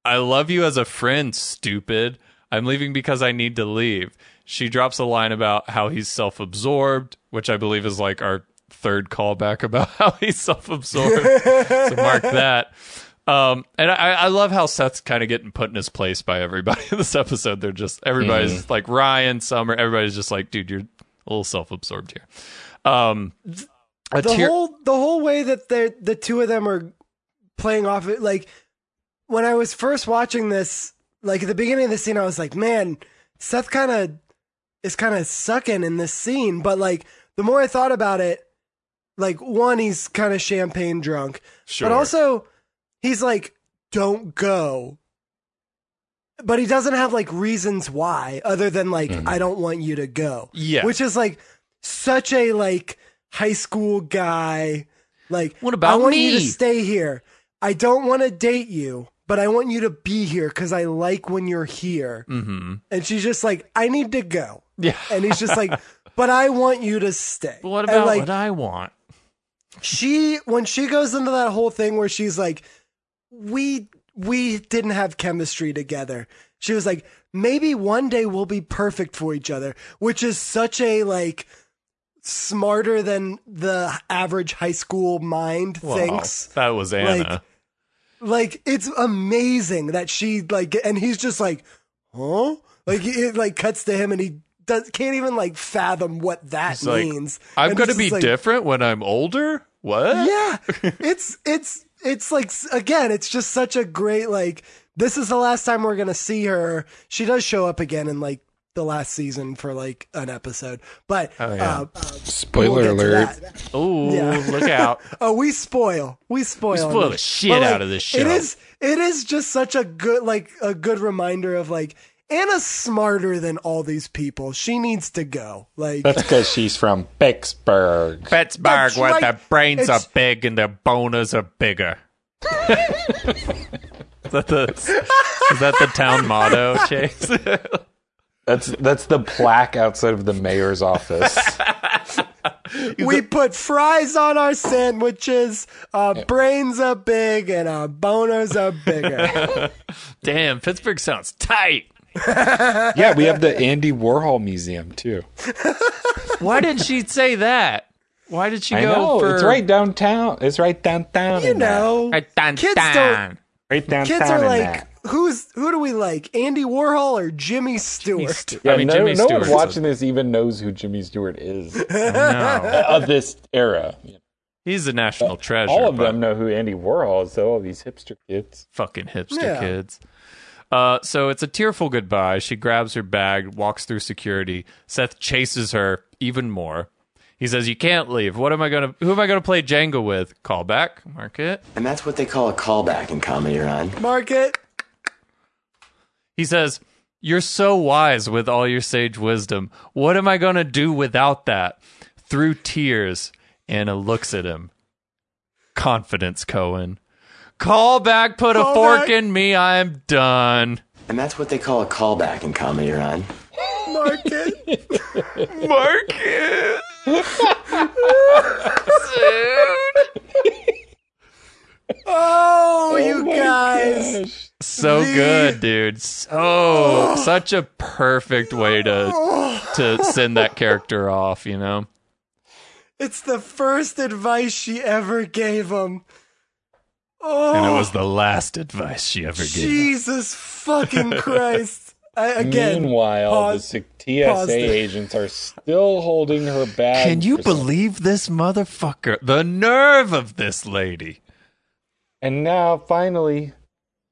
S3: I love you as a friend, stupid. I'm leaving because I need to leave. She drops a line about how he's self absorbed, which I believe is like our third callback about how he's self absorbed. so mark that. Um, and I, I love how Seth's kind of getting put in his place by everybody in this episode. They're just, everybody's
S2: Mm-hmm.
S3: like Ryan, Summer, everybody's just like, dude, you're a little self absorbed here. Um, a
S2: the
S3: tear-
S2: whole the whole way that the the two of them are playing off it like when I was first watching this, like at the beginning of the scene, I was like, man, Seth kind of is kind of sucking in this scene. But like the more I thought about it, like one, he's kind of champagne drunk,
S3: Sure.
S2: but also he's like, don't go. But he doesn't have like reasons why other than like, I don't want you to go.
S3: Mm-hmm. Yeah.
S2: Which is like such a like high school guy. Like,
S3: What about
S2: I want you
S3: me?
S2: to stay here. I don't want to date you, but I want you to be here because I like when you're here.
S3: Mm-hmm.
S2: And she's just like, I need to go.
S3: Yeah.
S2: And he's just like, but I want you to stay.
S3: What
S2: And,
S3: about
S2: like,
S3: what I want?
S2: she when she goes into that whole thing where she's like we we didn't have chemistry together she was like maybe one day we'll be perfect for each other which is such a like smarter than the average high school mind
S3: Well,
S2: thinks
S3: That was Anna.
S2: like it's amazing that she like and he's just like huh like it like cuts to him and he does, can't even like fathom what that
S3: He's like,
S2: means
S3: I'm
S2: And
S3: going to
S2: it's
S3: be
S2: just like-
S3: different when I'm older. What?
S2: yeah it's it's it's like again it's just such a great like this is the last time we're gonna see her she does show up again in like the last season for like an episode but
S3: Oh, yeah.
S2: uh,
S6: Spoiler
S2: we'll get to
S6: alert.
S2: that.
S3: Oh,
S2: Yeah.
S3: look out!
S2: oh we spoil we spoil
S3: We
S2: on
S3: spoil
S2: this.
S3: the shit
S2: But, like,
S3: out of this show.
S2: it is it is just such a good like a good reminder of like anna's smarter than all these people she needs to go like
S6: That's because she's from Pittsburgh.
S3: Pittsburgh,
S2: That's
S3: where
S2: right.
S3: their brains
S2: It's-
S3: are big and their boners are bigger. is, that the, is that the town motto, Chase?
S6: That's that's the plaque outside of the mayor's office.
S2: we put fries on our sandwiches. Our brains are big and our boners are bigger.
S3: Damn, Pittsburgh sounds tight.
S6: yeah, we have the Andy Warhol Museum too.
S3: Why did she say that? Why did she
S6: I
S3: go
S6: know
S3: for
S6: it's right downtown. It's right downtown.
S2: you
S6: in that.
S2: know,
S3: Right down,
S2: kids
S3: down.
S2: don't.
S6: right downtown.
S2: Kids are
S6: in
S2: like,
S6: that.
S2: who's who do we like? Andy Warhol or Jimmy Stewart?
S6: Yeah,
S3: I mean,
S6: no,
S3: Jimmy
S6: no
S3: Stewart.
S6: one watching this even knows who Jimmy Stewart is
S3: No,
S6: of this era.
S3: he's a national treasure.
S6: All of
S3: but-
S6: them know who Andy Warhol is, though. All these hipster kids.
S3: fucking hipster
S2: Yeah.
S3: kids. Uh, so it's a tearful goodbye. She grabs her bag, walks through security. Seth chases her even more. He says, "You can't leave. What am I gonna? Who am I gonna play Jenga with? Call back, mark it."
S5: And that's what they call a callback in comedy, Ron.
S2: Market.
S3: He says, "You're so wise with all your sage wisdom. What am I gonna do without that?" Through tears, Anna looks at him. Confidence, Cohen. Call back. Put a
S2: Call
S3: fork
S2: back.
S3: in me. I am done.
S5: And that's what they call a callback in comedy, Ron.
S2: Market.
S3: Mark it. Dude.
S2: Oh, you guys.
S3: So
S2: The-
S3: good, dude. So such a perfect way
S2: Oh.
S3: to to send that character off, you know.
S2: It's the first advice she ever gave him. Oh,
S3: And it was the last advice she ever gave.
S2: Jesus fucking Christ. I, again,
S6: Meanwhile,
S2: pause-
S6: the sec- TSA
S2: pause there.
S6: agents are still holding her bag.
S3: Can you
S6: for some-
S3: believe this motherfucker? The nerve of this lady.
S6: And now, finally,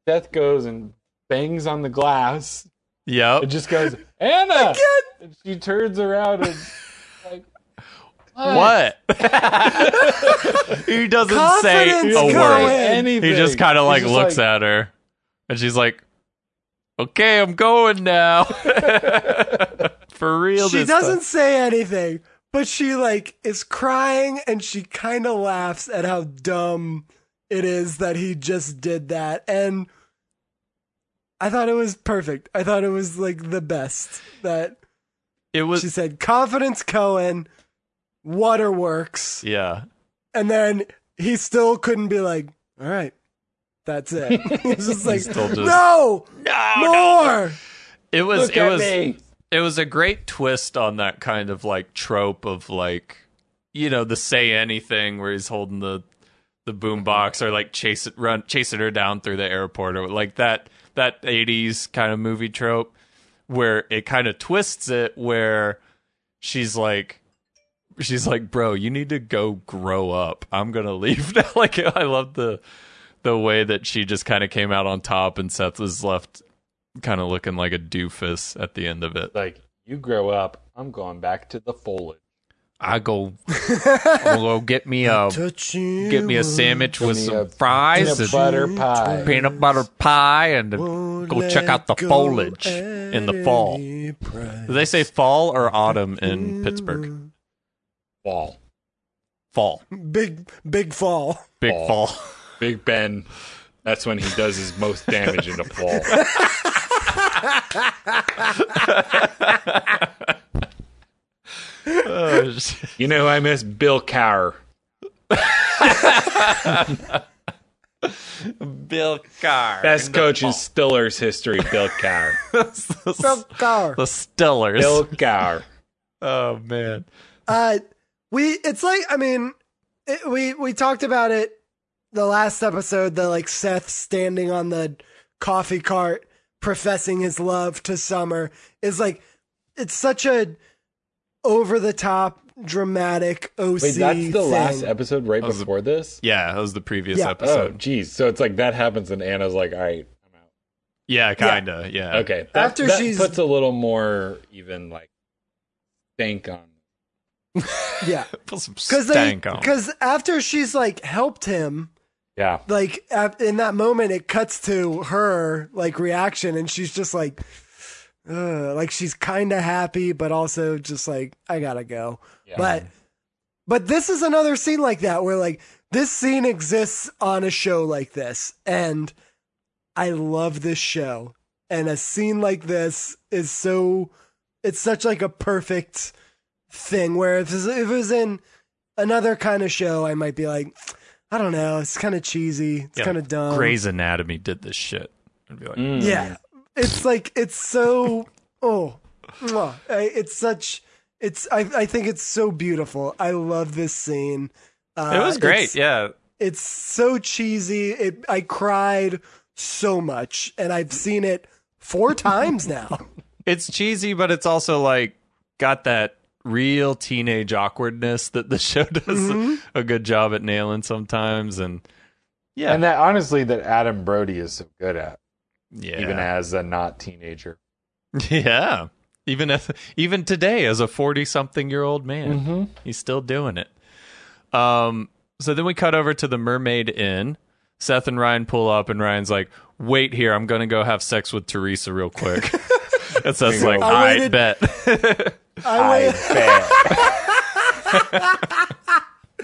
S6: Seth goes and bangs on the glass. It
S3: Yep.
S6: just goes, Anna. And she turns around and like,
S3: What? he doesn't say
S2: Confidence
S3: a
S2: going.
S3: word.
S6: anything.
S3: He just kind of like
S6: He's just
S3: looks at her, and she's like, "Okay, I'm going now." For real,
S2: she
S3: this
S2: doesn't
S3: time.
S2: say anything, but she like is crying and she kind of laughs at how dumb it is that he just did that. And I thought it was perfect. I thought it was like the best that
S3: It was
S2: she said, "Confidence Cohen, waterworks,"
S3: yeah.
S2: and then he still couldn't be like, "All right, that's it." He's just like,
S3: still just-
S2: "No,
S3: No,
S2: more."
S3: It was
S6: Look
S3: it
S6: at
S3: was
S6: me.
S3: it was a great twist on that kind of like trope of like you know the say anything where he's holding the the boombox or like chase it run chasing her down through the airport or like that that 80s kind of movie trope where it kind of twists it where she's like she's like bro you need to go grow up i'm gonna leave now like i love the the way that she just kind of came out on top and seth was left kind of looking like a doofus at the end of it
S6: Like, you grow up. I'm going back to the foliage.
S3: I go, I'm gonna get me a get me a sandwich with
S6: me
S3: some
S6: a
S3: fries
S6: Peanut
S3: and
S6: butter pie.
S3: peanut butter pie, and go check out the foliage in the fall. Do they say fall or autumn in Pittsburgh?
S6: Ball.
S3: Fall,
S2: Big big fall.
S3: big fall.
S1: Big Ben. That's when he does his most damage in a pole.
S3: Oh, shit.
S1: You know, who I miss Bill Cower.
S3: Bill Carr.
S1: Best coach in Stillers history, Bill Cower.
S2: Bill
S3: the,
S2: Carr.
S3: the Stillers.
S1: Bill Cower.
S3: Oh man.
S2: Uh, we it's like I mean, it, we we talked about it the last episode. The like Seth standing on the coffee cart, professing his love to Summer is like it's such a over the top dramatic OC.
S6: Wait, that's the
S2: thing.
S6: last episode right before this?
S3: Yeah, that was the previous
S2: Yeah.
S1: Oh,
S3: episode.
S1: geez. So it's like that happens, and Anna's like, all right,
S3: Yeah, kinda. Yeah.
S1: okay. That,
S2: After
S1: that
S2: she's-
S1: puts a little more even like stank on.
S2: Yeah,
S3: Put some
S2: because they
S3: stank on.
S2: because after she's like helped him,
S1: Yeah.
S2: like at, in that moment it cuts to her like reaction and she's just like Ugh, like she's kind of happy but also just like i gotta go but but this is another scene like that where like this scene exists on a show like this and i love this show and a scene like this is so it's such like a perfect thing where if, this- if it was in another kind of show i might be like i don't know it's kind of cheesy it's
S3: Yeah,
S2: kind of dumb
S3: Grey's Anatomy did this shit. I'd be like,
S1: Mm.
S2: yeah.
S3: Hmm.
S2: It's like it's so oh, mwah. I- it's such it's I I think it's so beautiful. I love this scene. Uh,
S3: it was great.
S2: It's,
S3: yeah.
S2: it's so cheesy. It I cried so much, and I've seen it four times now.
S3: It's cheesy, but it's also like got that real teenage awkwardness that the show does a good job at nailing sometimes and yeah.
S6: And that honestly, that Adam Brody is so good at,
S3: yeah.
S6: even as a not teenager.
S3: Yeah. Even if even today as a 40 something year old man,
S6: Mm-hmm.
S3: he's still doing it. Um so then we cut over to the Mermaid Inn. Seth and Ryan pull up and Ryan's like, "Wait here, I'm going to go have sex with Teresa real quick." and Seth's like,
S2: I
S3: "I,
S2: waited-
S3: bet."
S2: I wait,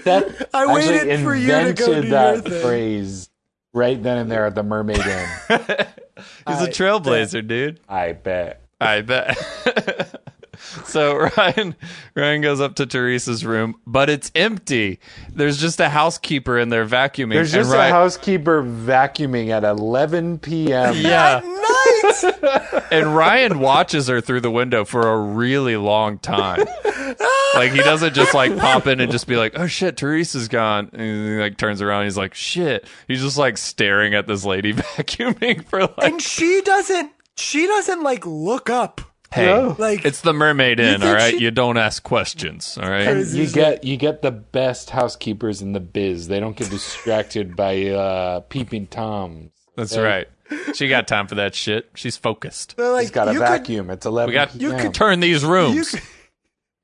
S6: That
S2: I
S6: actually
S2: waited for you to go
S6: invented
S2: do your
S6: that
S2: thing.
S6: phrase right then and there at the Mermaid Inn.
S3: he's a trailblazer, dude.
S6: I bet.
S3: I bet. so Ryan Ryan goes up to Teresa's room, but it's empty. There's just a housekeeper in there vacuuming.
S6: There's
S3: and
S6: just
S3: Ryan-
S6: a housekeeper vacuuming at 11 p.m.
S3: Yeah.
S2: night.
S3: And Ryan watches her through the window for a really long time. Like he doesn't just like pop in and just be like, "Oh shit, Teresa's gone." And he like turns around, and he's like, "Shit." He's just like staring at this lady vacuuming for like,
S2: and she doesn't. She doesn't like look up.
S3: "Hey,
S2: Like
S3: it's the Mermaid Inn,
S2: think
S3: all right?
S2: she-
S3: You don't ask questions, all right?"
S2: Crazy.
S6: You get you get the best housekeepers in the biz. They don't get distracted by uh, peeping toms.
S3: That's
S6: They-
S3: right. She got time for that shit. She's focused.
S2: they're like
S6: He's got a
S2: you could-
S6: vacuum. it's 11
S3: We got
S2: You
S6: p.m.
S2: could
S3: turn these
S2: you,
S3: rooms.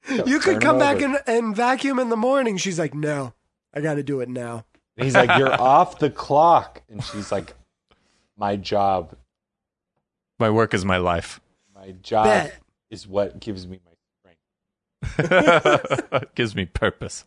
S2: you
S6: Turn
S2: could come
S6: it
S2: back
S6: over.
S2: and, and vacuum in the morning. She's like, no, I got to do it now.
S6: And He's like, "You're off the clock," and she's like, "My job,
S3: My work is my life.
S6: my job
S2: Bet.
S6: is what gives me my strength."
S3: Gives me purpose.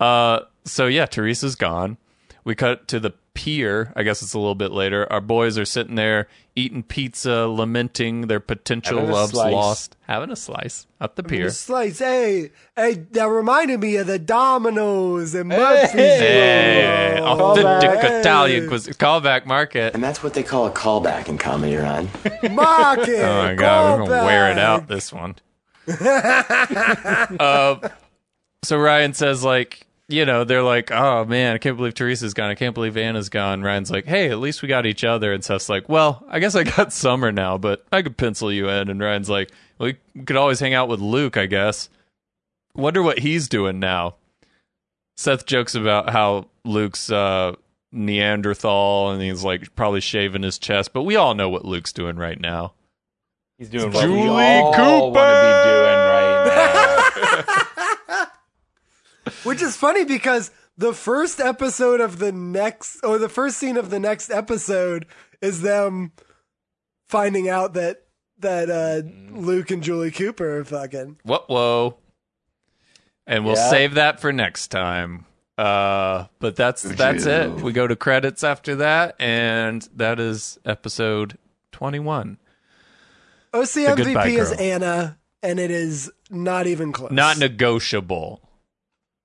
S3: Uh, so yeah, Teresa's gone. We cut to the pier. I guess it's a little bit later. Our boys are sitting there eating pizza, lamenting their potential
S6: Having a
S3: loves
S6: slice.
S3: lost, having a slice at the pier.
S2: Slice, hey, hey, that reminded me of the Domino's and Murphy's.
S3: Hey,
S2: Oh,
S3: authentic
S2: hey.
S3: Italian cuisine. Callback market.
S5: And that's what they call a callback in comedy, Ron.
S2: Market.
S3: Oh my god, we're gonna wear it out this one. uh, so Ryan says, like, you know, they're like, oh man, I can't believe Teresa's gone. I can't believe Anna's gone. Ryan's like, hey, at least we got each other. And Seth's like, well, I guess I got Summer now, but I could pencil you in. And Ryan's like, well, we could always hang out with Luke, I guess. Wonder what he's doing now. Seth jokes about how Luke's uh, Neanderthal and he's like probably shaving his chest, but we all know what Luke's doing right now.
S6: He's doing
S3: what we
S6: we
S3: all
S6: all want to be doing right
S2: Which is funny because the first episode of the next, or the first scene of the next episode, is them finding out that that uh,
S3: Mm.
S2: Luke and Julie Cooper are fucking.
S3: What whoa. And we'll
S6: Yeah.
S3: save that for next time. Uh, Uh, but that's that's it. We go to credits after that, and that is episode twenty-one.
S2: OC
S3: The Goodbye
S2: MVP is
S3: Girl.
S2: Anna, and it is not even close.
S3: Not negotiable.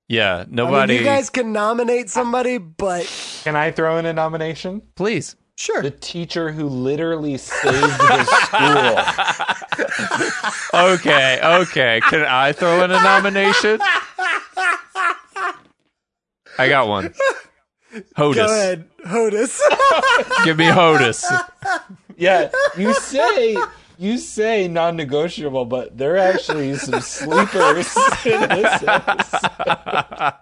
S3: Yeah,
S2: I mean,
S3: nobody.
S2: you guys can nominate somebody, but
S1: Can I throw in a nomination?
S3: please.
S2: sure.
S1: The teacher who literally saved the school.
S3: Okay, okay. Can I throw in a nomination? I got one.
S2: Go
S3: Hodis.
S2: ahead, Hodis.
S3: Give me Hodis.
S1: Yeah, you say you say non-negotiable, but there are actually some sleepers in this episode.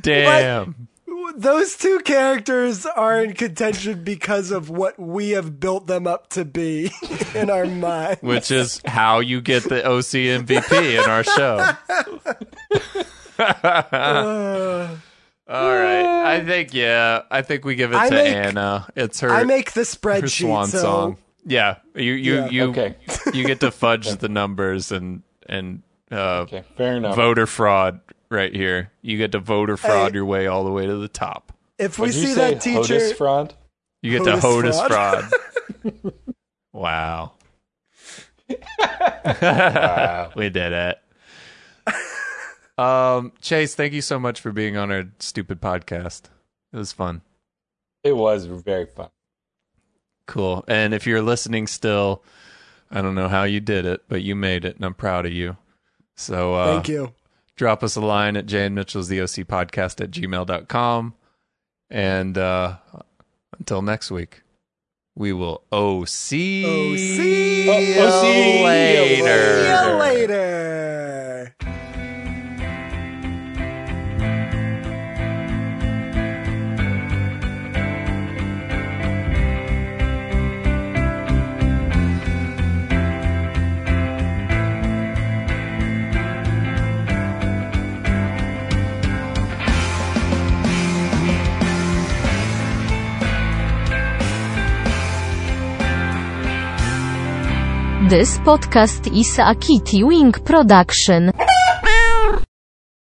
S3: Damn.
S2: Those two characters are in contention because of what we have built them up to be in our mind.
S3: Which is how you get the OC MVP in our show.
S2: Uh,
S3: All right. I think, yeah, I think we give it
S2: I
S3: to
S2: make-
S3: Anna. It's her,
S2: I make the
S3: her
S2: spreadsheet.
S3: swan
S2: so
S3: song. Yeah. You, you,
S2: Yeah,
S3: you,
S1: okay.
S3: you get to fudge the numbers and, and, uh,
S1: Okay, fair enough.
S3: voter fraud right here. You get to voter fraud your way all the way to the top.
S2: if we
S1: Would you
S2: see
S1: say
S2: that teacher,
S1: Hodis fraud?
S3: You get to
S2: Hodis
S3: HOTUS fraud.
S2: fraud.
S3: wow. we did it. Um, Chase, thank you so much for being on our stupid podcast. It was fun.
S1: It was very fun.
S3: Cool. And if you're listening still, I don't know how you did it, but you made it and I'm proud of you. So uh
S2: thank you.
S3: drop us a line at Jan Mitchell's the OC podcast at gmail.com. And uh, until next week, we will OC,
S2: OC.
S1: Oh, OC.
S3: you later.
S2: See you later.
S7: This podcast is a Kitty Wing production.